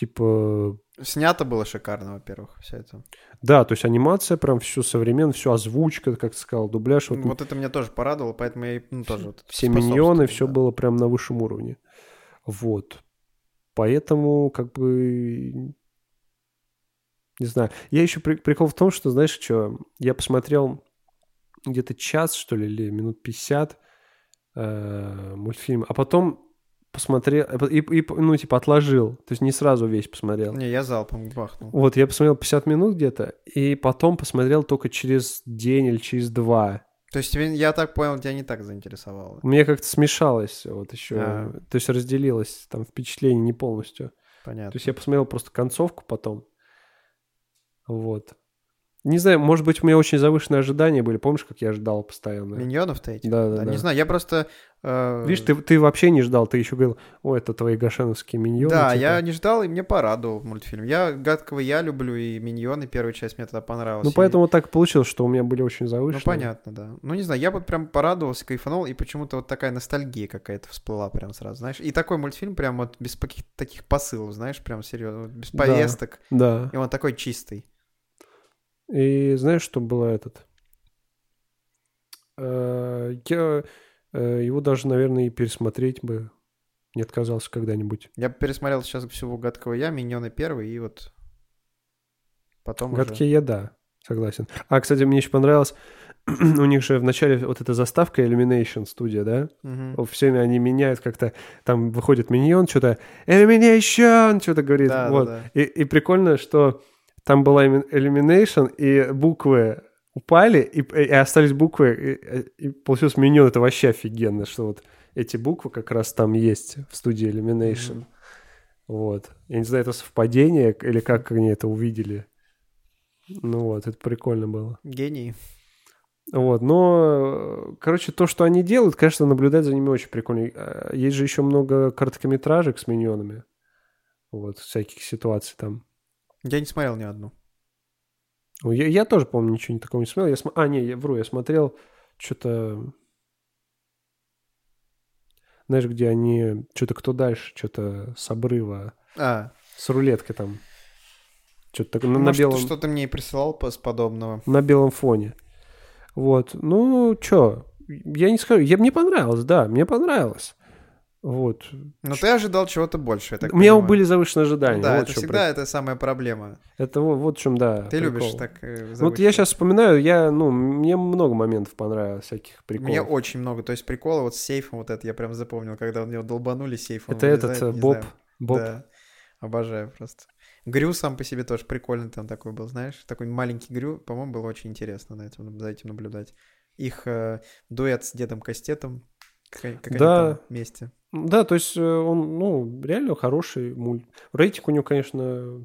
Speaker 1: Типа,
Speaker 2: Снято было шикарно, во-первых, все это.
Speaker 1: да, то есть анимация прям все современно, все озвучка, как ты сказал, дубляж. Вот,
Speaker 2: Вот, это меня тоже порадовало, поэтому я и, ну, тоже вот
Speaker 1: все
Speaker 2: способствовал,
Speaker 1: миньоны, все
Speaker 2: да.
Speaker 1: было прям на высшем уровне. Вот. Поэтому, как бы, не знаю. Я еще при- прикол в том, что, знаешь, что, я посмотрел где-то час, что ли, или минут 50 э, мультфильм, а потом посмотрел, и, и, ну, типа, отложил. То есть не сразу весь посмотрел.
Speaker 2: Не, я залпом бахнул.
Speaker 1: Вот, я посмотрел 50 минут где-то, и потом посмотрел только через день или через два.
Speaker 2: То есть тебе- я так понял, тебя не так заинтересовало.
Speaker 1: Мне как-то смешалось вот еще,
Speaker 2: А.
Speaker 1: то есть разделилось там впечатление не полностью. То
Speaker 2: Понятно.
Speaker 1: есть я посмотрел просто концовку потом. Вот. Не знаю, может быть, у меня очень завышенные ожидания были. Помнишь, как я ждал постоянно?
Speaker 2: Миньонов-то этих?
Speaker 1: Да, да, да.
Speaker 2: Не знаю, я просто... э,
Speaker 1: Видишь, ты, ты вообще не ждал, ты еще говорил, о, это твои гашеновские миньоны.
Speaker 2: Да,
Speaker 1: типа».
Speaker 2: я не ждал, и мне порадовал мультфильм. Я гадкого я люблю, и миньоны, первая часть мне тогда понравилась.
Speaker 1: Ну,
Speaker 2: и-
Speaker 1: поэтому так получилось, что у меня были очень
Speaker 2: Ну,
Speaker 1: завышенные.
Speaker 2: понятно, да. Ну, не знаю, я вот прям порадовался, кайфанул, и почему-то вот такая ностальгия какая-то всплыла прям сразу, знаешь. И такой мультфильм прям вот без каких-то таких посылов, знаешь, прям серьезно, вот без
Speaker 1: Да.
Speaker 2: повесток.
Speaker 1: Да.
Speaker 2: И он такой чистый.
Speaker 1: И знаешь, что было этот? Э, Я э, его даже, наверное, и пересмотреть бы не отказался когда-нибудь.
Speaker 2: Я пересмотрел сейчас всего «Гадкого я», «Миньоны первый», и вот потом уже-
Speaker 1: Гадкие я, да, согласен. А, кстати, мне еще понравилось, у них же в начале вот эта заставка Illumination студия, да?
Speaker 2: Мгм.
Speaker 1: Все время они меняют как-то, там выходит миньон, что-то Illumination, что-то говорит.
Speaker 2: Да, да,
Speaker 1: вот.
Speaker 2: да.
Speaker 1: И, и прикольно, что там была именно Illumination, и буквы упали, и, и остались буквы, и, и получилось миньон. Это вообще офигенно, что вот эти буквы как раз там есть в студии Illumination.
Speaker 2: Мгм.
Speaker 1: Вот. Я не знаю, это совпадение к- или как они это увидели. Ну вот, это прикольно было.
Speaker 2: Гений.
Speaker 1: Вот, но, э, короче, то, что они делают, конечно, наблюдать за ними очень прикольно. Э, Есть же еще много короткометражек с миньонами. Вот, всяких ситуаций там.
Speaker 2: Я не смотрел ни одну.
Speaker 1: Ну, Я, я тоже, помню, ничего не такого не смотрел. Я см- А, не, я вру, я смотрел что-то... Знаешь, где они... Что-то кто дальше, что-то с обрыва,
Speaker 2: А,
Speaker 1: с рулеткой там. Что-то такое Ну, на, на
Speaker 2: может,
Speaker 1: белом,
Speaker 2: что-то мне и присылал по- с подобного.
Speaker 1: на белом фоне. Вот. Ну, что? Я не скажу. Я, мне понравилось, да, мне понравилось. Вот.
Speaker 2: Но ты ожидал чего-то больше, я так
Speaker 1: У меня
Speaker 2: понимаю. Ну
Speaker 1: были завышенные ожидания.
Speaker 2: Да,
Speaker 1: вот
Speaker 2: это
Speaker 1: в чём
Speaker 2: всегда
Speaker 1: прик-
Speaker 2: это самая проблема.
Speaker 1: Это вот, вот в чем, да.
Speaker 2: Ты любишь
Speaker 1: прикол. Ну,
Speaker 2: так э,
Speaker 1: Вот я
Speaker 2: завышивать.
Speaker 1: сейчас вспоминаю, я, ну, мне много моментов понравилось, всяких приколов.
Speaker 2: Мне очень много. То есть приколы вот с сейфом вот это я прям запомнил, когда у него долбанули сейф. он
Speaker 1: Это этот
Speaker 2: вылезает,
Speaker 1: э,
Speaker 2: не
Speaker 1: Боб.
Speaker 2: знаю.
Speaker 1: Боб.
Speaker 2: Да. Обожаю просто. Грю сам по себе тоже прикольный там такой был, знаешь, такой маленький Грю, по-моему, было очень интересно на этом, за этим наблюдать. Их э, дуэт с Дедом Кастетом, как, как
Speaker 1: Да.
Speaker 2: они там вместе.
Speaker 1: Да, то есть э, он, ну, реально хороший мульт. Рейтинг у него, конечно,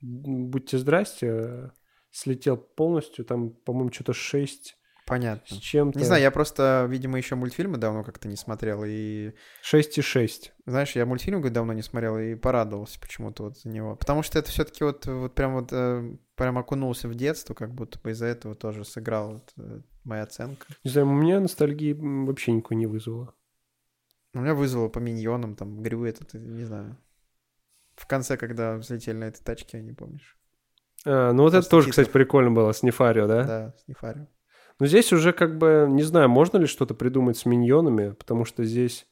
Speaker 1: будьте здрасте, э, слетел полностью, там, по-моему, что-то 6 с
Speaker 2: Понятно.
Speaker 1: чем-то.
Speaker 2: Не знаю, я просто, видимо, еще мультфильмы давно как-то не смотрел, и,
Speaker 1: 6,6.
Speaker 2: знаешь, я мультфильм говорит, давно не смотрел и порадовался почему-то вот за него. Потому что это все-таки вот, вот прям вот, э, прям окунулся в детство, как будто бы из-за этого тоже сыграл вот, э, моя оценка.
Speaker 1: Не знаю, у меня ностальгии м, вообще никакой не вызвало.
Speaker 2: У меня вызвало по миньонам, там, Грю этот, э, не знаю. В конце, когда взлетели на этой тачке, не помнишь.
Speaker 1: А, ну вот это
Speaker 2: Просто
Speaker 1: тоже,
Speaker 2: титр.
Speaker 1: кстати, прикольно было с Нефарио, да?
Speaker 2: Да, с Нефарио.
Speaker 1: Но здесь уже как бы, не знаю, можно ли что-то придумать с миньонами, потому что здесь,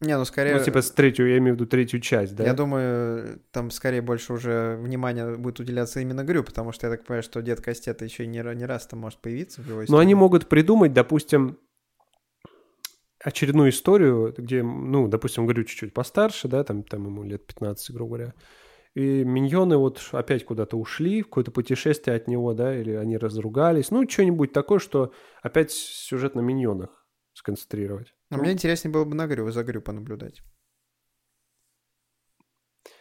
Speaker 2: Не, ну скорее...
Speaker 1: ну типа с третью, я имею в виду третью часть, да?
Speaker 2: Я думаю, там скорее больше уже внимания будет уделяться именно Грю, потому что я так понимаю, что Дед Кастета еще не, ра- не раз там может появиться в его
Speaker 1: Но
Speaker 2: истории.
Speaker 1: они могут придумать, допустим, очередную историю, где, ну, допустим, говорю чуть-чуть постарше, да, там, там ему лет 15, грубо говоря, и миньоны вот ш- опять куда-то ушли, в какое-то путешествие от него, да, или они разругались, ну, что-нибудь такое, что опять сюжет на миньонах сконцентрировать.
Speaker 2: Но мне интереснее было бы на Грю, за Грю понаблюдать.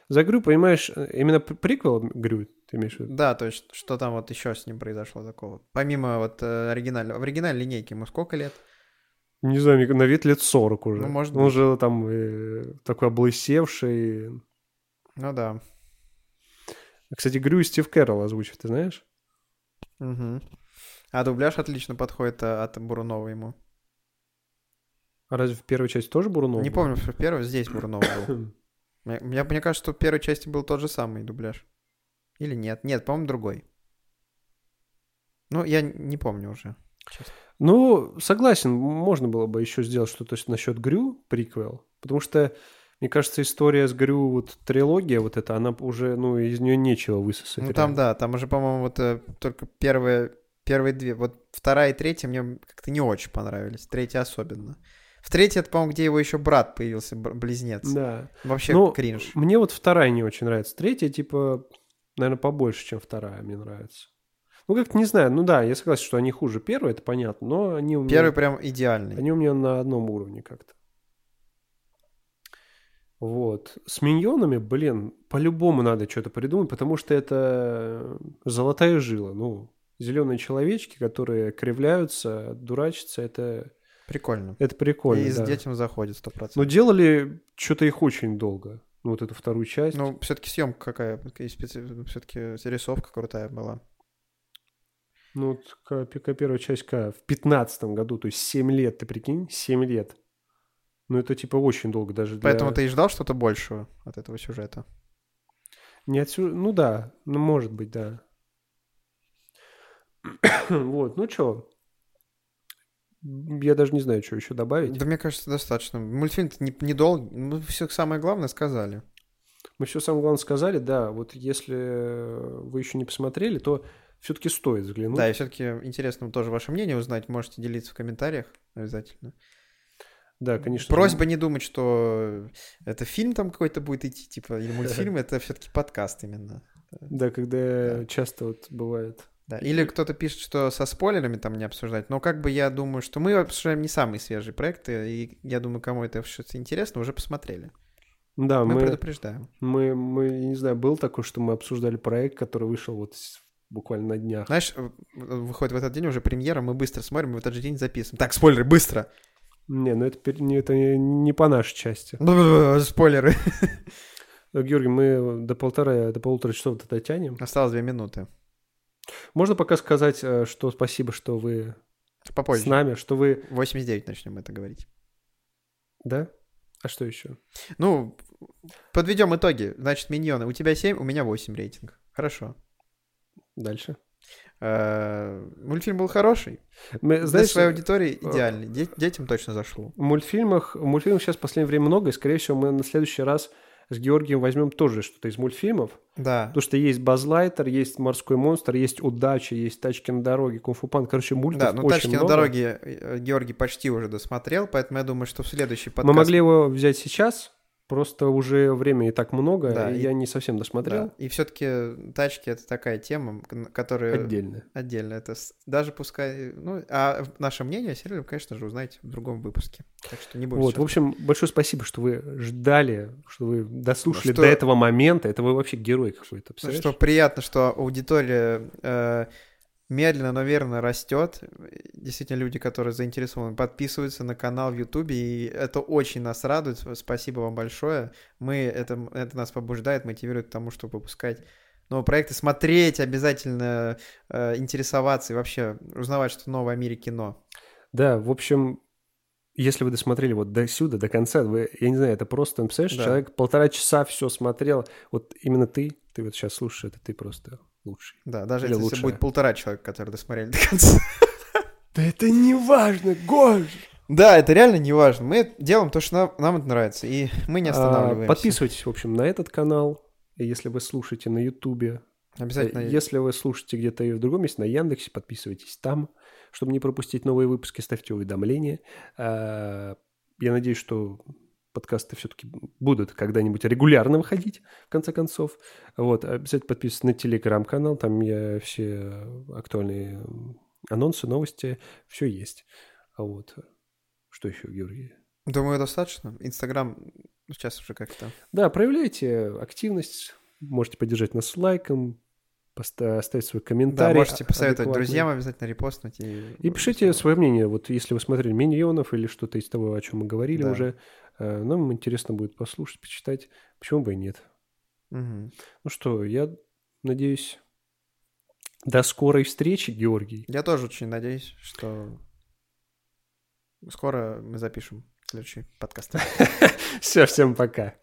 Speaker 1: За Грю, понимаешь, э, именно п- приквел Грю, ты имеешь в виду?
Speaker 2: Да, то есть, что там вот еще с ним произошло такого. Помимо вот э, оригинального. В оригинальной линейке ему сколько лет?
Speaker 1: Не знаю, мне на вид лет 40 уже.
Speaker 2: Ну, может
Speaker 1: Он
Speaker 2: быть.
Speaker 1: же там э, такой облысевший.
Speaker 2: Ну да.
Speaker 1: Кстати, Грю и Стив Кэрролл озвучив, ты знаешь?
Speaker 2: Мгм. А дубляж отлично подходит э, от Бурунова ему.
Speaker 1: А разве в первой части тоже Бурунов?
Speaker 2: не
Speaker 1: был?
Speaker 2: помню, что первый здесь Бурунов был. Мне, мне- мне кажется, что в первой части был тот же самый дубляж. Или нет? Нет, по-моему, другой. Ну, я н- не помню уже.
Speaker 1: Ну, согласен, можно было бы еще сделать что-то с- насчет Грю, приквел. Потому что, мне кажется, история с Грю, вот трилогия вот эта, она уже, ну, из нее нечего высосать.
Speaker 2: Ну, там,
Speaker 1: реально.
Speaker 2: да, там уже, по-моему, вот э, только первые, первые две. Вот вторая и третья мне как-то не очень понравились. Третья особенно. В третьей, это, по-моему, где его еще брат появился, бр- близнец.
Speaker 1: Да.
Speaker 2: Вообще
Speaker 1: Ну,
Speaker 2: кринж.
Speaker 1: Мне вот вторая не очень нравится. Третья, типа, наверное, побольше, чем вторая мне нравится. Ну, как-то не знаю. Ну да, я согласен, что они хуже первой, это понятно, но они у меня...
Speaker 2: Первый прям идеальный.
Speaker 1: Они у меня на одном уровне как-то. Вот. С миньонами, блин, по-любому надо что-то придумать, потому что это золотая жила. Ну, зеленые человечки, которые кривляются, дурачатся, это,
Speaker 2: Прикольно.
Speaker 1: это прикольно.
Speaker 2: и с
Speaker 1: да. Ну,
Speaker 2: детям заходит 100%.
Speaker 1: Но делали что-то их очень долго. Ну, вот эту вторую часть.
Speaker 2: Ну, все-таки съемка какая, все-таки рисовка крутая была.
Speaker 1: Ну, вот ка- пи- ка- первая часть ка в пятнадцатом году, то есть 7 лет, ты прикинь, 7 лет. Ну, это типа очень долго даже для...
Speaker 2: Поэтому ты и ждал что-то большего от этого сюжета.
Speaker 1: Не отсюда. Ну да, ну может быть, да. вот, ну чё? Я даже не знаю, что еще добавить.
Speaker 2: Да мне кажется, достаточно. Мультфильм недолго. Мы все Ну, самое главное сказали.
Speaker 1: Мы все самое главное сказали, да. Вот если вы еще не посмотрели, то все-таки стоит взглянуть.
Speaker 2: Да, и все-таки интересно тоже ваше мнение узнать. Можете делиться в комментариях обязательно.
Speaker 1: Да, конечно.
Speaker 2: Просьба не думать, что это фильм там какой-то будет идти, типа, или мультфильм, это все-таки подкаст именно.
Speaker 1: Да, когда
Speaker 2: Да.
Speaker 1: часто вот бывает.
Speaker 2: Да. Или кто-то пишет, что со спойлерами там не обсуждать. Но как бы я думаю, что мы обсуждаем не самые свежие проекты, и я думаю, кому это что-то интересно, уже посмотрели.
Speaker 1: Да,
Speaker 2: Мы,
Speaker 1: А мы, мы,
Speaker 2: предупреждаем.
Speaker 1: мы, я не знаю, был такой, что мы обсуждали проект, который вышел вот с- буквально на днях.
Speaker 2: Знаешь, э, выходит в этот день уже премьера, мы быстро смотрим, мы в этот же день записываем. Так, спойлеры, быстро!
Speaker 1: Не, ну это, пер- не- это не- не по нашей части.
Speaker 2: Б-б-б, Спойлеры.
Speaker 1: Э, Георгий, мы до полтора, до полутора часов дотянем. тянем.
Speaker 2: Осталось две минуты.
Speaker 1: Можно пока сказать, э, что спасибо, что вы с
Speaker 2: Попозже.
Speaker 1: нами, что вы...
Speaker 2: 89 начнем это говорить.
Speaker 1: Да? А что еще?
Speaker 2: Ну, подведем итоги. Значит, миньоны. У тебя 7, у меня 8 рейтинг. Хорошо.
Speaker 1: Дальше.
Speaker 2: Э, Мультфильм был хороший.
Speaker 1: Мы,
Speaker 2: Для
Speaker 1: знаешь, э,
Speaker 2: своей аудитории идеальный. Де- Детям точно зашло.
Speaker 1: в мультфильмах, мультфильмов сейчас в последнее время много, и, скорее всего, мы на следующий раз с Георгием возьмем тоже что-то из мультфильмов.
Speaker 2: Да.
Speaker 1: Потому что есть Базлайтер, есть Морской монстр, есть Удача, есть Тачки на дороге, Кунг-фу Пан. Короче, мультов
Speaker 2: Да, ну
Speaker 1: очень
Speaker 2: тачки на
Speaker 1: много.
Speaker 2: дороге э, Георгий почти уже досмотрел, поэтому я думаю, что в следующий подкаст...
Speaker 1: Мы могли его взять сейчас, Просто уже времени так много,
Speaker 2: Да,
Speaker 1: и
Speaker 2: и-
Speaker 1: я не совсем досмотрел.
Speaker 2: Да. И все-таки тачки это такая тема, к- которая
Speaker 1: Отдельно.
Speaker 2: отдельно. Это с- даже пускай. Ну, а наше мнение о сериале, вы, конечно же, узнаете в другом выпуске. Так что не будем.
Speaker 1: Вот,
Speaker 2: сейчас-
Speaker 1: в общем, большое спасибо, что вы ждали, Ну, что вы дослушали
Speaker 2: Что-
Speaker 1: до этого момента. Это вы вообще герой какой-то,
Speaker 2: Ну,
Speaker 1: представляешь?
Speaker 2: Что приятно, что аудитория э, медленно, но верно растет. Действительно, люди, которые заинтересованы, подписываются на канал в Ютубе, и это очень нас радует. Спасибо вам большое. Мы это, это нас побуждает, мотивирует к тому, чтобы выпускать новые проекты, смотреть обязательно, э, интересоваться и вообще узнавать, что новое о мире кино.
Speaker 1: Да, в общем, если вы досмотрели вот до сюда, до конца, вы, я не знаю, это просто, ну, представляешь,
Speaker 2: Да.
Speaker 1: человек полтора часа все смотрел, вот именно ты, ты вот сейчас слушаешь это, ты просто лучший.
Speaker 2: Да, даже
Speaker 1: Или
Speaker 2: если
Speaker 1: лучшее.
Speaker 2: будет полтора человека, которые досмотрели до конца.
Speaker 1: Да это не важно, Гош!
Speaker 2: Да, это реально не важно. Мы делаем то, что нам, нам это нравится, и мы
Speaker 1: А,
Speaker 2: не останавливаемся.
Speaker 1: Подписывайтесь, в общем, на этот канал, и если вы слушаете на Ютубе,
Speaker 2: Обязательно.
Speaker 1: Э, Если вы слушаете где-то и в другом месте, на Яндексе, подписывайтесь там, чтобы не пропустить новые выпуски, ставьте уведомления. А, Я надеюсь, что подкасты все-таки будут когда-нибудь регулярно выходить, в конце концов. Вот, обязательно подписывайтесь на телеграм-канал, там я все актуальные м, анонсы, новости, все есть. А вот, что еще, Георгий?
Speaker 2: Думаю, достаточно. Инстаграм ну, сейчас уже как-то.
Speaker 1: Да, проявляйте активность, можете поддержать нас лайком, поста- оставить свой
Speaker 2: Да,
Speaker 1: комментарий. а,
Speaker 2: можете посоветовать
Speaker 1: адекватный.
Speaker 2: друзьям, обязательно репостнуть. И,
Speaker 1: И пишите свое мнение, вот если вы смотрели «Миньонов» или что-то из того, о чем мы говорили
Speaker 2: Да.
Speaker 1: уже, э, нам интересно будет послушать, почитать, почему бы и нет.
Speaker 2: Мгм.
Speaker 1: Ну что, я надеюсь, до скорой встречи, Георгий.
Speaker 2: Я тоже очень надеюсь, что скоро мы запишем следующий подкаст.
Speaker 1: Все, всем пока.